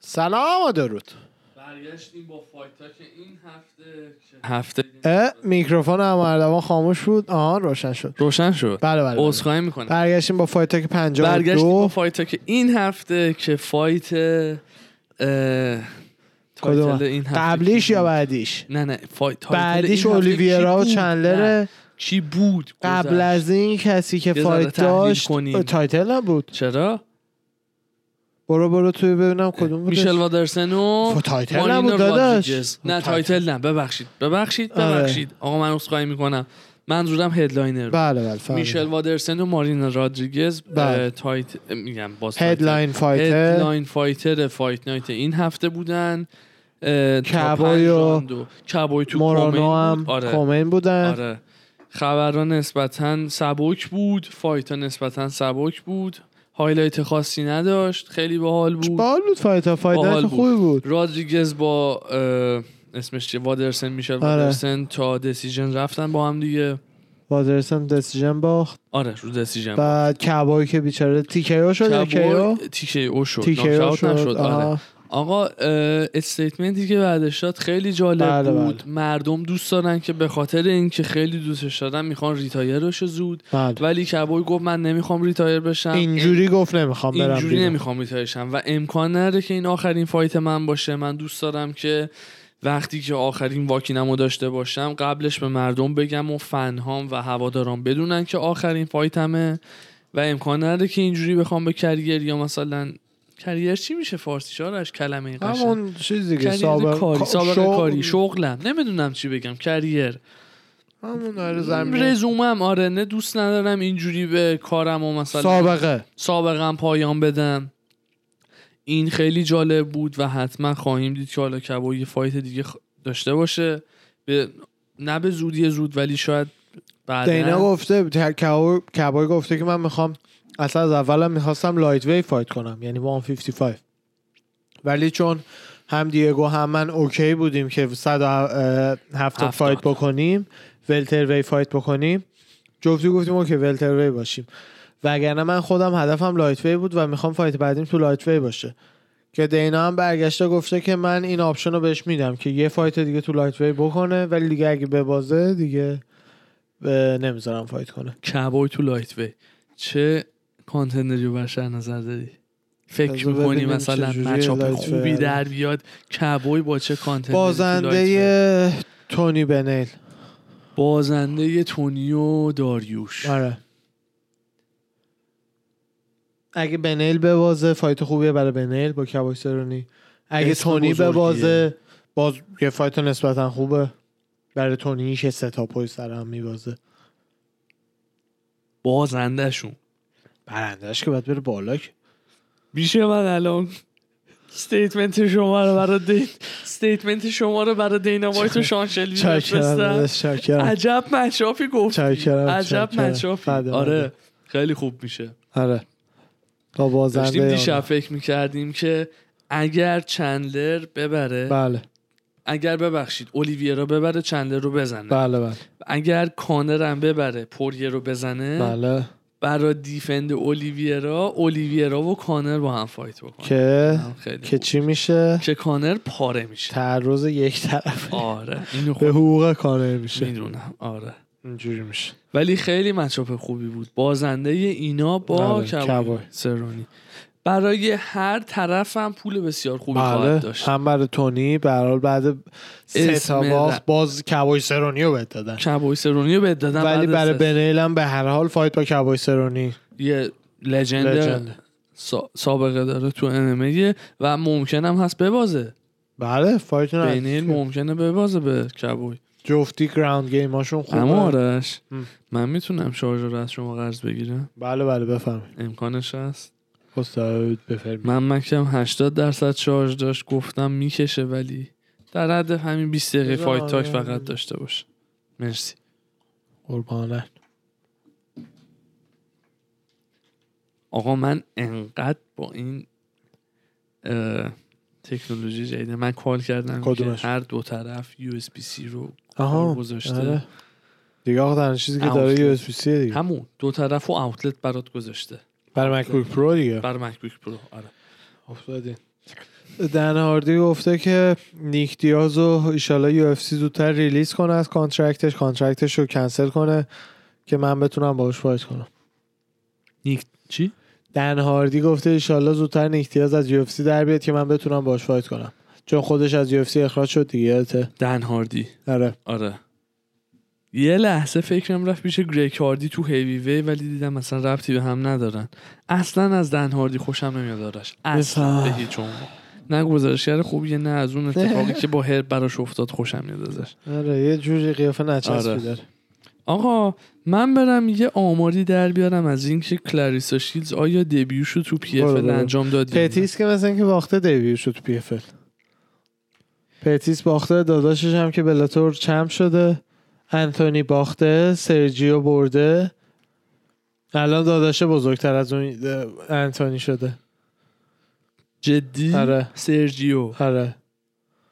Speaker 2: سلام و درود
Speaker 1: برگشتیم با فایتا که این هفته هفته
Speaker 2: اه، میکروفون اردوان خاموش بود آها روشن شد
Speaker 1: روشن شد
Speaker 2: بله بله, بله.
Speaker 1: عذرخواهی میکنم
Speaker 2: برگشتیم با فایتاک 52
Speaker 1: برگشتیم با فایت که این هفته که فایت اه،
Speaker 2: کدوم؟
Speaker 1: تایتل این هفته
Speaker 2: قبلیش
Speaker 1: کی
Speaker 2: یا
Speaker 1: بود؟
Speaker 2: بعدیش
Speaker 1: نه نه فایت تایتل
Speaker 2: بعدیش
Speaker 1: این هفته
Speaker 2: اولیویرا
Speaker 1: کی
Speaker 2: و
Speaker 1: بود؟
Speaker 2: چندلره
Speaker 1: نه. کی بود
Speaker 2: قبل
Speaker 1: گذشت.
Speaker 2: از این کسی که
Speaker 1: یه ذره
Speaker 2: فایت
Speaker 1: تحلیل
Speaker 2: داشت
Speaker 1: کنیم.
Speaker 2: اه، تایتل نبود
Speaker 1: چرا
Speaker 2: برو برو توی ببینم کدوم بود
Speaker 1: میشل وادرسن و
Speaker 2: خب تایتل
Speaker 1: مانینا
Speaker 2: نبود داداش.
Speaker 1: رودریگز.
Speaker 2: خب
Speaker 1: نه
Speaker 2: تایتل.
Speaker 1: تایتل نه ببخشید ببخشید
Speaker 2: آره.
Speaker 1: ببخشید آقا من عذرخواهی میکنم منظورم هدلاینر بود.
Speaker 2: بله بله فهمیدم.
Speaker 1: میشل وادرسن و مارینا رادریگز
Speaker 2: بله.
Speaker 1: اه، تایت میگم باز تایتل.
Speaker 2: هدلاین فایتر
Speaker 1: هدلاین فایتر فایت نایت این هفته بودن اه، تا
Speaker 2: کبوی
Speaker 1: پنج
Speaker 2: و
Speaker 1: راند و کبوی تو
Speaker 2: مورانو
Speaker 1: کومن
Speaker 2: هم
Speaker 1: بود. آره.
Speaker 2: کومین بودن
Speaker 1: آره خبرها نسبتا سبک بود فایت ها نسبتا سبک بود هایلایت خاصی نداشت خیلی باحال بود
Speaker 2: باحال بود فایت ها فایت
Speaker 1: باحال
Speaker 2: نایت
Speaker 1: بود.
Speaker 2: خوبی بود
Speaker 1: رادریگز با اه، اسمش چیه وادرسن میشل
Speaker 2: آره.
Speaker 1: وادرسن تا دسیژن رفتن با هم دیگه
Speaker 2: وادرسن دسیژن باخت
Speaker 1: آره رو دسیژن
Speaker 2: بعد کبایی که بیچاره تیکیو شد یا کیو
Speaker 1: تیکه او شد
Speaker 2: تیکیو
Speaker 1: ناک‌اوت
Speaker 2: شد
Speaker 1: نشد آره
Speaker 2: آها.
Speaker 1: آقا اه، استیتمنتی که بعدش داد خیلی جالب
Speaker 2: بله،
Speaker 1: بود مردم دوست دارن که به خاطر اینکه خیلی دوستش دارن میخوان ریتایرش زود
Speaker 2: بله.
Speaker 1: ولی کبوی گفت من نمیخوام ریتایر بشم
Speaker 2: اینجوری گفت نمیخوام برم
Speaker 1: اینجوری
Speaker 2: بیرون.
Speaker 1: نمیخوام ریتایرشم و امکان نره که این آخرین فایت من باشه من دوست دارم که وقتی که آخرین واکینمو داشته باشم قبلش به مردم بگم و فنهام و هواداران بدونن که آخرین فایتمه و امکان نره که اینجوری بخوام به کریر یا مثلا کریر چی میشه فارسی شارش کلمه قشنگ
Speaker 2: همون چیز دیگه خب،
Speaker 1: کریر
Speaker 2: سابق
Speaker 1: کاری
Speaker 2: کا-
Speaker 1: سابقه
Speaker 2: شغل.
Speaker 1: کاری شغلم نمیدونم چی بگم کریر
Speaker 2: همون آره زمین
Speaker 1: رزومم آره نه دوست ندارم اینجوری به کارم و مثلا
Speaker 2: سابقه
Speaker 1: سابقا پایان بدم این خیلی جالب بود و حتما خواهیم دید که حالا کبا یه فایت دیگه خ- داشته باشه به نه به زودی زود ولی شاید
Speaker 2: دینا
Speaker 1: بعدا
Speaker 2: گفته کبای گفته که من میخوام اصلا از اولم میخواستم لایت وی فایت کنم یعنی 155 ولی چون هم دیگو هم من اوکی بودیم که 170
Speaker 1: هفتاد.
Speaker 2: فایت بکنیم ولتر وی فایت بکنیم جفتی گفتیم اوکی ولتر وی باشیم وگرنه من خودم هدفم لایت وی بود و میخوام فایت بعدیم تو لایت وی باشه که دینا هم برگشته گفته که من این آپشن رو بهش میدم که یه فایت دیگه تو لایت وی بکنه ولی دیگه اگه ببازه دیگه اه، نمیذارم فایت کنه
Speaker 1: کبای تو لایت وی چه کانتندری رو بر شهر نظر داری فکر
Speaker 2: بذار
Speaker 1: میکنی
Speaker 2: ببینیم
Speaker 1: مثلا
Speaker 2: چه جوریه
Speaker 1: مچاپ
Speaker 2: لایت
Speaker 1: خوبی
Speaker 2: وی.
Speaker 1: در بیاد کبای با چه کانتندری تو لایت وی؟
Speaker 2: بازنده تونی بنیل
Speaker 1: بازنده تونی و داریوش
Speaker 2: آره اگه بنیل ببازه فایت خوبیه برای بنیل با کباک سرونی اگه
Speaker 1: اسم
Speaker 2: تونی
Speaker 1: بزرگیه.
Speaker 2: ببازه باز یه فایت نسبتا خوبه برای تونی که سه تا پای سر هم میبازه
Speaker 1: بازندهشون
Speaker 2: برندهش که باید بره بالا که.
Speaker 1: میشه من الان ستیتمنت شما رو برای دی... ستیتمنت شما رو برای دینا وایت و شان شلبی
Speaker 2: چاکرم
Speaker 1: بفرستم
Speaker 2: داداش، چاکرم
Speaker 1: عجب مچافی گفتی
Speaker 2: چاکرم،
Speaker 1: عجب
Speaker 2: چاکرم.
Speaker 1: مچافی
Speaker 2: بله، بله.
Speaker 1: آره خیلی خوب میشه
Speaker 2: آره با
Speaker 1: داشتیم
Speaker 2: بازنده
Speaker 1: دیشب
Speaker 2: آنها.
Speaker 1: فکر میکردیم که اگر چندلر ببره
Speaker 2: بله
Speaker 1: اگر ببخشید اولیویرا ببره چندلر رو بزنه
Speaker 2: بله بله
Speaker 1: اگر کانر هم ببره پوریه رو بزنه
Speaker 2: بله
Speaker 1: برای دیفند اولیویرا اولیویرا و کانر با هم فایت بکنه
Speaker 2: که
Speaker 1: هم خیلی
Speaker 2: که
Speaker 1: خوب.
Speaker 2: چی میشه
Speaker 1: که کانر پاره میشه
Speaker 2: تعرض یک طرف
Speaker 1: آره اینو
Speaker 2: به
Speaker 1: خود
Speaker 2: حقوق کانر میشه
Speaker 1: میدونم آره
Speaker 2: اینجوری میشه
Speaker 1: ولی خیلی مچاپ خوبی بود بازنده اینا با
Speaker 2: بله،
Speaker 1: کبوی
Speaker 2: کبوی.
Speaker 1: سرونی برای هر طرف هم پول بسیار خوبی
Speaker 2: بله
Speaker 1: خواهد داشت
Speaker 2: هم برای تونی به هر حال بعد سه
Speaker 1: اسم
Speaker 2: تا
Speaker 1: ر-
Speaker 2: باخت باز کبای سرونی رو بهت دادن
Speaker 1: کبوی سرونی رو بهت دادن
Speaker 2: ولی
Speaker 1: بعد
Speaker 2: برای
Speaker 1: سه-
Speaker 2: بنیل هم به هر حال فایت با کبای سرونی
Speaker 1: یه لجند
Speaker 2: لجند
Speaker 1: سا- سابقه داره تو انمه و ممکنم هست ببازه
Speaker 2: بله فایت رو
Speaker 1: بینیل
Speaker 2: ردیف.
Speaker 1: ممکنه ببازه به کبوی
Speaker 2: جفتی گراوند گیم هاشون خوبه
Speaker 1: اما آره. آرش
Speaker 2: م.
Speaker 1: من میتونم شارژ رو از شما قرض بگیرم
Speaker 2: بله بله بفهمید
Speaker 1: امکانش هست
Speaker 2: استاد بفرمایید
Speaker 1: من مکم 80 درصد شارژ داشت گفتم میکشه ولی در حد همین 20 دقیقه
Speaker 2: بذار
Speaker 1: فایت تاک
Speaker 2: آره.
Speaker 1: فقط داشته باشه مرسی
Speaker 2: قربانه
Speaker 1: آقا من انقدر با این اه، تکنولوژی جدیده من کال کردم که
Speaker 2: کدومش؟
Speaker 1: هر دو طرف یو اس بی سی رو
Speaker 2: آها
Speaker 1: گذاشته.
Speaker 2: آره. دیگه آقا تنها چیزی که داره
Speaker 1: اوتلت.
Speaker 2: یو اس دیگه
Speaker 1: همون دو طرف و اوتلت برات گذاشته
Speaker 2: برای مکبوک پرو دیگه
Speaker 1: بر مکبوک پرو آره
Speaker 2: افتادین دن هاردی گفته که نیک دیاز و ایشالا یو اف سی زودتر ریلیز کنه از کانترکتش کانترکتش رو کنسل کنه که من بتونم باهاش فایت کنم
Speaker 1: نیک چی؟
Speaker 2: دن هاردی گفته ایشالا زودتر نیک دیاز از یو اف سی در بیاد که من بتونم باهاش فایت کنم چون خودش از یو اف سی اخراج شد دیگه یادته
Speaker 1: دن هاردی
Speaker 2: آره
Speaker 1: آره یه لحظه فکرم رفت پیش گریک هاردی تو هیوی وی ولی دیدم مثلا ربطی به هم ندارن اصلا از دن هاردی خوشم نمیاد آرش اصلا
Speaker 2: آه.
Speaker 1: به هیچ عنوان نه گزارشگر خوبیه نه از اون اتفاقی که با هرب براش افتاد خوشم میاد ازش
Speaker 2: آره یه جوری قیافه نچسبی
Speaker 1: آره.
Speaker 2: داره
Speaker 1: آقا من برم یه آماری در بیارم از اینکه کلاریسا شیلز آیا دبیوشو تو پی
Speaker 2: برو،
Speaker 1: اف
Speaker 2: برو.
Speaker 1: انجام داد یا نه؟
Speaker 2: پتیس که مثلا که باخته دیویو شد تو پی اف ال. پتیس باخته داداشش هم که بلاتور چمپ شده انتونی باخته سرجیو برده الان داداشه بزرگتر از اون اه، انتونی شده
Speaker 1: جدی
Speaker 2: آره.
Speaker 1: سرجیو
Speaker 2: آره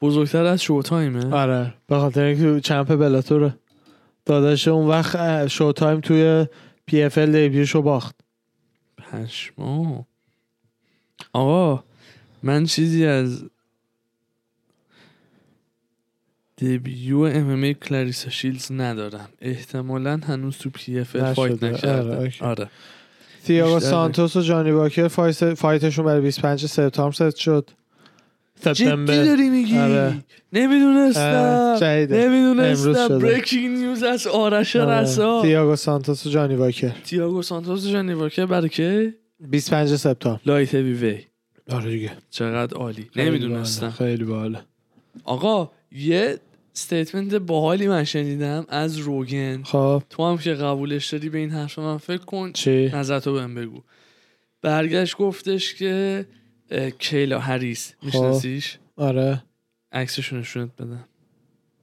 Speaker 1: بزرگتر از شوتایمه
Speaker 2: آره به خاطر اینکه چمپ بلاتوره داداشه اون وقت اه، شو تایم توی پی اف ال دیویوشو باخت
Speaker 1: پشما آقا من چیزی از دبیو ام ام ای کلاریسا شیلز ندارم احتمالا هنوز تو پی اف ال فایت
Speaker 2: نشده.
Speaker 1: نکرده
Speaker 2: آره،
Speaker 1: آره,
Speaker 2: اوکی. تیاگو
Speaker 1: بیشتر-
Speaker 2: سانتوس و جانی واکر فایت- فایتشون برای 25 سپتامبر ست شد
Speaker 1: جدی داری میگی
Speaker 2: آره.
Speaker 1: نمیدونستم
Speaker 2: آره، جدیده. امروز
Speaker 1: نمیدونستم
Speaker 2: شده.
Speaker 1: برکینگ نیوز از آرش
Speaker 2: آره.
Speaker 1: رسا
Speaker 2: تییاگو سانتوس و جانی واکر
Speaker 1: تیاگو سانتوس جانی واکر برای که
Speaker 2: 25 سپتامبر
Speaker 1: لایت هیوی وی
Speaker 2: آره دیگه
Speaker 1: چقدر عالی نمیدونستم
Speaker 2: خیلی باحال
Speaker 1: آقا یه استیتمنت باحالی من شنیدم از روگن
Speaker 2: خب
Speaker 1: تو هم که قبولش دادی به این حرف من فکر کن
Speaker 2: چی
Speaker 1: نظرتو بهم بگو برگشت گفتش که اه، کیلا هریس میشناسیش
Speaker 2: آره
Speaker 1: عکسشو نشونت بدم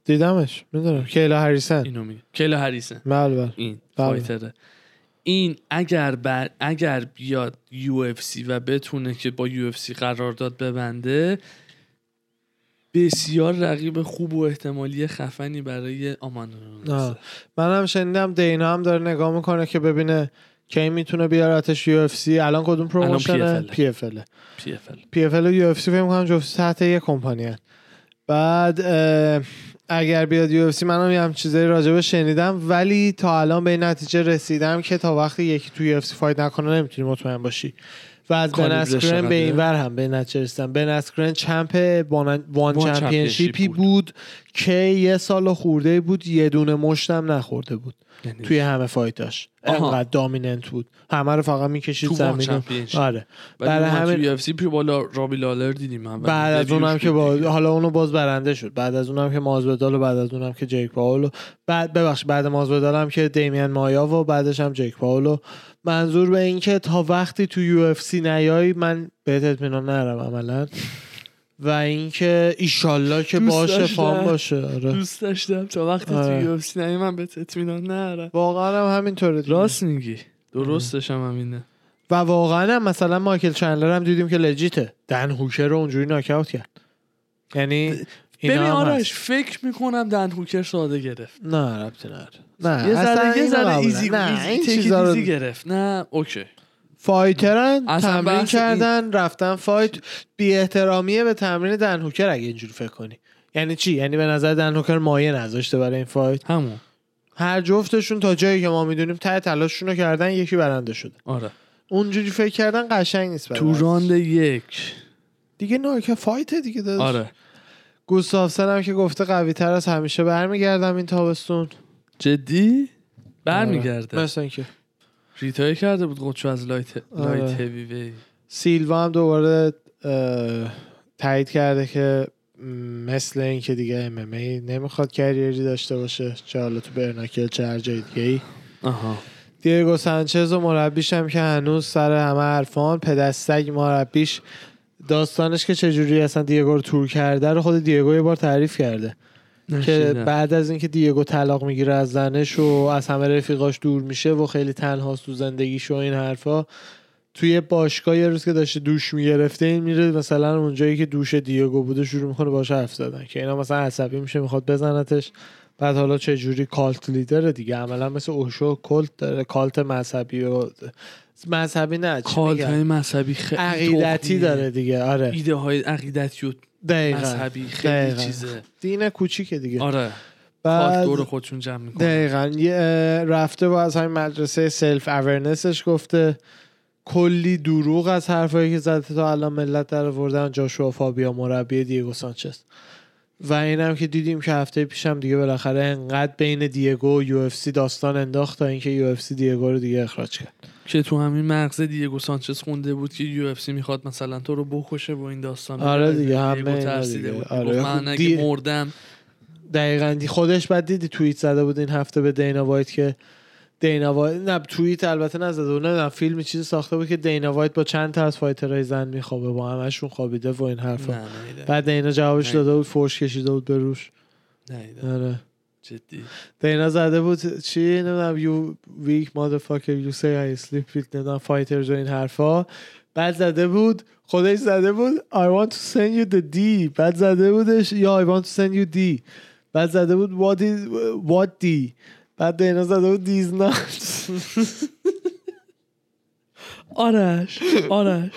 Speaker 2: دیدمش میدونم کیلا هریسن
Speaker 1: اینو میگه کیلا هریسه
Speaker 2: بله بله
Speaker 1: این
Speaker 2: بله.
Speaker 1: فایتره این اگر بر اگر بیاد یو اف سی و بتونه که با یو اف سی قرارداد ببنده بسیار رقیب خوب و احتمالی خفنی برای آمان
Speaker 2: آه. من هم شنیدم دینا هم داره نگاه میکنه که ببینه کی میتونه بیارتش یو اف سی الان کدوم پروموشنه
Speaker 1: PFL.
Speaker 2: پی اف ال
Speaker 1: پی اف ال
Speaker 2: پی اف ال و یو اف سی فکر می‌کنم جفت تحت یه کمپانی هن. بعد اه، اگر بیاد یو اف سی منم یه هم چیزایی راجبه شنیدم ولی تا الان به این نتیجه رسیدم که تا وقتی یکی تو یو اف سی فایت نکنه نمیتونی مطمئن باشی و از بن
Speaker 1: کالیبرش
Speaker 2: اسکرن
Speaker 1: چقدره؟
Speaker 2: به این ور هم به این نتیجه رسیدم بن اسکرن چمپ وان وان
Speaker 1: وان
Speaker 2: چمپیونشیپی
Speaker 1: چمپیونشیپ
Speaker 2: بود. که یه سال و خورده بود یه دونه مشتم نخورده بود توی همه فایتاش
Speaker 1: یعنی آها.
Speaker 2: انقدر دامیننت بود همه رو فقط میکشید
Speaker 1: تو وان
Speaker 2: زمین و-
Speaker 1: چمپیونشیپ.
Speaker 2: آره
Speaker 1: ولی
Speaker 2: برای
Speaker 1: همین
Speaker 2: همین
Speaker 1: تو یو اف سی پیو بالا رابی لالر دیدیم اول.
Speaker 2: بعد از اونم
Speaker 1: ریویوش
Speaker 2: که با
Speaker 1: دیدیم.
Speaker 2: حالا اونو باز برنده شد بعد از اونم که مازودال و بعد از اونم که جیک پاول و بعد ببخش بعد مازودال هم که دیمین مایا و بعدش هم جیک پاول و منظور به این که تا وقتی تو یو اف سی نیای من بهت اطمینان نرم عملا و اینکه ایشالله که
Speaker 1: دوست
Speaker 2: باشه
Speaker 1: داشتم.
Speaker 2: فام باشه آره.
Speaker 1: دوست داشتم تا وقتی
Speaker 2: آره.
Speaker 1: تو یو اف سی نهی، من بهت اطمینان نرم
Speaker 2: واقعا هم همینطوره دیگه.
Speaker 1: راست میگی درستش هم همینه
Speaker 2: و واقعا هم مثلا مایکل چندلر هم دیدیم که لجیته دن هوکر رو اونجوری ناکاوت کرد یعنی اینا
Speaker 1: ببین
Speaker 2: هم
Speaker 1: آرش
Speaker 2: هست.
Speaker 1: فکر میکنم دن هوکر ساده گرفت
Speaker 2: نه ربطی نداره نه
Speaker 1: یه
Speaker 2: اصلا
Speaker 1: ذره یه
Speaker 2: اینو
Speaker 1: ذره
Speaker 2: قبول
Speaker 1: ایزی
Speaker 2: نه.
Speaker 1: ایزی
Speaker 2: این
Speaker 1: تکیت
Speaker 2: چیزا رو
Speaker 1: ایزی گرفت نه اوکی
Speaker 2: فایترن
Speaker 1: اصلا
Speaker 2: تمرین
Speaker 1: بحث این-
Speaker 2: کردن رفتن فایت بی احترامیه به تمرین دن هوکر اگه اینجوری فکر کنی یعنی چی یعنی به نظر دن هوکر مایه نذاشته برای این فایت
Speaker 1: همون
Speaker 2: هر جفتشون تا جایی که ما میدونیم ته تلاششون رو کردن یکی برنده شده
Speaker 1: آره
Speaker 2: اونجوری فکر کردن قشنگ نیست برای
Speaker 1: تو
Speaker 2: ورزش.
Speaker 1: راند یک
Speaker 2: دیگه ناکه فایت دیگه داداش
Speaker 1: آره
Speaker 2: گوستافسن هم که گفته قوی تر از همیشه برمیگردم این تابستون
Speaker 1: جدی برمیگرده
Speaker 2: مثلا که
Speaker 1: ریتای کرده بود قدشو از لایت
Speaker 2: آره.
Speaker 1: لایت هیوی وی
Speaker 2: سیلوا هم دوباره اه، تایید کرده که م، مثل اینکه دیگه ام ام ای نمیخواد کریری داشته باشه چه حالا تو برناکل چه هر جای دیگه ای
Speaker 1: آها
Speaker 2: دیگو سانچز و مربیش هم که هنوز سر همه حرفان پدستگ مربیش داستانش که چجوری اصلا دیگو رو تور کرده رو خود دیگو یه بار تعریف کرده که
Speaker 1: نشنیدم.
Speaker 2: بعد از اینکه دیگو طلاق میگیره از زنش و از همه رفیقاش دور میشه و خیلی تنهاست تو زندگیش و این حرفا توی باشگاه یه روز که داشته دوش میگرفته این میره مثلا اونجایی که دوش دیگو بوده شروع میکنه باش حرف زدن که اینا مثلا عصبی میشه میخواد بزنتش بعد حالا چه جوری کالت لیدره دیگه عملا مثل اوشو کالت داره کالت مذهبی و مذهبی نه چی
Speaker 1: کالت یعنی
Speaker 2: میگن؟
Speaker 1: های مذهبی خیلی
Speaker 2: عقیدتی
Speaker 1: تخمیه.
Speaker 2: داره دیگه آره
Speaker 1: ایده های عقیدتی و
Speaker 2: دقیقا
Speaker 1: مذهبی خیلی
Speaker 2: دقیقاً.
Speaker 1: چیزه
Speaker 2: دین کوچیکه دیگه
Speaker 1: آره کالت
Speaker 2: بعد
Speaker 1: دور خودشون جمع میکنه
Speaker 2: دقیقا یه اه، رفته و از همین مدرسه سلف اورنسش گفته کلی دروغ از حرفایی که زده تا الان ملت در آوردن جاشوا فابیا مربی دیگو سانچز و اینم که دیدیم که هفته پیشم دیگه بالاخره انقدر بین دیگو و یو اف سی داستان انداخت تا اینکه یو اف سی دیگو رو دیگه اخراج کرد
Speaker 1: که تو همین مغز دیگو سانچز خونده بود که یو اف سی میخواد مثلا تو رو بکشه و این داستان
Speaker 2: آره دیگه،
Speaker 1: دیگو
Speaker 2: همه اینا
Speaker 1: ترسیده
Speaker 2: دیگه.
Speaker 1: بود
Speaker 2: آره،
Speaker 1: گفت من
Speaker 2: خب،
Speaker 1: اگه
Speaker 2: دی-
Speaker 1: مردم
Speaker 2: دقیقا دی- خودش بعد دیدی توییت زده بود این هفته به دینا وایت که دینا وایت نه توییت البته نزده بود نمیدونم فیلم چیزی ساخته بود که دینا وایت با چند تا از فایترهای زن میخوابه با همشون خوابیده و این حرفا
Speaker 1: نه نه
Speaker 2: خب. بعد دینا جوابش
Speaker 1: نه.
Speaker 2: داده بود فرش کشیده بود به روش
Speaker 1: نه
Speaker 2: آره
Speaker 1: جدی
Speaker 2: دینا زده بود چی نمیدونم یو ویک مادرفاکر یو سی آی اسلیپ ویت نمیدونم فایترز و این حرفا بعد زده بود خودش زده بود I want to send you the D بعد زده بودش یا I want to send you D بعد زده بود what, is, what D بعد دینا زده بود دیزنات
Speaker 1: آرش آرش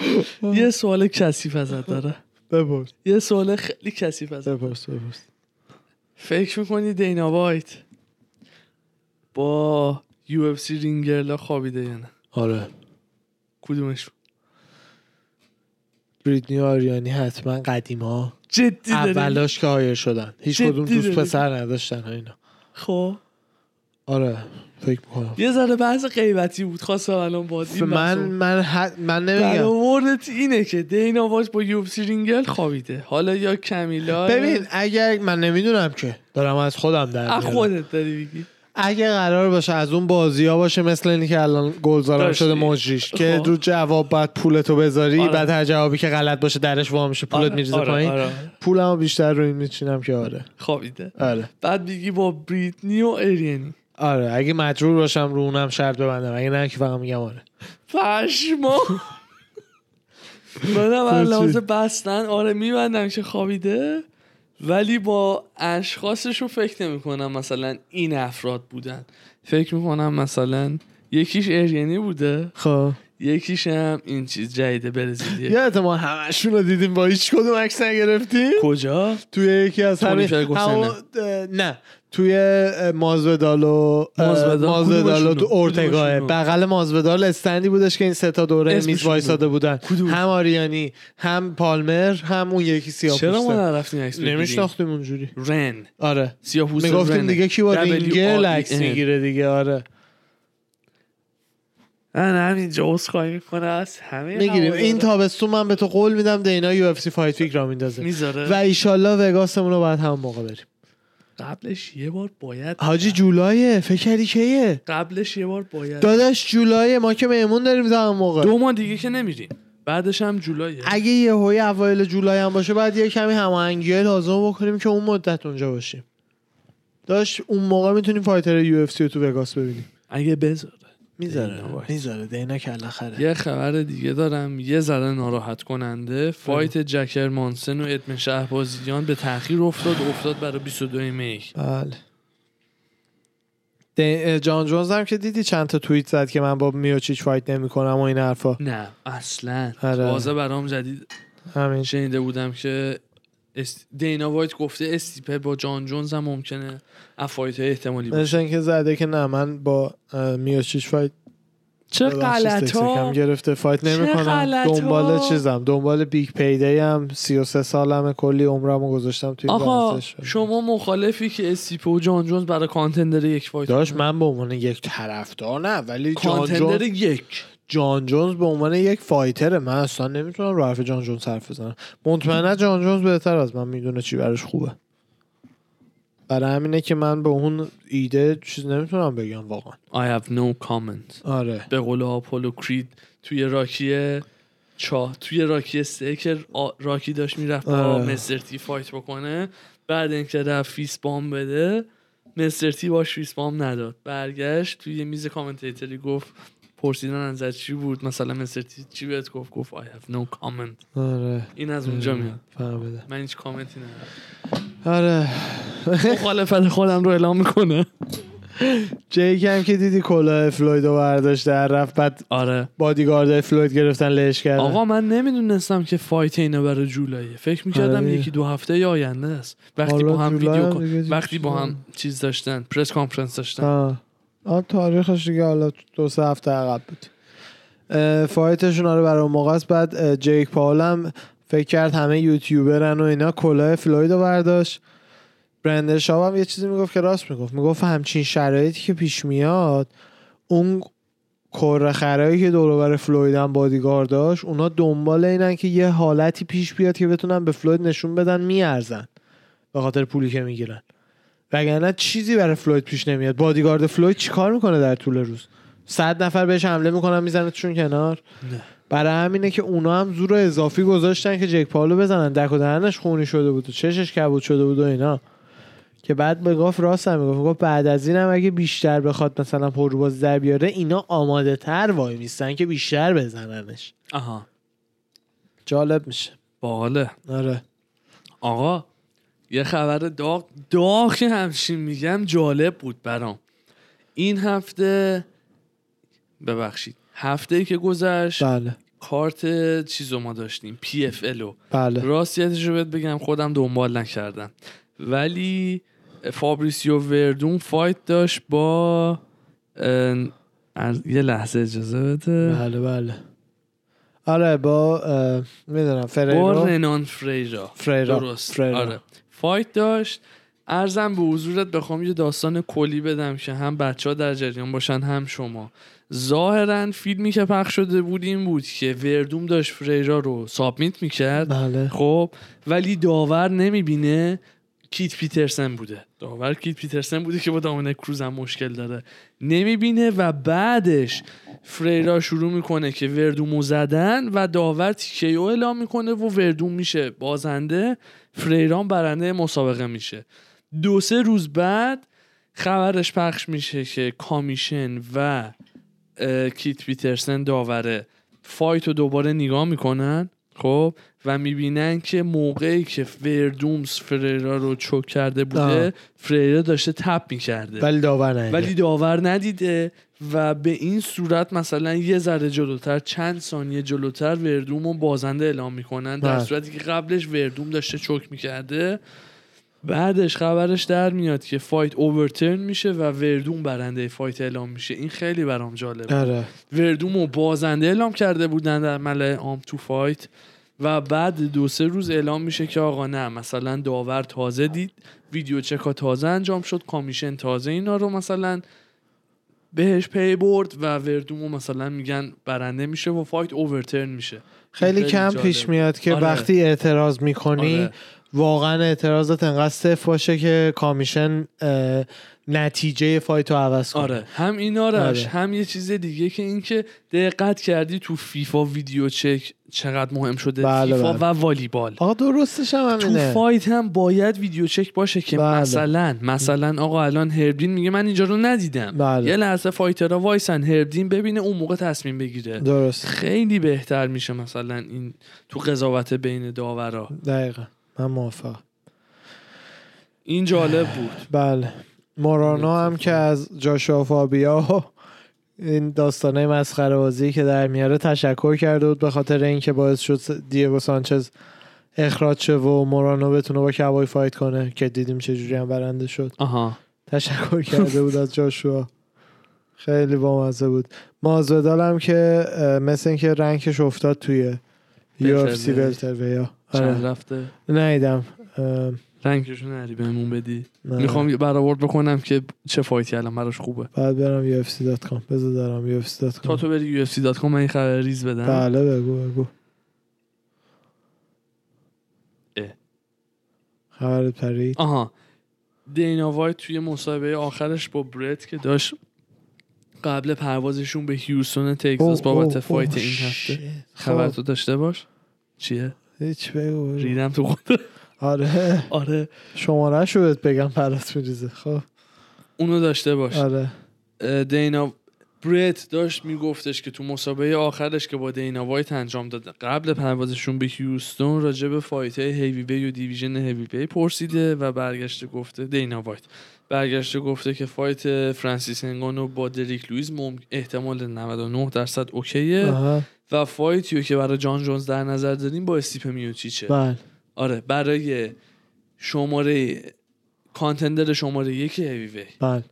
Speaker 1: یه سوال کثیف ازت داره
Speaker 2: بپرس
Speaker 1: یه سوال خیلی کثیف ازت
Speaker 2: بپرس بپرس
Speaker 1: فکر میکنی دینا وایت با یو اف سی رینگرلا خوابیده یا نه
Speaker 2: آره
Speaker 1: کدومش
Speaker 2: بریدنی و آریانی حتما قدیم ها
Speaker 1: جدی داری
Speaker 2: اولاش که هایر شدن هیچ
Speaker 1: جدی
Speaker 2: کدوم دوست
Speaker 1: داری؟
Speaker 2: پسر نداشتن و اینا
Speaker 1: خب
Speaker 2: آره فکر میکنم
Speaker 1: یه ذره بحث غیبتی بود خواستم الان باد این
Speaker 2: من
Speaker 1: بحثو.
Speaker 2: من حد- من
Speaker 1: در
Speaker 2: نمیگم
Speaker 1: آوردت اینه که دینا وایت با یو اف سی رینگل خوابیده حالا یا کمیلا
Speaker 2: ببین اگر من نمیدونم که دارم از خودم در
Speaker 1: از
Speaker 2: میارم.
Speaker 1: خودت داری میگی
Speaker 2: اگه قرار باشه از اون بازی ها باشه مثل اینی که الان گلزارم
Speaker 1: داشتی.
Speaker 2: شده مجریش که
Speaker 1: خب.
Speaker 2: رو جواب باید پولتو بذاری
Speaker 1: آره.
Speaker 2: بعد هر جوابی که غلط باشه درش وا میشه پولت
Speaker 1: آره،
Speaker 2: میریزه
Speaker 1: آره،
Speaker 2: پایین
Speaker 1: آره.
Speaker 2: پولمو بیشتر رو این میچینم که آره
Speaker 1: خوابیده
Speaker 2: آره
Speaker 1: بعد میگی با بریتنی و اریانی
Speaker 2: آره اگه مجبور باشم رو اونم شرط ببندم اگه نه که فقط میگم آره
Speaker 1: پشما منم
Speaker 2: خب، چی؟
Speaker 1: هر لحاظ بستن آره میبندم که خوابیده ولی با اشخاصشون فکر نمیکنم مثلا این افراد بودن فکر میکنم مثلا یکیش اریانی بوده
Speaker 2: خب
Speaker 1: یکیش هم این چیز جدید برزیلیه
Speaker 2: یادت ما همشون رو دیدیم با هیچ کدوم عکس نگرفتیم
Speaker 1: خب. کجا
Speaker 2: توی یکی از
Speaker 1: تونی
Speaker 2: همین
Speaker 1: فرگوسن
Speaker 2: همون- اه، نه توی اه، مازودال و اه،
Speaker 1: مازودال؟
Speaker 2: مازودال
Speaker 1: کدومشونو؟
Speaker 2: و تو اورتگاه
Speaker 1: کدومشونو؟
Speaker 2: بغل مازودال استندی بودش که این سه تا دوره
Speaker 1: اسمشونو؟
Speaker 2: میز وایساده بودن
Speaker 1: کدوم؟
Speaker 2: هم آریانی هم پالمر هم اون یکی
Speaker 1: چرا ما
Speaker 2: سیاپوسته
Speaker 1: نرفتیم عکس بگیریم؟
Speaker 2: نمیشناختیم اونجوری
Speaker 1: رن
Speaker 2: آره
Speaker 1: سیاه‌پوست
Speaker 2: میگفتیم
Speaker 1: رنه.
Speaker 2: دیگه کی با
Speaker 1: W R E N.
Speaker 2: رینگل عکس میگیره دیگه آره
Speaker 1: من همینجا عذرخواهی میکنه از همه
Speaker 2: میگیریم این
Speaker 1: هوادارا.
Speaker 2: تابستون من به تو قول میدم دینا یو اف سی فایت ویک را میندازه
Speaker 1: میذاره
Speaker 2: و ایشالله وگاسمون رو باید همون موقع بریم
Speaker 1: قبلش یه بار باید
Speaker 2: حاجی جولایه فکر کردی کیه
Speaker 1: قبلش یه بار باید
Speaker 2: داداش جولای ما که میمون داریم تا اون موقع
Speaker 1: دو ماه دیگه که نمیریم بعدش هم جولایه
Speaker 2: اگه یه هوی اوایل جولای هم باشه بعد یه کمی هماهنگی لازم بکنیم که اون مدت اونجا باشیم داشت اون موقع میتونیم فایتر یو اف سی رو تو وگاس ببینیم
Speaker 1: اگه بذاره دینا
Speaker 2: میذاره
Speaker 1: وایس.
Speaker 2: میذاره دینا کله خره
Speaker 1: یه خبر دیگه دارم یه ذره ناراحت کننده فایت جکر مانسن و ادمن شهبازیان به تاخیر افتاد افتاد برای 22 می
Speaker 2: بله دی- جان جونز هم که دیدی چند تا توییت زد که من با میوچیچ فایت نمیکنم و این حرفا
Speaker 1: نه اصلا
Speaker 2: آره.
Speaker 1: تازه برام جدید
Speaker 2: همین
Speaker 1: شنیده بودم که است- دینا وایت گفته استیپه با جان جونز هم ممکنه افایت احتمالی باشه
Speaker 2: منشن که زده که نه من با اه، میوچیچ فایت
Speaker 1: چه
Speaker 2: ببخشید،
Speaker 1: غلط
Speaker 2: سکسکم
Speaker 1: ها
Speaker 2: گرفته فایت نمیکنم
Speaker 1: غلطا؟
Speaker 2: دنبال چیزم دنبال بیگ پیدی هم 33 سالمه کلی عمرمو گذاشتم توی
Speaker 1: آقا
Speaker 2: ورزش
Speaker 1: شما مخالفی که استیپه و جان جونز برای کانتندر یک فایت
Speaker 2: داشت
Speaker 1: کنن؟
Speaker 2: من به عنوان یک طرفدار نه ولی جان
Speaker 1: کانتندر
Speaker 2: جونز,
Speaker 1: یک
Speaker 2: جان جونز به عنوان یک فایتره من اصلا نمیتونم رو حرف جان جونز حرف بزنم مطمئنا جان جونز بهتر از من میدونه چی براش خوبه برای همینه که من به اون ایده چیز نمیتونم بگم واقعا
Speaker 1: I have no comment
Speaker 2: آره
Speaker 1: به قول آپولو کرید توی راکی چاه توی راکی سه که آ- راکی داشت میرفت با
Speaker 2: آره.
Speaker 1: مسترتی فایت بکنه بعد اینکه رفت فیس بام بده مسترتی باش فیس بام نداد برگشت توی یه میز کامنتیتری گفت پرسیدن ازت چی بود مثلا مسترتی چی بهت گفت گفت I have no comment
Speaker 2: آره
Speaker 1: این از اونجا میاد
Speaker 2: فهمیدم
Speaker 1: من هیچ کامنتی ندارم
Speaker 2: آره
Speaker 1: مخالفت خودم رو اعلام میکنه
Speaker 2: جیک هم که دیدی کلاه فلوید رو برداشت در رفت بعد
Speaker 1: آره
Speaker 2: بادیگارد فلوید گرفتن لش کردن
Speaker 1: آقا من نمیدونستم که فایت اینا برای جولایه فکر میکردم
Speaker 2: آره.
Speaker 1: یکی دو هفته یا آینده است وقتی
Speaker 2: حالا
Speaker 1: با هم
Speaker 2: جولای
Speaker 1: ویدیو کن-
Speaker 2: هم دیگه چیز
Speaker 1: وقتی با هم چیز داشتن پرس کانفرنس داشتن
Speaker 2: آه. آن تاریخش دیگه حالا دو سه هفته عقب بود اه، فایتشون آره برای اون موقع است بعد اه، جیک پاول هم فکر کرد همه یوتیوبرن و اینا کلاه فلوید رو برداشت برندر شاب هم یه چیزی میگفت که راست میگفت میگفت همچین شرایطی که پیش میاد اون کره خرایی که دور و بر فلوید هم بادیگار داشت اونا دنبال اینن که یه حالتی پیش بیاد که بتونن به فلوید نشون بدن میارزن به خاطر پولی که میگیرن وگرنه چیزی برای فلوید پیش نمیاد بادیگارد فلوید چیکار میکنه در طول روز صد نفر بهش حمله میکنن میزنتشون کنار برای همینه که اونا هم زور اضافی گذاشتن که جک پالو بزنن دک و دهنش خونی شده بود و چشش کبود شده بود و اینا که بعد میگفت راست هم میگفت میگفت بعد از اینم اگه بیشتر بخواد مثلا پرواز در بیاره اینا آماده تر وای میستن که بیشتر بزننش
Speaker 1: آها
Speaker 2: جالب میشه
Speaker 1: باحاله
Speaker 2: آره
Speaker 1: آقا یه خبر داغ داغ که همچین میگم جالب بود برام این هفته ببخشید هفته که گذشت
Speaker 2: بله
Speaker 1: کارت چیزو ما داشتیم پی اف الو
Speaker 2: بله
Speaker 1: راستیتش رو بهت بگم خودم دنبال نکردم ولی فابریسیو وردون فایت داشت با اه، از یه لحظه اجازه بده
Speaker 2: بله بله آره با میدونم
Speaker 1: با
Speaker 2: فریرو
Speaker 1: رنان فریرا
Speaker 2: فریرا.
Speaker 1: درست
Speaker 2: فریرا.
Speaker 1: آره فایت داشت ارزم به حضورت بخوام یه داستان کلی بدم که هم بچه ها در جریان باشن هم شما ظاهرا فیلمی که پخش شده بود این بود که وردوم داشت فریرا رو سابمیت میکرد
Speaker 2: بله
Speaker 1: خب ولی داور نمیبینه کیت پیترسن بوده داور کیت پیترسن بوده که با دامینه کروز هم مشکل داره نمیبینه و بعدش فریرا شروع میکنه که وردومو زدن و داور تیکیو اعلام میکنه و وردوم میشه بازنده فریران برنده مسابقه میشه دو سه روز بعد خبرش پخش میشه که کامیشن و اه، کیت پیترسن داوره فایت رو دوباره نگاه میکنن خب و میبینن که موقعی که وردومز فریرا رو چوک کرده
Speaker 2: آه. بله.
Speaker 1: بوده فریرا داشته تپ میکرده
Speaker 2: ولی داور نیومد.
Speaker 1: ولی داور ندیده و به این صورت مثلا یه ذره جلوتر چند ثانیه جلوتر وردوم رو بازنده اعلام میکنن در
Speaker 2: بله.
Speaker 1: صورتی که قبلش وردوم داشته چوک میکرده بعدش خبرش در میاد که فایت اوورترن میشه و وردوم برنده فایت اعلام میشه این خیلی برام جالبه
Speaker 2: آره
Speaker 1: وردوم رو بازنده اعلام کرده بودن در ملع عام تو فایت و بعد دو سه روز اعلام میشه که آقا نه مثلا داور تازه دید ویدیو چکا تازه انجام شد کامیشن تازه اینا رو مثلا بهش پی برد و وردوم رو مثلا میگن برنده میشه و فایت اوورترن میشه
Speaker 2: خیلی کم
Speaker 1: جالب.
Speaker 2: پیش میاد که
Speaker 1: آره.
Speaker 2: وقتی اعتراض میکنی
Speaker 1: آره.
Speaker 2: واقعا اعتراضات انقدر صفر باشه که کامیشن اه، نتیجه فایت رو عوض کنه
Speaker 1: آره هم اینا رش
Speaker 2: آره.
Speaker 1: هم یه چیز دیگه که اینکه دقت کردی تو فیفا ویدیو چک چقدر مهم شده
Speaker 2: بله،
Speaker 1: فیفا
Speaker 2: بله.
Speaker 1: و والیبال
Speaker 2: آقا درستش هم
Speaker 1: تو
Speaker 2: همینه
Speaker 1: فایت هم باید ویدیو چک باشه که
Speaker 2: بله.
Speaker 1: مثلا مثلا آقا الان هربین میگه من اینجا رو ندیدم
Speaker 2: بله.
Speaker 1: یه لحظه فایترها وایسن هربین ببینه اون موقع تصمیم بگیره
Speaker 2: درست
Speaker 1: خیلی بهتر میشه مثلا این تو قضاوت بین داورا
Speaker 2: دقیقا من موافقم
Speaker 1: این جالب بود
Speaker 2: بله مورانا هم که از جاشوا فابیا و این داستانه مسخره بازی که در میاره تشکر کرده بود به خاطر اینکه باعث شد دیگو سانچز اخراج شه و مورانو بتونه با کبای فایت کنه که دیدیم چجوری هم برنده شد
Speaker 1: آها
Speaker 2: تشکر کرده بود از جاشوا خیلی بامزه بود مازودال هم که اه، مثل اینکه رنگش افتاد توی یو اف سی
Speaker 1: بلتروی.
Speaker 2: بلتروی
Speaker 1: چند
Speaker 2: آره
Speaker 1: رفته
Speaker 2: نیدم اه،
Speaker 1: رنگشو نری بهمون بدی
Speaker 2: نه.
Speaker 1: میخوام برآورد بکنم که چه فایتی الان براش خوبه
Speaker 2: بعد برم UFC.com بذار دارم UFC.com
Speaker 1: تا تو بری UFC.com من این خبر ریز بدم
Speaker 2: بله بگو بگو
Speaker 1: اه.
Speaker 2: خبر پرید
Speaker 1: آها دینا وایت توی مصاحبه آخرش با برت که داشت قبل پروازشون به هیوستون تگزاس بابت فایت این هفته
Speaker 2: خب.
Speaker 1: خبر تو داشته باش چیه
Speaker 2: هیچ بگو بگو.
Speaker 1: ریدم تو خود
Speaker 2: آره
Speaker 1: آره
Speaker 2: شماره شو بهت بگم برات میریزه خب
Speaker 1: اونو داشته باش
Speaker 2: آره
Speaker 1: اه، دینا برت داشت میگفتش که تو مسابقه آخرش که با دینا وایت انجام داد قبل پروازشون به هیوستون راجع به فایت های هیوی بی و دیویژن هیوی بی پرسیده و برگشته گفته دینا وایت برگشته گفته که فایت فرانسیس انگانو با دریک لویز مم... احتمال 99 درصد اوکیه
Speaker 2: آها.
Speaker 1: و فایتیو که برای جان جونز در نظر داریم با استیپ میوچیچه
Speaker 2: بله
Speaker 1: آره برای شماره کانتندر شماره یک هیوی
Speaker 2: بله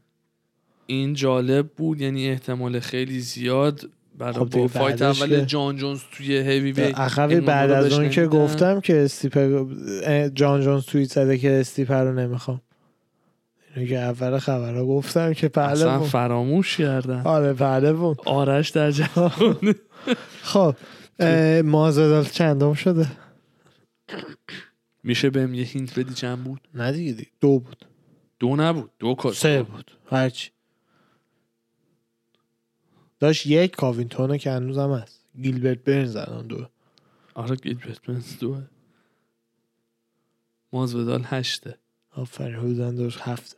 Speaker 1: این جالب بود یعنی احتمال خیلی زیاد برای
Speaker 2: خب دیگه
Speaker 1: با فایت
Speaker 2: بعدش
Speaker 1: اول
Speaker 2: که-
Speaker 1: جان جونز توی هیوی وی
Speaker 2: اخوی بعد از اون که گفتم که استیپ جان جونز توییت زده که استیپ رو نمیخوام اینو که اول خبرها گفتم که
Speaker 1: اصلا
Speaker 2: پهلوون
Speaker 1: فراموش کردن
Speaker 2: آره پهلوون
Speaker 1: آرش در جهان
Speaker 2: خب اه، مازادال چندم شده
Speaker 1: میشه بهم یه هینت بدی چند بود
Speaker 2: نه دیگه دیگه. دو بود
Speaker 1: دو نبود دو کار
Speaker 2: سه بود هرچی داشت یک کاوینتونه که هنوزم هست گیلبرت برنز الان دو
Speaker 1: آره گیلبرت بنز دوه مازودال هشته
Speaker 2: آفرین حدودن داشت هفته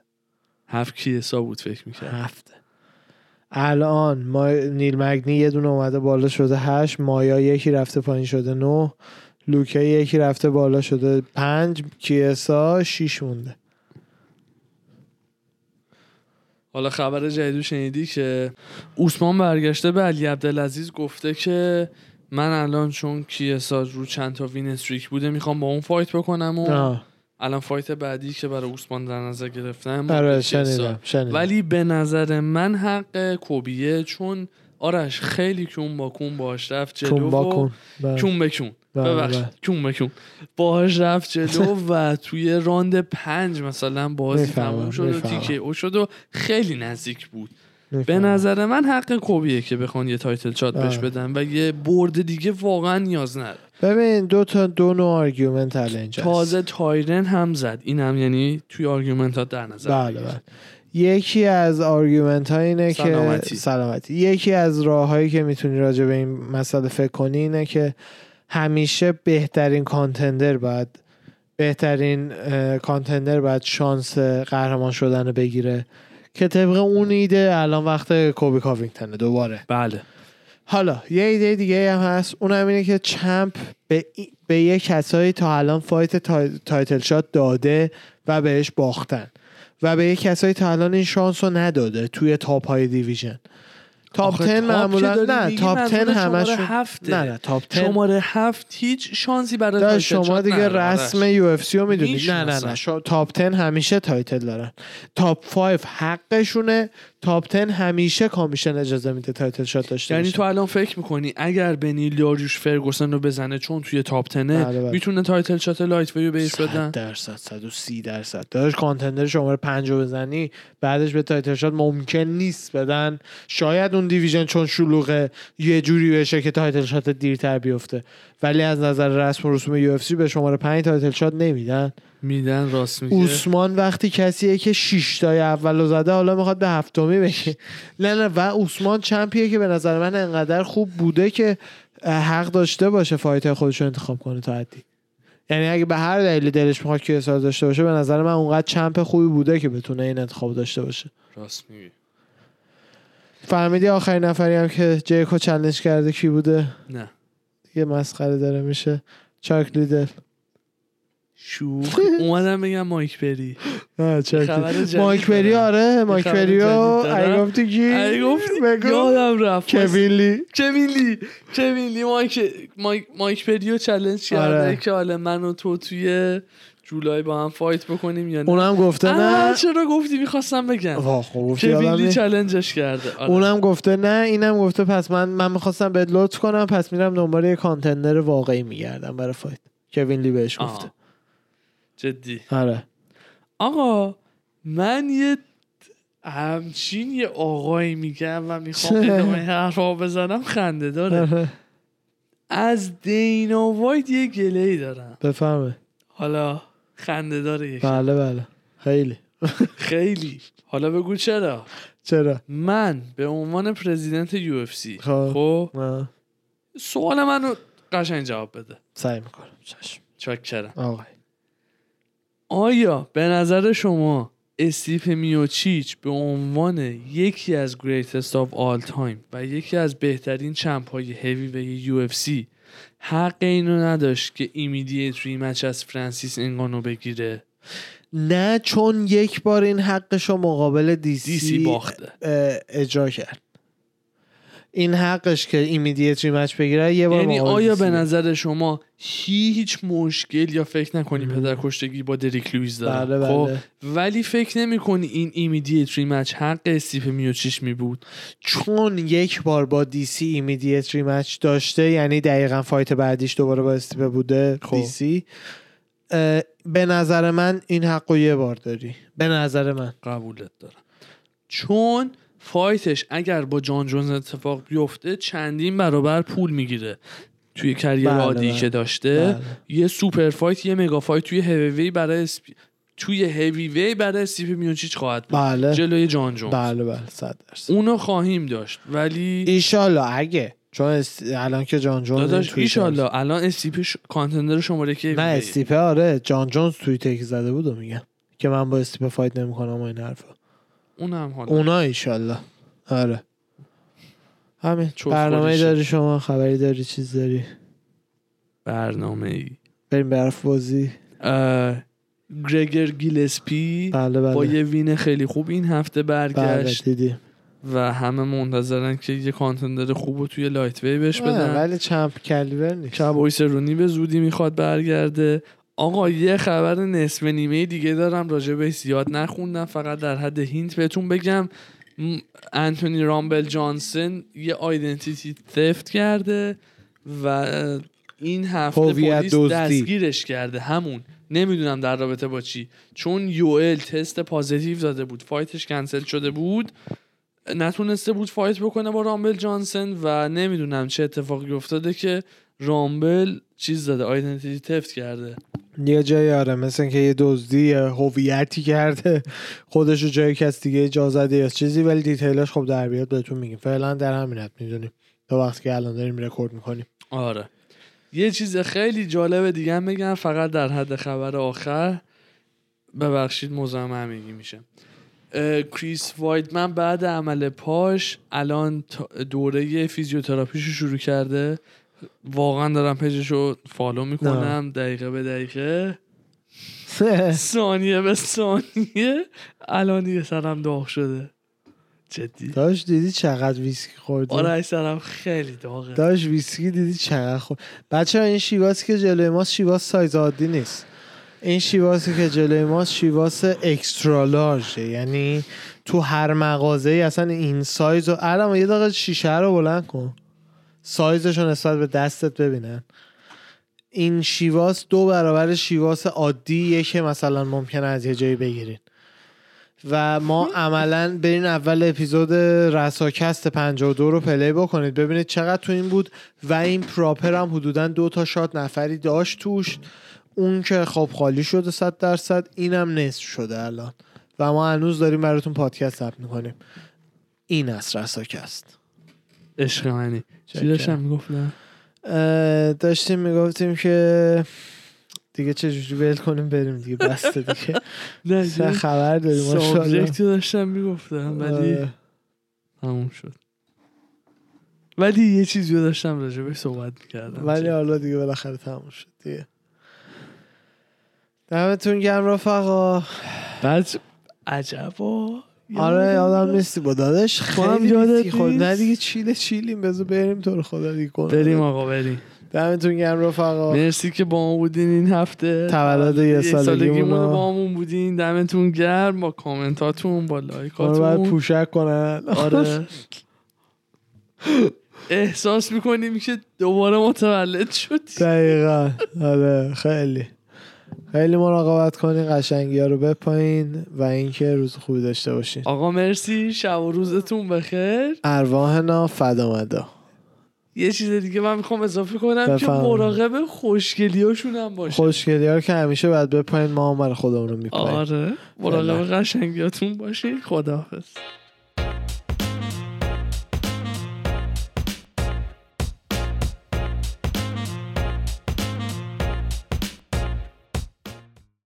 Speaker 1: هفت کیسا بود فکر میکرد
Speaker 2: هفته الان ما نیل مگنی یه دونه اومده بالا شده هشت مایا یکی رفته پایین شده نه لوکه یکی رفته بالا شده پنج کیسا شیش مونده
Speaker 1: حالا خبر جدید رو شنیدی که اوسمان برگشته به علی عبدالعزیز گفته که من الان چون کیسا رو چند تا وین استریک بوده میخوام با اون فایت بکنم و
Speaker 2: آه.
Speaker 1: الان فایت بعدی که برای اوسمان در نظر گرفتم
Speaker 2: آره
Speaker 1: کیسا.
Speaker 2: شنیدم شنیدم
Speaker 1: ولی به نظر من حق کوبیه چون آرش خیلی کون با کون باش رفت جلو
Speaker 2: کون با
Speaker 1: و-
Speaker 2: کن بله.
Speaker 1: کون به کون
Speaker 2: بله،
Speaker 1: ببخشید
Speaker 2: بله.
Speaker 1: کون به کون باهاش رفت جلو و توی راند پنج مثلا بازی
Speaker 2: می‌فهمم،
Speaker 1: تموم شد و
Speaker 2: می‌فهمم.
Speaker 1: تیکه او شد و خیلی نزدیک بود به
Speaker 2: می‌فهمم.
Speaker 1: نظر من حق کوبیه که بخوان یه تایتل شات بهش
Speaker 2: بله.
Speaker 1: بدن و یه برد دیگه واقعا نیاز نداره
Speaker 2: ببین دو تا دو نوع آرگومنت الان اینجا هست.
Speaker 1: تازه تایرن هم زد این هم یعنی توی آرگومنت ها در نظر
Speaker 2: بله
Speaker 1: بگیر.
Speaker 2: بله یکی از آرگومنت ها اینه
Speaker 1: سلامتی.
Speaker 2: که سلامتی یکی از راههایی که میتونی راجع به این مسئله فکر کنی اینه که همیشه بهترین کانتندر باید بهترین اه، کانتندر باید شانس قهرمان شدن رو بگیره که طبق اون ایده الان وقت کوبی کاوینگتنه دوباره
Speaker 1: بله
Speaker 2: حالا یه ایده دیگه هم هست اون هم اینه که چمپ به, ای- به یه کسایی تا الان فایت تا- تایتل شات داده و بهش باختن و به یه کسایی تا الان این شانس رو نداده توی تاپ های دیویژن تاپ
Speaker 1: آخه خب،
Speaker 2: 10
Speaker 1: تاپ که
Speaker 2: معمولا
Speaker 1: داری
Speaker 2: نه
Speaker 1: میگی
Speaker 2: تاپ 10
Speaker 1: منظور شماره
Speaker 2: همشون
Speaker 1: هفته.
Speaker 2: نه نه تاپ 10
Speaker 1: شماره هفت هیچ شانسی برای
Speaker 2: نه،
Speaker 1: تایتل آره،
Speaker 2: شما
Speaker 1: شات
Speaker 2: دیگه
Speaker 1: نداره، آرش.
Speaker 2: رسم یو اف سی رو میدونی نه نه
Speaker 1: می‌شناسن.
Speaker 2: نه شا... تاپ 10 همیشه تایتل دارن تاپ 5 حقشونه تاپ 10 همیشه کامیشن اجازه میده تایتل شات داشته
Speaker 1: یعنی
Speaker 2: باشن.
Speaker 1: تو الان فکر میکنی اگر بنی داریوش فرگوسن رو بزنه چون توی تاپ تنه
Speaker 2: بله، بله.
Speaker 1: میتونه تایتل شات لایت ویو بهش بدن
Speaker 2: 100 درصد 130 درصد داداش کانتندر شماره 5 رو بزنی بعدش به تایتل شات ممکن نیست بدن شاید اون دیویژن چون شلوغه یه جوری بشه که تایتل شات دیرتر بیفته ولی از نظر رسم و رسوم یو به شماره 5 تایتل شات نمیدن
Speaker 1: میدن راست میگه
Speaker 2: اوسمان وقتی کسیه که 6 تای اول رو زده حالا میخواد به هفتمی بگه نه نه و اوسمان چمپیه که به نظر من انقدر خوب بوده که اه، حق داشته باشه فایت خودش رو انتخاب کنه تا حدی یعنی اگه به هر دلیلی دلش میخواد که اصرار داشته باشه به نظر من اونقدر چمپ خوبی بوده که بتونه این انتخاب داشته باشه
Speaker 1: راست میگه
Speaker 2: فهمیدی آخرین نفری هم که جیکو چالش کرده کی بوده
Speaker 1: نه
Speaker 2: یه مسخره داره میشه چاک لیدل
Speaker 1: شوخ اومدم بگم مایک بری
Speaker 2: آه، چاک
Speaker 1: خبر
Speaker 2: لیدل.
Speaker 1: جدید
Speaker 2: مایک بری
Speaker 1: دارم.
Speaker 2: آره مایک
Speaker 1: خبر
Speaker 2: بری و
Speaker 1: جدید دارم.
Speaker 2: ای گفتی کی
Speaker 1: ای گفتی
Speaker 2: بگو.
Speaker 1: یادم رفت
Speaker 2: کویلی
Speaker 1: کوینلی کوینلی مایک مایک مایک پریو چالش کرده
Speaker 2: آره.
Speaker 1: که حالا من و تو توی جولای با هم فایت بکنیم یا نه
Speaker 2: اونم گفته
Speaker 1: آه،
Speaker 2: نه
Speaker 1: چرا گفتی میخواستم بگم
Speaker 2: واه، خب گفتی یادم
Speaker 1: کوینلی
Speaker 2: نی-
Speaker 1: چالنجش کرده آره.
Speaker 2: اونم گفته نه اینم گفته پس من من میخواستم بهت لطف کنم پس میرم دنبال یه کانتندر واقعی میگردم برای فایت کوین لی بهش
Speaker 1: آه.
Speaker 2: گفته
Speaker 1: جدی
Speaker 2: آره
Speaker 1: آقا من یه همچین یه آقایی میگم و میخوام ادامه حرفا بزنم خنده داره
Speaker 2: آره.
Speaker 1: از دینا واید یه گله ای دارم
Speaker 2: بفرمه
Speaker 1: حالا خنده داره یکی.
Speaker 2: بله بله خیلی
Speaker 1: خیلی حالا بگو چرا
Speaker 2: چرا
Speaker 1: من به عنوان پرزیدنت یو اف سی
Speaker 2: خب.
Speaker 1: خب
Speaker 2: آه.
Speaker 1: سوال منو قشنگ جواب بده
Speaker 2: سعی میکنم چشم
Speaker 1: چاکرم
Speaker 2: آقای
Speaker 1: آیا به نظر شما استیپ میوچیچ به عنوان یکی از greatest of all time و یکی از بهترین چمپ های هیوی و یو اف سی حق اینو نداشت که ایمیدیت ریمچ از فرانسیس انگانو بگیره
Speaker 2: نه چون یک بار این حقش رو مقابل دیسی,
Speaker 1: دیسی باخته.
Speaker 2: اه، اجرا کرد این حقش که ایمیدیت ریمچ بگیره یه بار
Speaker 1: یعنی
Speaker 2: مقابل
Speaker 1: آیا
Speaker 2: دیسی
Speaker 1: به نظر شما هیچ مشکل یا فکر نکنی پدر کشتگی با دریک لویز داره خب،
Speaker 2: بله، بله.
Speaker 1: ولی فکر نمی کنی این ایمیدیت ریمچ حق استیپ میوچیچ می بود
Speaker 2: چون یک بار با دیسی ایمیدیت ریمچ داشته یعنی دقیقا فایت بعدیش دوباره با استیپه بوده
Speaker 1: خب.
Speaker 2: دیسی اه، به نظر من این حق رو یه بار داری به نظر من
Speaker 1: قبولت دارم چون فایتش اگر با جان جونز اتفاق بیفته چندین برابر پول میگیره توی کریر
Speaker 2: بله،
Speaker 1: عادی
Speaker 2: بله.
Speaker 1: که داشته یه سوپر فایت یه مگا فایت توی هیوی برای اسپ- توی هیوی وی برای استیپ میونچیچ خواهد بود
Speaker 2: بله
Speaker 1: جلوی جان جونز
Speaker 2: بله بله صد درصد
Speaker 1: اونو خواهیم داشت ولی
Speaker 2: ایشالله اگه چون است- الان که جان جونز این
Speaker 1: داداش
Speaker 2: توییتر-
Speaker 1: ایشالله الان استیپ ش... کانتندر شماره که
Speaker 2: نه استیپه آره جان جونز توییتر که زده بود و میگم که من با استیپه فایت نمیکنم و این حرفا
Speaker 1: اون هم حالا
Speaker 2: اونا ایشالله آره همین
Speaker 1: چوب
Speaker 2: برنامه
Speaker 1: خودشه.
Speaker 2: داری شما خبری داری چیز داری
Speaker 1: برنامه ای
Speaker 2: بریم به حرف بازی
Speaker 1: اه، گرگر گیلسپی
Speaker 2: بله بله
Speaker 1: با یه وین خیلی خوب این هفته
Speaker 2: بله
Speaker 1: برگشت
Speaker 2: دیدیم بله.
Speaker 1: و همه منتظرن که یه کانتندر خوب رو توی لایت وی بهش
Speaker 2: نه،
Speaker 1: بدن
Speaker 2: آره، ولی چمپ کلیور نیست
Speaker 1: کبویس رونی به زودی میخواد برگرده آقا یه خبر نصف نیمه دیگه دارم راجع به زیاد نخوندم فقط در حد هینت بهتون بگم م، انتونی رامبل جانسن یه آیدنتیتی تفت کرده و اه، این هفته
Speaker 2: هویت
Speaker 1: پلیس
Speaker 2: دزدی.
Speaker 1: دستگیرش کرده همون نمیدونم در رابطه با چی چون یوئل تست پازیتیو داده بود فایتش کنسل شده بود نتونسته بود فایت بکنه با رامبل جانسن و نمیدونم چه اتفاقی افتاده که رامبل چیز داده آیدنتیتی تفت کرده
Speaker 2: یه جایی آره مثل که یه دزدی یه هویتی کرده خودش رو جای کس دیگه جا زده یا چیزی ولی دیتیلش خب در بیاد بهتون میگیم فعلا در همین حد میدونیم تا وقتی که الان داریم رکورد میکنیم
Speaker 1: آره یه چیز خیلی جالب دیگه هم بگم فقط در حد خبر آخر ببخشید مزاحم همگی میشه اه، کریس وایدمن بعد عمل پاش الان تا- دوره فیزیوتراپیش رو شروع کرده واقعا دارم پیجش رو فالو میکنم دقیقه به دقیقه ثانیه به ثانیه الان دیگه سرم داغ شده جدی
Speaker 2: داش دیدی چقدر ویسکی خوردی
Speaker 1: آره این سرم خیلی داغه
Speaker 2: داش ویسکی دیدی چقدر خورد بچه این شیواز که جلوی ماست شیواز سایز عادی نیست این شیوازی که جلوی ماست شیواز اکسترا لارژه یعنی تو هر مغازه ای اصلا این سایز رو علم یه دقیقه شیشه رو بلند کن سایزش رو نسبت به دستت ببینن این شیواز دو برابر شیواز عادیه که مثلا ممکنه از یه جایی بگیرین و ما عملا برین اول اپیزود رساکست 52 رو پلی بکنید ببینید چقدر تو این بود و این پراپر هم حدودا دو تا شات نفری داشت توش اون که خب خالی شده صد درصد اینم نصف شده الان و ما هنوز داریم براتون پادکست ثبت میکنیم این از رساکست
Speaker 1: عشق منی چی
Speaker 2: چکرم.
Speaker 1: داشتم میگفتم
Speaker 2: اه، داشتیم میگفتیم که دیگه چجوری ول کنیم بریم دیگه بسته دیگه
Speaker 1: نه
Speaker 2: چه خبر داریم ماشاءالله.
Speaker 1: سابجکت رو داشتم میگفتم ولی
Speaker 2: آره.
Speaker 1: تموم شد ولی یه چیزی رو داشتم راجبش صحبت میکردم
Speaker 2: ولی حالا دیگه بالاخره تموم شد دیگه دمتون گرم رفقا
Speaker 1: بعد عجبا
Speaker 2: آره یادم نیستی با دادش
Speaker 1: تو هم
Speaker 2: خیلی
Speaker 1: یادت
Speaker 2: بیستی خود نه
Speaker 1: نیست؟
Speaker 2: دیگه چیله چیلیم بذار بریم تو رو خدا دیگه گناه
Speaker 1: بریم
Speaker 2: داره.
Speaker 1: آقا بریم
Speaker 2: دمتون گرم رفقا
Speaker 1: مرسی که با ما بودین این هفته
Speaker 2: تولد یه
Speaker 1: سالگیمون
Speaker 2: سالگیمون
Speaker 1: رو
Speaker 2: رو.
Speaker 1: با همون بودین دمتون گرم با کامنتاتون با
Speaker 2: ما رو باید
Speaker 1: لایکاتون
Speaker 2: پوشک کنن
Speaker 1: آره احساس میکنیم که دوباره متولد شدیم
Speaker 2: دقیقا آره خیلی خیلی مراقبت کنین قشنگی ها رو بپایین و اینکه روز خوبی داشته باشین
Speaker 1: آقا مرسی شب و روزتون بخیر
Speaker 2: ارواحنا فدامدا
Speaker 1: یه چیز دیگه من میخوام اضافه کنم که
Speaker 2: بفرمایید.
Speaker 1: مراقب خوشگلیاشون هم باشه
Speaker 2: خوشگلی ها رو که همیشه باید بپایین ما هم برای خودمون رو میپایین
Speaker 1: آره مراقب قشنگیاتون باشین خداحافظ